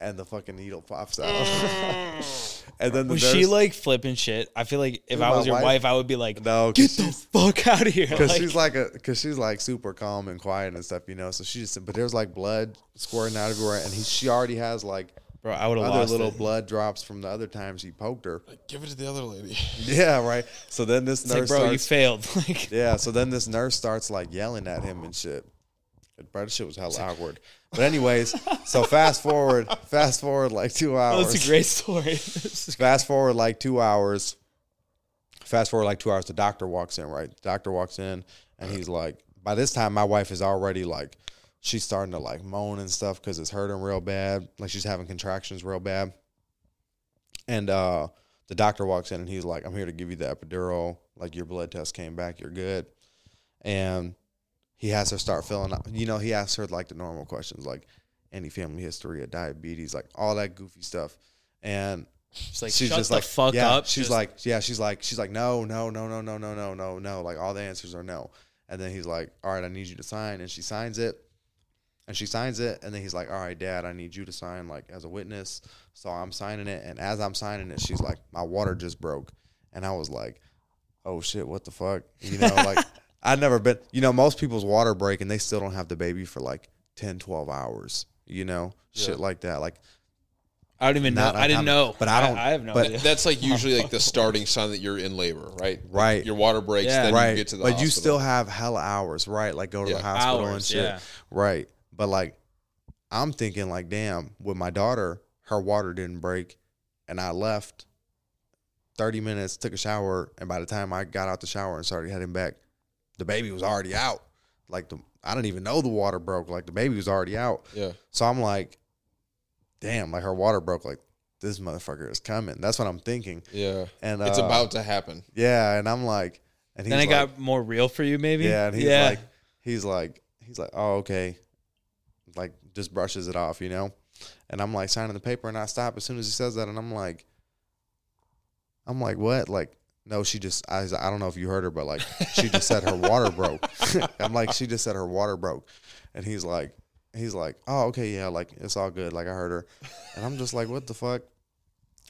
and the fucking needle pops <laughs> out. <laughs> and then the Was nurse, she like flipping shit? I feel like if I my was your wife- wife, I would be like, no, get because the <laughs> fuck out of <laughs> here. Like, she's like a because she's like super calm and quiet and stuff, you know. So she just but there's like blood squirting out everywhere, and he she already has like bro, I would have other lost little it. blood drops from the other times he poked her. Give it to the other lady. <laughs> Yeah, right. So then this <laughs> It's nurse like, bro, you starts- failed. <laughs> Like, Yeah, so then this nurse starts like yelling at him and shit. And, Bro, that shit was hella awkward. But anyways, so fast forward, fast forward like <laughs> two oh, hours. that's a great story. <laughs> This is- <laughs> Fast forward like two hours. Fast forward like two hours. The doctor walks in, right? The doctor walks in, and he's like, by this time, my wife is already like, she's starting to like moan and stuff because it's hurting real bad. Like she's having contractions real bad. And uh, the doctor walks in, and he's like, I'm here to give you the epidural. Like your blood test came back, you're good. And he has her start filling out. You know, he asks her like the normal questions, like any family history of diabetes, like all that goofy stuff. And she's like, she's shut just the like fuck yeah, up. She's Just- like, yeah, she's like, she's like, no, no, no, no, no, no, no, no, no. Like all the answers are no. And then he's like, all right, I need you to sign, and she signs it. And she signs it, and then he's like, "All right, Dad, I need you to sign like as a witness." So I'm signing it, and as I'm signing it, she's like, "My water just broke," and I was like, "Oh shit, what the fuck?" You know, <laughs> like I've never been. You know, most people's water break, and they still don't have the baby for like 10, 12 hours. You know, shit like that. Like I don't even know. Not I didn't uncommon. know. But I don't- I, have no but- idea. That's <laughs> like usually like the starting sign that you're in labor, right? Right. Your water breaks, Yeah. then right, you get to the but hospital. you still have hella hours, right? Like go to Yeah. the hospital and Hours, shit, yeah. right? But like, I'm thinking like, damn, with my daughter, her water didn't break, and I left. Thirty minutes, took a shower, and by the time I got out the shower and started heading back, the baby was already out. Like the, I didn't even know the water broke. Like the baby was already out. Yeah. So I'm like, damn, like her water broke. Like this motherfucker is coming. That's what I'm thinking. Yeah. And It's uh, about to happen. yeah. And I'm like, and he's then it like, got more real for you, maybe. yeah, and he's like, he's like, he's like, oh okay, like just brushes it off, you know. And I'm like signing the paper, and I stop as soon as he says that, and I'm like, I'm like, what? Like, no, she just, I, was like, I don't know if you heard her, but like, she just said her water broke. <laughs> I'm like, she just said her water broke, and he's like, he's like, oh okay, yeah, like it's all good, like I heard her, and I'm just like, what the fuck?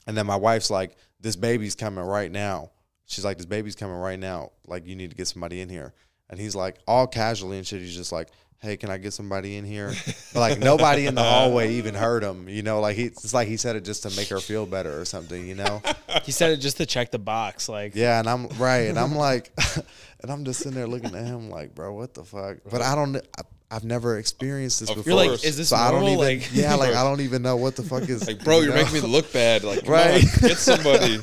And then my wife's like, this baby's coming right now. She's like, this baby's coming right now. Like, you need to get somebody in here. And he's like, all casually and shit. He's just like, hey, can I get somebody in here? But like, nobody in the hallway even heard him. You know, like he, it's like he said it just to make her feel better or something. You know? he said it just to check the box. Like, Yeah. And I'm right. And I'm like, <laughs> and I'm just sitting there looking at him like, bro, what the fuck? But I don't. I, I've never experienced this Of before. you're like, course. is this so I normal? don't even. like, yeah, like I don't even know what the fuck is. Like, bro, you you're know? making me look bad. Like, come Right. on, get <laughs> somebody.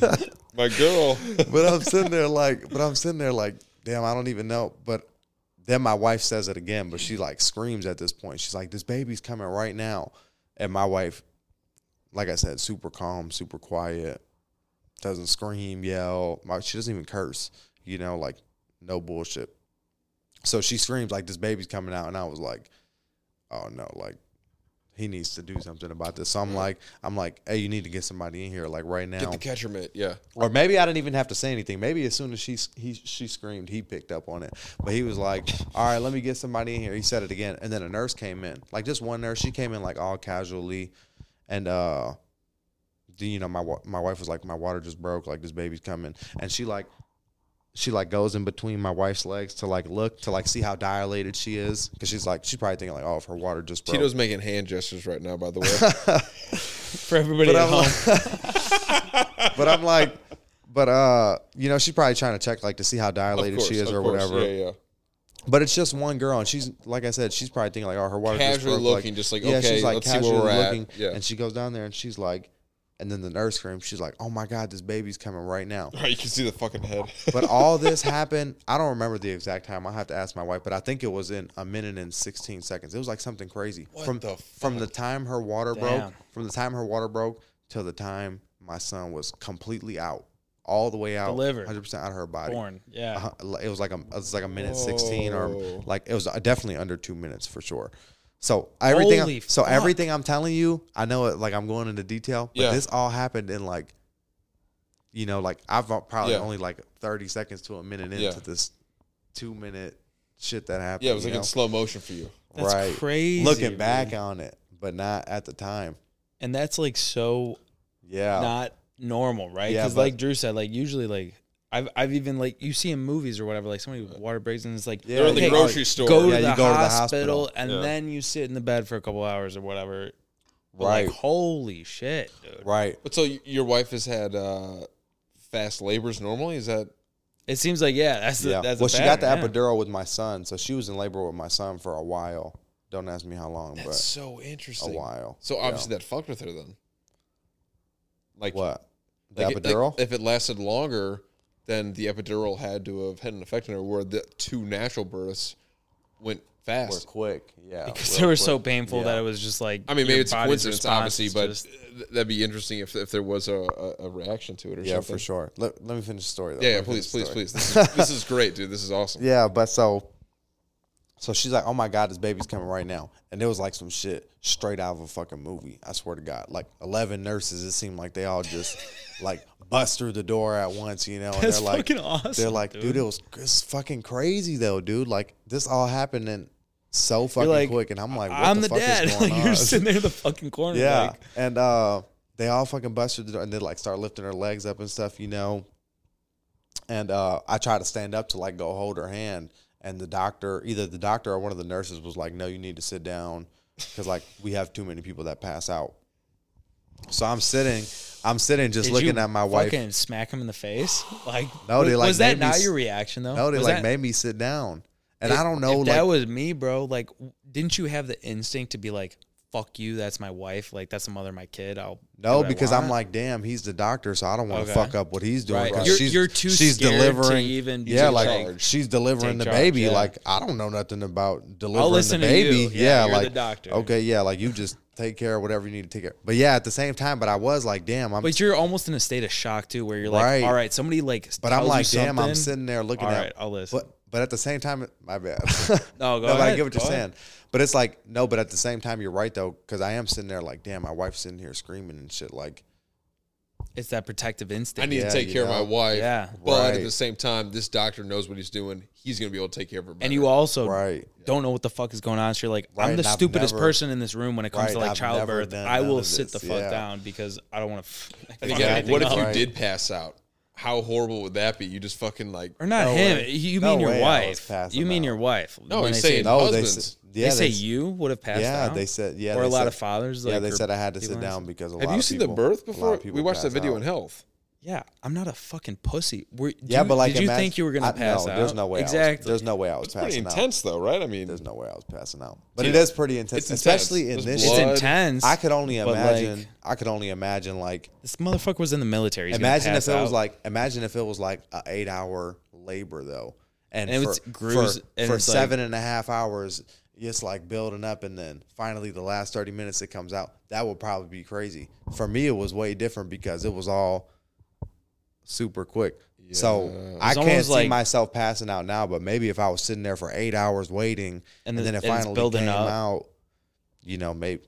My girl. but I'm sitting there like, but I'm sitting there like, damn, I don't even know. But then my wife says it again, but she like screams at this point. She's like, this baby's coming right now. And my wife, like I said, super calm, super quiet, doesn't scream, yell. My, she doesn't even curse, you know, like no bullshit. So she screams like this baby's coming out, and I was like, oh no, like he needs to do something about this. So I'm like, I'm like, hey, you need to get somebody in here like right now Mm. Get the catcher mitt. Yeah. or maybe I didn't even have to say anything. Maybe as soon as she he, she screamed, he picked up on it. But he was like, "All right, let me get somebody in here." He said it again, and then a nurse came in, like just one nurse. She came in like all casually, and uh, the, you know my wa- my wife was like, "My water just broke. Like this baby's coming," and she like she like goes in between my wife's legs to like look to like see how dilated she is because she's like she's probably thinking like, "Oh, if her water just broke." Tito's making hand gestures right now, by the <laughs> way. for everybody at home. but I'm like, but uh, you know, she's probably trying to check like to see how Of dilated course, she is of or course. whatever. Yeah, yeah. <laughs> But it's just one girl, and she's like I said, she's probably thinking like, oh, her water just Casually broke, looking, like, just like, okay, let's see where casually we're at. Yeah. and she goes down there and she's like, and then the nurse screams, she's like, oh my god, this baby's coming right now. All right, you can see the fucking head. <laughs> But all this happened. I don't remember the exact time. I have to ask my wife, but I think it was in a minute and sixteen seconds. It was like something crazy. What from the from the time her water Damn. broke, from the time her water broke till the time my son was completely out, all the way out, Delivered. hundred percent out of her <laughs> body. Born. Yeah. Uh, it was like a it was like a minute sixteen or Whoa. like it was uh, definitely under two minutes for sure. So everything, Holy so fuck. everything I'm telling you, I know it. Like I'm going into detail, but Yeah. this all happened in like, you know, like I've probably Yeah. only like thirty seconds to a minute into Yeah. this two minute shit that happened. Yeah, it was you like know? in slow motion for you. That's right. crazy. Looking dude. back on it, but not at the time. and that's like so Yeah, not normal, right? Yeah, Because but- like Drew said, like usually like I've I've even like you see in movies or whatever, like somebody with water breaks and it's like Yeah, They're in okay, the grocery store. Go, to, Yeah, you the go to the hospital, hospital. and Yeah. then you sit in the bed for a couple hours or whatever. But right, Like holy shit, dude. right. But so y- your wife has had uh, fast labors normally? Is that It seems like yeah, that's Yeah. The, that's well, a she got the pattern, yeah. epidural with my son, so she was in labor with my son for a while. Don't ask me how long, that's but so a interesting? while. So Yeah. obviously that fucked with her then. Like What? The like it- like, epidural? if it lasted longer, then the epidural had to have had an effect on her. Where the two natural births went we're fast. quick. Yeah. because real they were quick. so painful Yeah. that it was just like I mean, maybe your it's a body's coincidence, response obviously, is but <laughs> just- th- that'd be interesting if if there was a, a, a reaction to it or Yeah, something. for sure. Let, let me finish the story though. Yeah, yeah, Let me please, finish the please, story. please. This <laughs> is, this is great, dude. This is awesome. Yeah, but so so she's like, "Oh my god, this baby's coming right now." And it was like some shit straight out of a fucking movie. I swear to god. Like 11 nurses, it seemed like they all <laughs> just like bust through the door at once, you know, and That's they're like fucking awesome, They're like, "Dude, it was it's fucking crazy though, dude. Like this all happened in so fucking like, quick, and I'm like, what I'm the, the, fuck dad. <laughs> is going Like on? you're sitting there in the fucking corner. yeah, <laughs> Like, and uh, they all fucking busted the door, and they like start lifting her legs up and stuff, you know. And uh, I tried to stand up to like go hold her hand, and the doctor, either the doctor or one of the nurses, was like, "No, you need to sit down, because like we have too many people that pass out." So I'm sitting, I'm sitting, just did looking you at my wife. Fucking smack him in the face. Like No, they, was, like, was that made me not s- your reaction though? No, they Was like that- made me sit down, and if- I don't know, If like that was me, bro, like, w- didn't you have the instinct to be like, "Fuck you, that's my wife. Like, that's the mother of my kid. <laughs> I'll do No, what I because I'm want." like, damn, he's the doctor, so I don't want to Okay. fuck up what he's doing. Right. because You're- she's, you're too she's scared to delivering, even yeah, take like charge. she's delivering Take the charge, baby. yeah. Like I don't know nothing about delivering I'll listen the to you. baby. Yeah, Yeah, you're the like doctor. Okay, yeah, like you just take care of whatever you need to take care. But yeah, at the same time, but I was like, damn, I'm, But you're almost in a state of shock too, where you're like, Right. "All right, somebody like." but I'm tells you like, damn, I'm something." sitting there looking All at. right, I'll listen. But but at the same time, my bad. <laughs> <laughs> No, go but I ahead, get what go you're ahead. saying. But it's like no, but at the same time, you're right though, because I am sitting there like, damn, my wife's sitting here screaming and shit. Like, It's that protective I instinct. need Yeah, to take you care know. of my wife. Yeah. But Right. at the same time, this doctor knows what he's doing. He's going to be able to take care of her. and you also right? don't know what the fuck is going on. So you're like, Right, I'm the and I've stupidest never- person in this room when it comes to Right, like I've never childbirth. done I none will of sit the this, fuck yeah. down because I don't want to. And again, Fucking what if anything you up. did pass out? How horrible would that be? You just fucking like. Or not No him. way. You No mean your way I was wife. passing You mean out. your wife. No, When he's they say- saying No, they husbands. said, yeah, they say s- you would have passed yeah, out. they said yeah, or a they lot said- of fathers. yeah, like, they or said I had to people sit in- down because a lot Have you of seen people, the birth a lot before? of We people watched that pass video out. in health. Yeah, I'm not a fucking pussy. Were, do Yeah, you- but like, did you imagine- think you were gonna I- pass no, out? There's no way. I was, Exactly. there's no way I was It's pretty passing out. intense, though, right? I mean, There's no way I was passing out. But Dude, it is pretty intense, it's intense. especially in There's this. it's blood. intense. I could only but, like, imagine. I could only imagine like this motherfucker was in the military. He's gonna imagine pass if it was out. like imagine if it was like a eight hour labor though, and, And for, it's grues- for, and for it's like- seven and a half hours, it's like building up, and then finally the last thirty minutes it comes out. That would probably be crazy. For me, it was way different because it was all super quick. So I It's can't almost see like- myself passing out now, but maybe if I was sitting there for eight hours waiting, and, And then the- it and it's finally building came up. out, you know, maybe.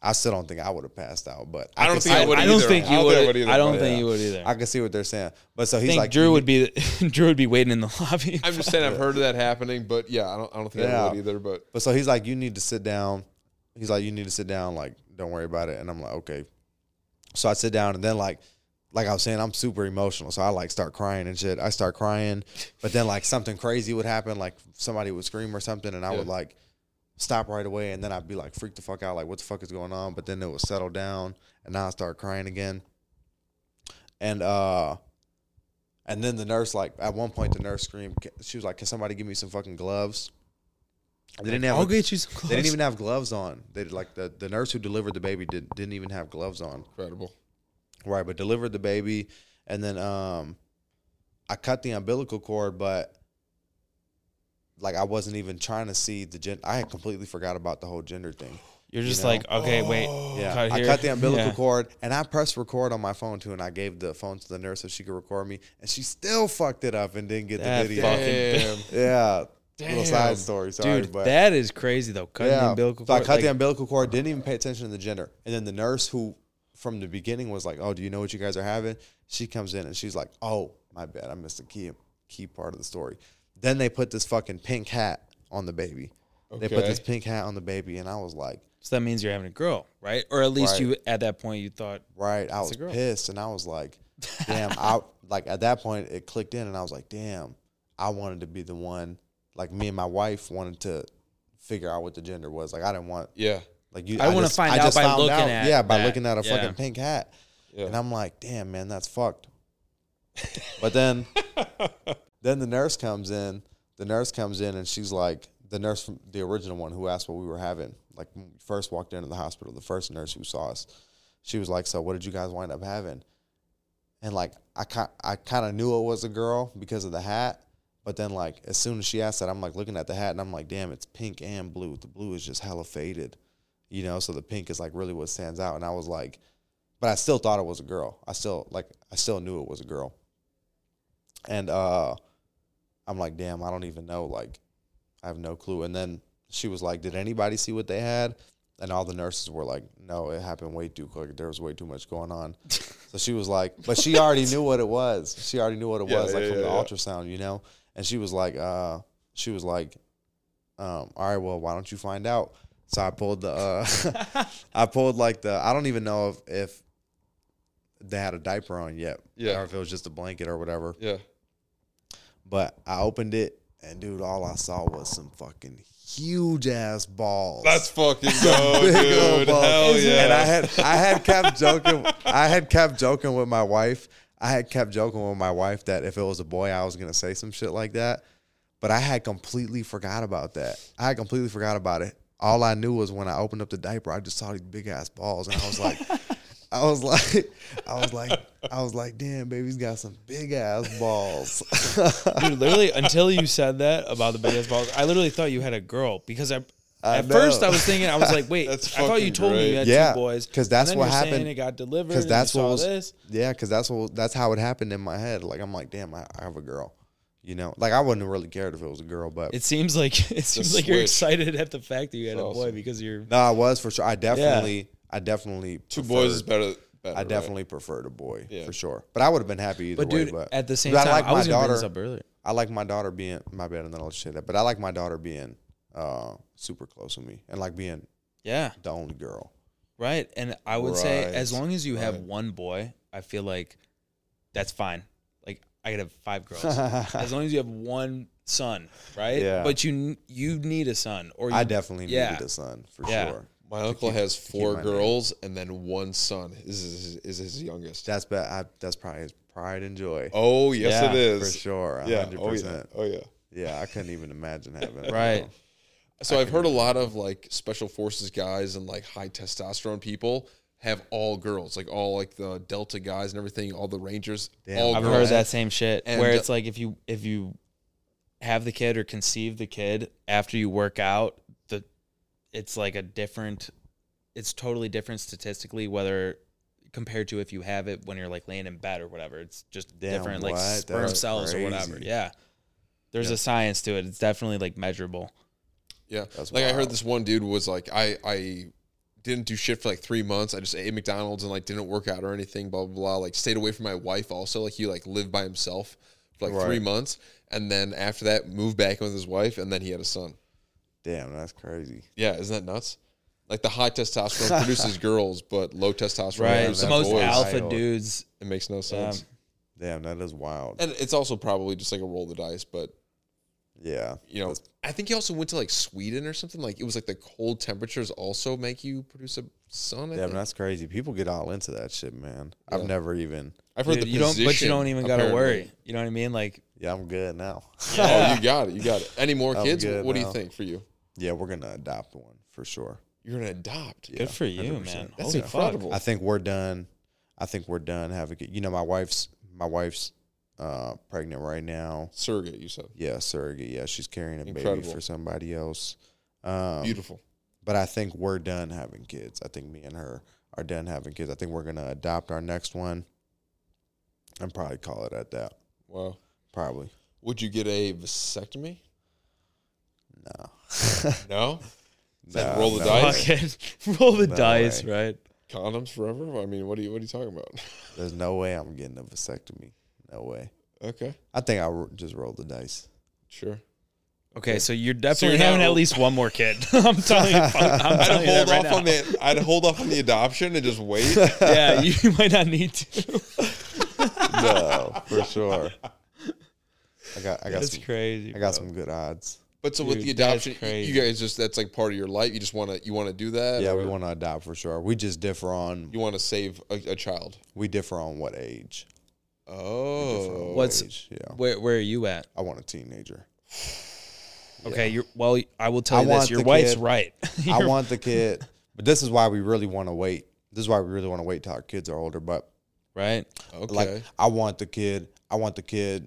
I still don't think I would have passed out, but I don't could think see- I would I don't either. think I don't think you I would. would either, I don't but think yeah. you would either. I can see what they're saying. But so I he's think like Drew would be Drew would be waiting in the <laughs> lobby. I'm just saying I've heard of that happening, but yeah, I don't, I don't think Yeah. I would either. But But so he's like, you need to sit down. He's like, you need to sit down. Like, don't worry about it. And I'm like, okay. So I sit down, and then like, like I was saying, I'm super emotional. So I like start crying and shit. I start crying, but then like something crazy would happen. Like somebody would scream or something, and I would Yeah. like stop right away, and then I'd be like freaked the fuck out, like what the fuck is going on? But then it would settle down, and now I start crying again. And uh, and then the nurse like at one point the nurse screamed. She was like, "Can somebody give me some fucking gloves?" They didn't have I'll a- get you some clothes. they didn't even have gloves on. They like the, the nurse who delivered the baby did, didn't even have gloves on. incredible. Right, but delivered the baby and then um I cut the umbilical cord but like I wasn't even trying to see the gen I had completely forgot about the whole gender thing. You're you just know? like, Oh, okay, wait. Oh. Yeah. cut I here. cut the umbilical Yeah. cord and I pressed record on my phone too and I gave the phone to the nurse so she could record me and she still fucked it up and didn't get the That video. fucking- Damn. Yeah. Little Damn. side story, sorry, Dude, but that is crazy though. Cutting the umbilical so I cord. cut the um umbilical cord, didn't even pay attention to the gender. And then the nurse who from the beginning was like, Oh, do you know what you guys are having? She comes in and she's like, Oh, my bad. I missed a key key part of the story. Then they put this fucking pink hat on the baby. They put Okay. this pink hat on the baby, and I was like, so that means you're having a girl, right? Or at least Right. you at that point you thought right. I was a girl. pissed and I was <laughs> like, damn, I like at that point it clicked in and I was like, damn, I wanted to be the one like me and my wife wanted to figure out what the gender was. Like I didn't want Yeah. Like you, I wanna just- find I out just by found looking out, at yeah, by that. looking at a Yeah. fucking pink hat, Yeah. and I'm like, damn, man, that's fucked. <laughs> But <laughs> then, then the nurse comes in. The nurse comes in and she's like, the nurse from the original one who asked what we were having, like when we first walked into the hospital, the first nurse who saw us, she was like, so what did you guys wind up having? And like I kind I kind of knew it was a girl because of the hat, but then like as soon as she asked that, I'm like looking at the hat and I'm like, damn, it's pink and blue. The blue is just hella faded, you know. So the pink is like really what stands out. And I was like, but I still thought it was a girl. I still like I still knew it was a girl. And uh I'm like, damn, I don't even know. Like, I have no clue. And then she was like, Did anybody see what they had? And all the nurses were like, No, it happened way too quick. There was way too much going on. so she was like, But she already knew what it was. She already knew what it Yeah, was, like yeah, from yeah, the yeah. ultrasound, you know? And she was like, uh, she was like, um, all right, well, why don't you find out? So I pulled the, uh, <laughs> I pulled like the, I don't even know if, if they had a diaper on yet, Yeah. or if it was just a blanket or whatever. <laughs> Yeah. But I opened it, and dude, all I saw was some fucking huge ass balls. Let's fucking go, Big old Oh, dude. balls. Hell yeah. And I had I had kept joking I had kept joking with my wife. I had kept joking with my wife that if it was a boy I was gonna say some shit like that. But I had completely forgot about that. I had completely forgot about it. All I knew was when I opened up the diaper, I just saw these big ass balls and I <laughs> was like I was like I was like I was like, damn, baby's got some big ass balls. <laughs> Dude, literally, until you said that about the biggest balls, I literally thought you had a girl because I. I at know. first, I was thinking, I <laughs> was like, wait, I That's thought you fucking told me great. you had Yeah, two boys. 'cause that's And then what you're saying happened- It got delivered. because Because that's you what saw was this. yeah because that's what that's how it happened in my head like i'm like damn I, I have a girl you know like i wouldn't have really cared if it was a girl but It seems like <laughs> it seems like you're switch. excited at the fact that you had It's a boy awesome. because you're. no i was for sure i definitely i definitely Two boys is preferred- better. better i right? definitely preferred a boy Yeah. for sure but i would have been happy either But way dude, but at the same but time, I, i like my was gonna bring this daughter up earlier. i like my daughter being my bad and then i'll say that but i like my daughter being uh super close with me and like being Yeah, the only <laughs> girl right. And I would say as Right, long as you have right. one boy, I feel like that's fine. Like I could have <laughs> five girls. as long as you have one son, right? Yeah. But you you need a son, or you, i definitely Yeah. needed a son for Yeah. sure My uncle keep- has to keep four my name. girls and then one son. Is his, is his youngest? that's bet I, that's probably his pride and joy Oh yes, Yeah, it for is. sure. a Yeah. hundred Oh yeah. percent. Oh yeah. Yeah, I couldn't even imagine <laughs> having. Right. So I've heard a lot of like special forces guys and like high testosterone people have all girls, like all like the Delta guys and everything, all the Rangers, Damn. all I've girls. heard that same shit And, where uh, it's like if you if you have the kid or conceive the kid after you work out, the it's like a different it's totally different statistically whether compared to if you have it when you're like laying in bed or whatever. It's just Damn, different like what? sperm That's cells or whatever. crazy. Yeah. There's a science to it. It's definitely like measurable. Yeah. That's like I heard wild. this one dude was like, I I didn't do shit for like three months. I just ate McDonald's and like didn't work out or anything, blah blah blah. Like stayed away from my wife also. Like he like lived by himself for like three Right. months. And then after that moved back in with his wife and then he had a son. Damn, that's crazy. Yeah, isn't that nuts? Like the high <laughs> testosterone produces girls, but low testosterone Right. produces that's Most boys. alpha wild. dudes. It makes no sense. Damn, that is wild. And it's also probably just like a roll of the dice, but Yeah, you know, I think he also went to like Sweden or something. Like it was like the cold temperatures also make you produce a son. I damn, think. that's crazy. People get all into that shit, man. I've Yeah. never even. I've heard Dude, the you don't but you position, don't even gotta apparently. worry. You know what I mean? Like Yeah, I'm good now. <laughs> Oh, you got it. You got it. Any more I'm kids? good What do you now. think for you? yeah, we're gonna adopt one for sure. You're gonna adopt. Yeah, good for you, 100%. man. That's Holy incredible. I think we're done. I think we're done having. You know, my wife's my wife's uh, pregnant right now. Surrogate, you said. Yeah, surrogate. Yeah, she's carrying a baby Incredible. for somebody else. Um, Beautiful. but I think we're done having kids. I think me and her are done having kids. I think we're gonna adopt our next one, and probably call it at that. Wow. Probably Would you get a vasectomy? <laughs> no. No. Nah, roll the no. dice? Fuck it. <laughs> Roll the No dice, way. right? Condoms forever? I mean, what are you what are you talking about? <laughs> There's no way I'm getting a vasectomy. No way. okay. I think I will just roll the dice. Sure. Okay, so you're definitely not- having at least one more kid. <laughs> I'm <laughs> telling you, I'm, I'm I'd telling you hold that off right now. on the I'd hold off on the adoption and just wait. Yeah, you <laughs> might not need to. <laughs> No, for sure. I got I got That's some, crazy. I got bro. some good odds. But so with Dude, the that's adoption, y- crazy. you guys just that's like part of your life. You just want to you want to do that. Yeah, or we want to adopt for sure. We just differ on You want to save a, a child. we differ on what age. Oh, What's- age, yeah? Where Where are you at? I want a <laughs> teenager. Okay, you're well. I will tell I you this: want your the wife's kid. right. I <laughs> You're- want the kid, but this is why we really want to wait. This is why we really want to wait till our kids are older. But right. okay. like, I want the kid. I want the kid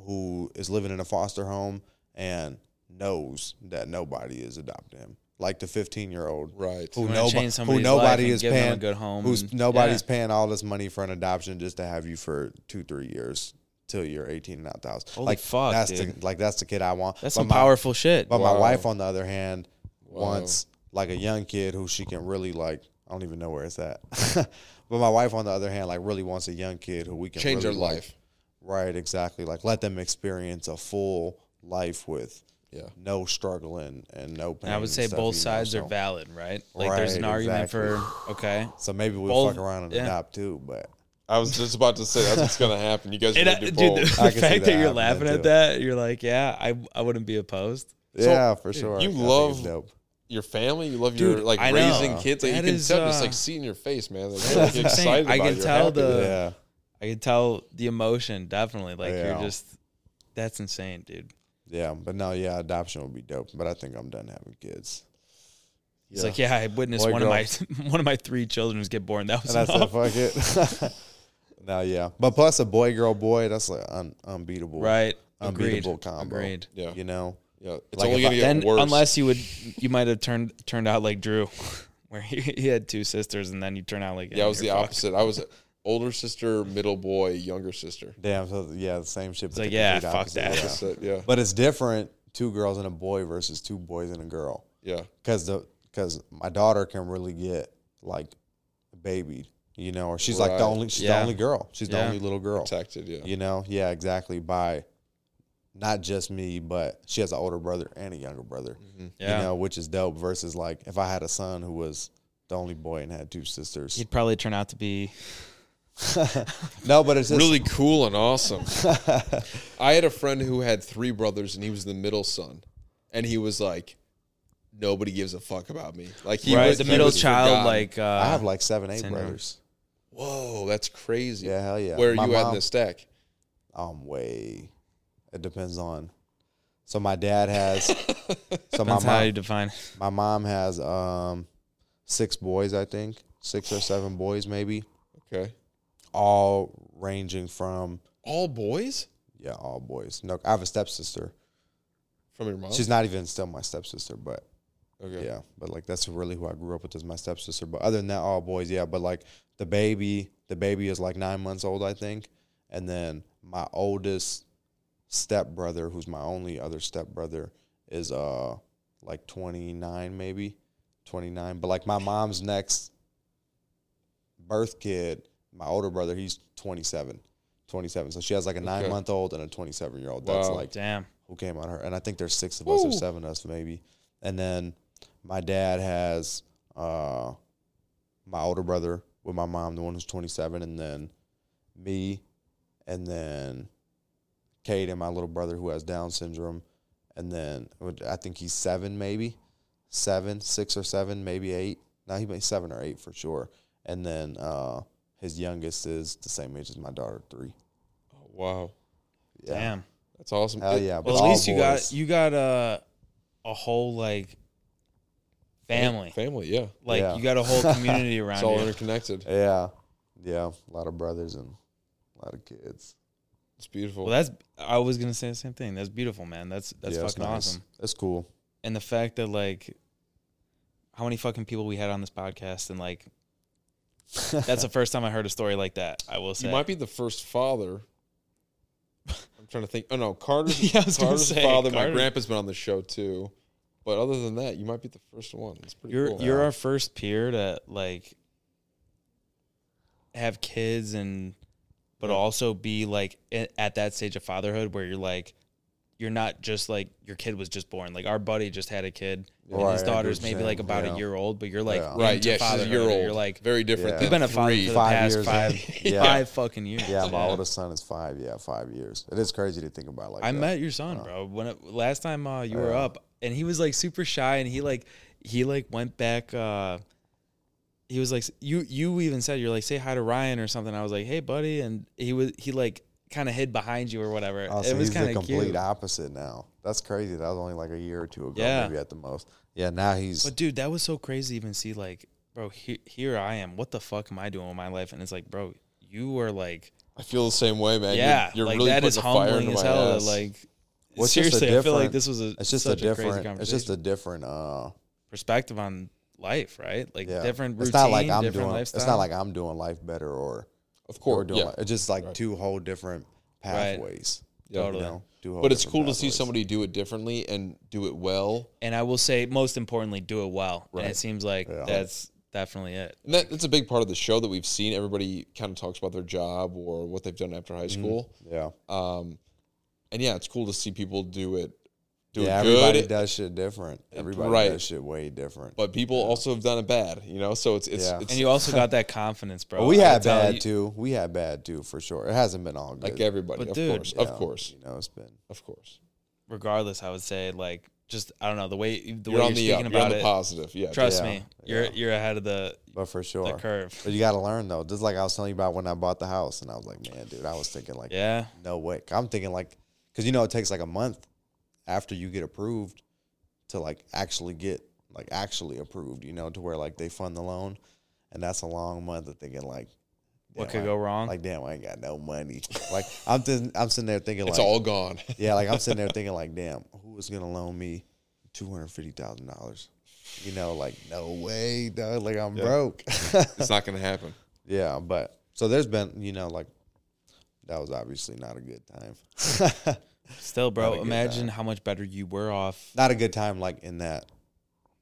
who is living in a foster home and knows that nobody is adopting him, like the fifteen-year-old right. who, wanna nobo- change who somebody's life nobody and is give them a paying good home who's and- nobody's yeah. paying all this money for an adoption just to have you for two, three years till you're eighteen and out the house. Holy like fuck, that's dude. the like that's the kid I want. That's But some my- powerful shit. but my Wow. wife, on the other hand, wants like a young kid who she can really like. I don't even know where it's at. <laughs> but my wife, on the other hand, like really wants a young kid who we can Change really, their like- life. right, exactly. Like let them experience a full life with Yeah. no struggle and, and no pain. And I would and say stuff, both you know, sides are so- valid, right? Like there's an Right, argument exactly. for <laughs> okay. So maybe we'll Both- fuck around and yeah. adopt too, but I was just about to say that's what's gonna happen. You guys are <laughs> And I, gonna do dude, both. the, I can see that fact that you're happening, laughing at too. that, you're like, yeah, I I wouldn't be opposed. yeah, for sure. you I think it's love- dope. your family, you love Dude, your like I know. raising kids. Like That you can is, tell, just uh, like see in your face, man. Like, that's you're what I'm saying. excited I about can it. You're tell happy. the- yeah, I could tell the emotion definitely. Like Yeah. you're just that's insane, dude. yeah, but no, yeah, adoption would be dope. But I think I'm done having kids. It's like, yeah, I witnessed Boy, one of my <laughs> one of my three children was get born. That was And I said, enough. fuck it. <laughs> no, yeah. But plus a boy, girl, boy, that's like un- unbeatable. right. Agreed. Unbeatable combo. Agreed. Yeah, You know? yeah. It's Like, only if I- gonna get Then worse. unless you would, you might have turned turned out like Drew, <laughs> where he, he had two sisters, and then you turn out like yeah, I was the you're fucked. opposite. I was older sister, middle boy, younger sister. Damn, so yeah, the same shit. but like, the yeah, complete fuck opposite, that. yeah. So, yeah, But it's different two girls and a boy versus two boys and a girl. yeah, Cause the cause my daughter can really get like babied, you know, or she's like Right. the only she's the Yeah. only girl. She's the Yeah. only little girl. protected. Yeah, You know? Yeah, exactly. By not just me, but she has an older brother and a younger brother. Yeah, you know, which is dope. Versus like if I had a son who was the only boy and had two sisters, he'd probably turn out to be no, but it's just, really cool and awesome. <laughs> I had a friend who had three brothers, and he was the middle son, and he was like, nobody gives a fuck about me. Like he right was the he middle was child. forgotten. Like, uh, I have like seven, eight syndrome. brothers. whoa, that's crazy. Yeah, hell yeah. Where are My you at in mom- the stack? Um, way. It depends on. So my dad <laughs> has. so my that's how you mom, define. my mom has um, six boys, I think, six or seven boys, maybe, Okay, all ranging from all boys yeah, all boys. No, I have a stepsister. from your mom. She's not even still my stepsister, but okay. Yeah, but like that's really who I grew up with is my stepsister. But other than that, all boys. Yeah, but like the baby, the baby is like nine months old, I think, and then my oldest stepbrother, who's my only other stepbrother, is uh like twenty nine, maybe twenty nine. But like my mom's next birth kid, my older brother, he's twenty seven. 27. So she has like a nine month old and a 27 year old. That's Wow. like Damn. who came on her, and I think there's six of us or seven of us maybe. And then my dad has uh, my older brother with my mom, the one who's 27, and then me, and then Kate and my little brother who has Down syndrome, and then I think he's seven maybe, seven, six or seven, maybe eight. Now he may seven or eight for sure. And then uh, his youngest is the same age as my daughter, three. Wow, Yeah. Damn. that's awesome. Hell It- yeah! but Well, at all least you boys. got you got a a whole like family. Family, yeah. Like Yeah. you got a whole <laughs> community around It's all you. interconnected. Yeah. Yeah. A lot of brothers and a lot of kids. It's beautiful. Well, that's I was gonna say the same thing. That's beautiful, man. That's that's Yeah, it's fucking nice. awesome. That's cool. And the fact that like how many fucking people we had on this podcast and like <laughs> <laughs> that's the first time I heard a story like that. I will say. you <laughs> might be the first father. <laughs> I'm trying to think. Oh no, <laughs> Carter's, Yeah, I was gonna Carter's say, father. Carter- My grandpa's been on the show too, but other than that, you might be the first one. It's pretty you're cool. you're our first peer to like have kids and but also be like a- at that stage of fatherhood where you're like you're not just like your kid was just born like our buddy just had a kid and Right, I his get what daughter's you're maybe saying, like about yeah. a year old but you're like Yeah. right. into Yeah, she's a fatherhood, year or old. You're like very different. Yeah. Than you've been a father three. for the Five past years. five <laughs> Yeah. five fucking years. Yeah, my oldest son is five. Yeah, five years. It is crazy to think about like I that. met your son, bro. When it, last time uh, you were up, and he was like super shy, and he like he like went back. Uh, he was like you you even said you're like say hi to Ryan or something. I was like hey buddy, and he was he like kind of hid behind you or whatever. Oh, so it was he's the kind of complete cute. opposite now. That's crazy. That was only like a year or two ago, Yeah. maybe at the most. Yeah, now he's But dude, that was so crazy. to Even see like bro, he, here I am. What the fuck am I doing with my life? And it's like bro, you were like I feel the same way, man. You're- yeah, you're, like really that is putting a fire humbling into as my hell. that, ass. Like Well, it's just a seriously, I feel like different- this was a it's just a such crazy different conversation. it's just a different uh perspective on life, right? Like yeah. different routine, it's not like I'm different doing lifestyle. it's not like I'm doing life better or of or course, doing yeah, li- it's just like two whole different pathways. yeah. You Totally. know, two whole But it's different cool to see pathways. somebody do it differently and do it well. and I will say, most importantly, do it well. And Right. it seems like Yeah. that's definitely it. And that, that's a big part of the show that we've seen. Everybody kind of talks about their job or Mm-hmm. what they've done after high school. Yeah. Um, and yeah, it's cool to see people do it doing yeah, good. everybody does shit different. Everybody Right. does shit way different. but people also have done it bad, you know. So it's it's, Yeah. it's And <laughs> you also got that confidence, bro. But <laughs> we I had could tell bad you- too. We had bad too for sure. It hasn't been all good. like everybody, But of dude, course, Yeah, of course, You know, it's been of course. Regardless, I would say like just I don't know the way the You're on way you're the up. speaking You're on about the it. positive. Yeah, trust Yeah, me, you're yeah. you're ahead of the but for sure. the curve. But you gotta learn though. Just like I was telling you about when I bought the house and I was like, Man, dude, I was thinking like Yeah, no way. I'm thinking like because you know it takes like a month after you get approved to like actually get like actually approved, you know, to where like they fund the loan. And that's a long month of thinking like what damn, could I- go wrong? Like damn, I ain't got no money. <laughs> Like I'm th- I'm sitting there thinking it's like all gone. <laughs> yeah, like I'm sitting there thinking, like, damn, who is gonna loan me two hundred fifty thousand dollars? You know, like, no way, dog. Like I'm broke. <laughs> it's not going to happen. yeah, but so there's been, you know, like that was obviously not a good time. <laughs> Still, Not a bro, good imagine how much better you were off. not a good time, like in that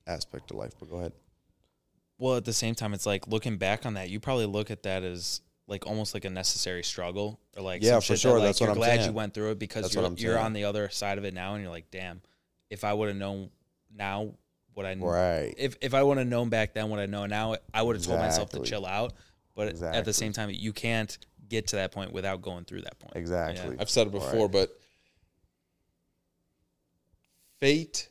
aspect of life. But go ahead. Well, at the same time, it's like looking back on that, you probably look at that as like almost like a necessary struggle, or like Yeah, some for shit that, sure, like, that's what you're I'm glad you saying. went through it because That's what you're I'm you're saying. on the other side of it now, and you're like, damn, if I would have known now what I kn- Mm. Right. if if I would have known back then what I know now, I would have told myself to Exactly. chill out. But at the Exactly. same time, you can't get to that point without going through that point. Exactly. I've said it Right. before, but fate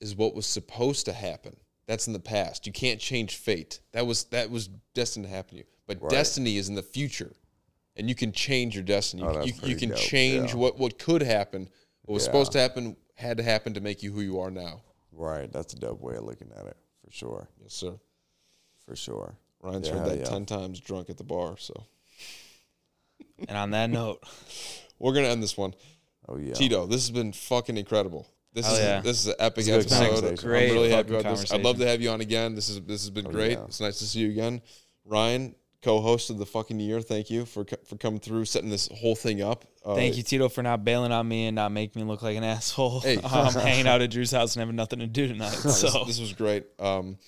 is what was supposed to happen. That's in the past. You can't change fate. That was that was destined to happen to you. But Right. destiny is in the future, and you can change your destiny. Oh, You- that's you, you pretty can dope, change yeah. what what could happen. What was Yeah. supposed to happen had to happen to make you who you are now. Right. That's a dope way of looking at it, for sure. Yes, sir. For sure. Ryan's Yeah, heard that yeah. ten times drunk at the bar. So And on <laughs> that note, we're gonna end this one. Oh yeah. Tito, this has been fucking incredible. This Hell is yeah. this is an epic It's a good episode. conversation. I'm really Great happy fucking about this. I'd love conversation. Oh, to have you on again. This is this has been great. yeah. It's nice to see you again, Ryan, co-host of the fucking year. Thank you for co- for coming through, setting this whole thing up. Uh, Thank you, Tito, for not bailing on me and not making me look like an asshole. <laughs> Hey. <laughs> I'm hanging out at Drew's house and having nothing to do tonight. So, This was great. Um,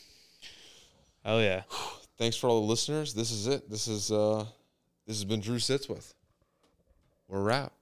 oh yeah, thanks for all the listeners. This is it. This is uh, this has been Drew sits with. We're out.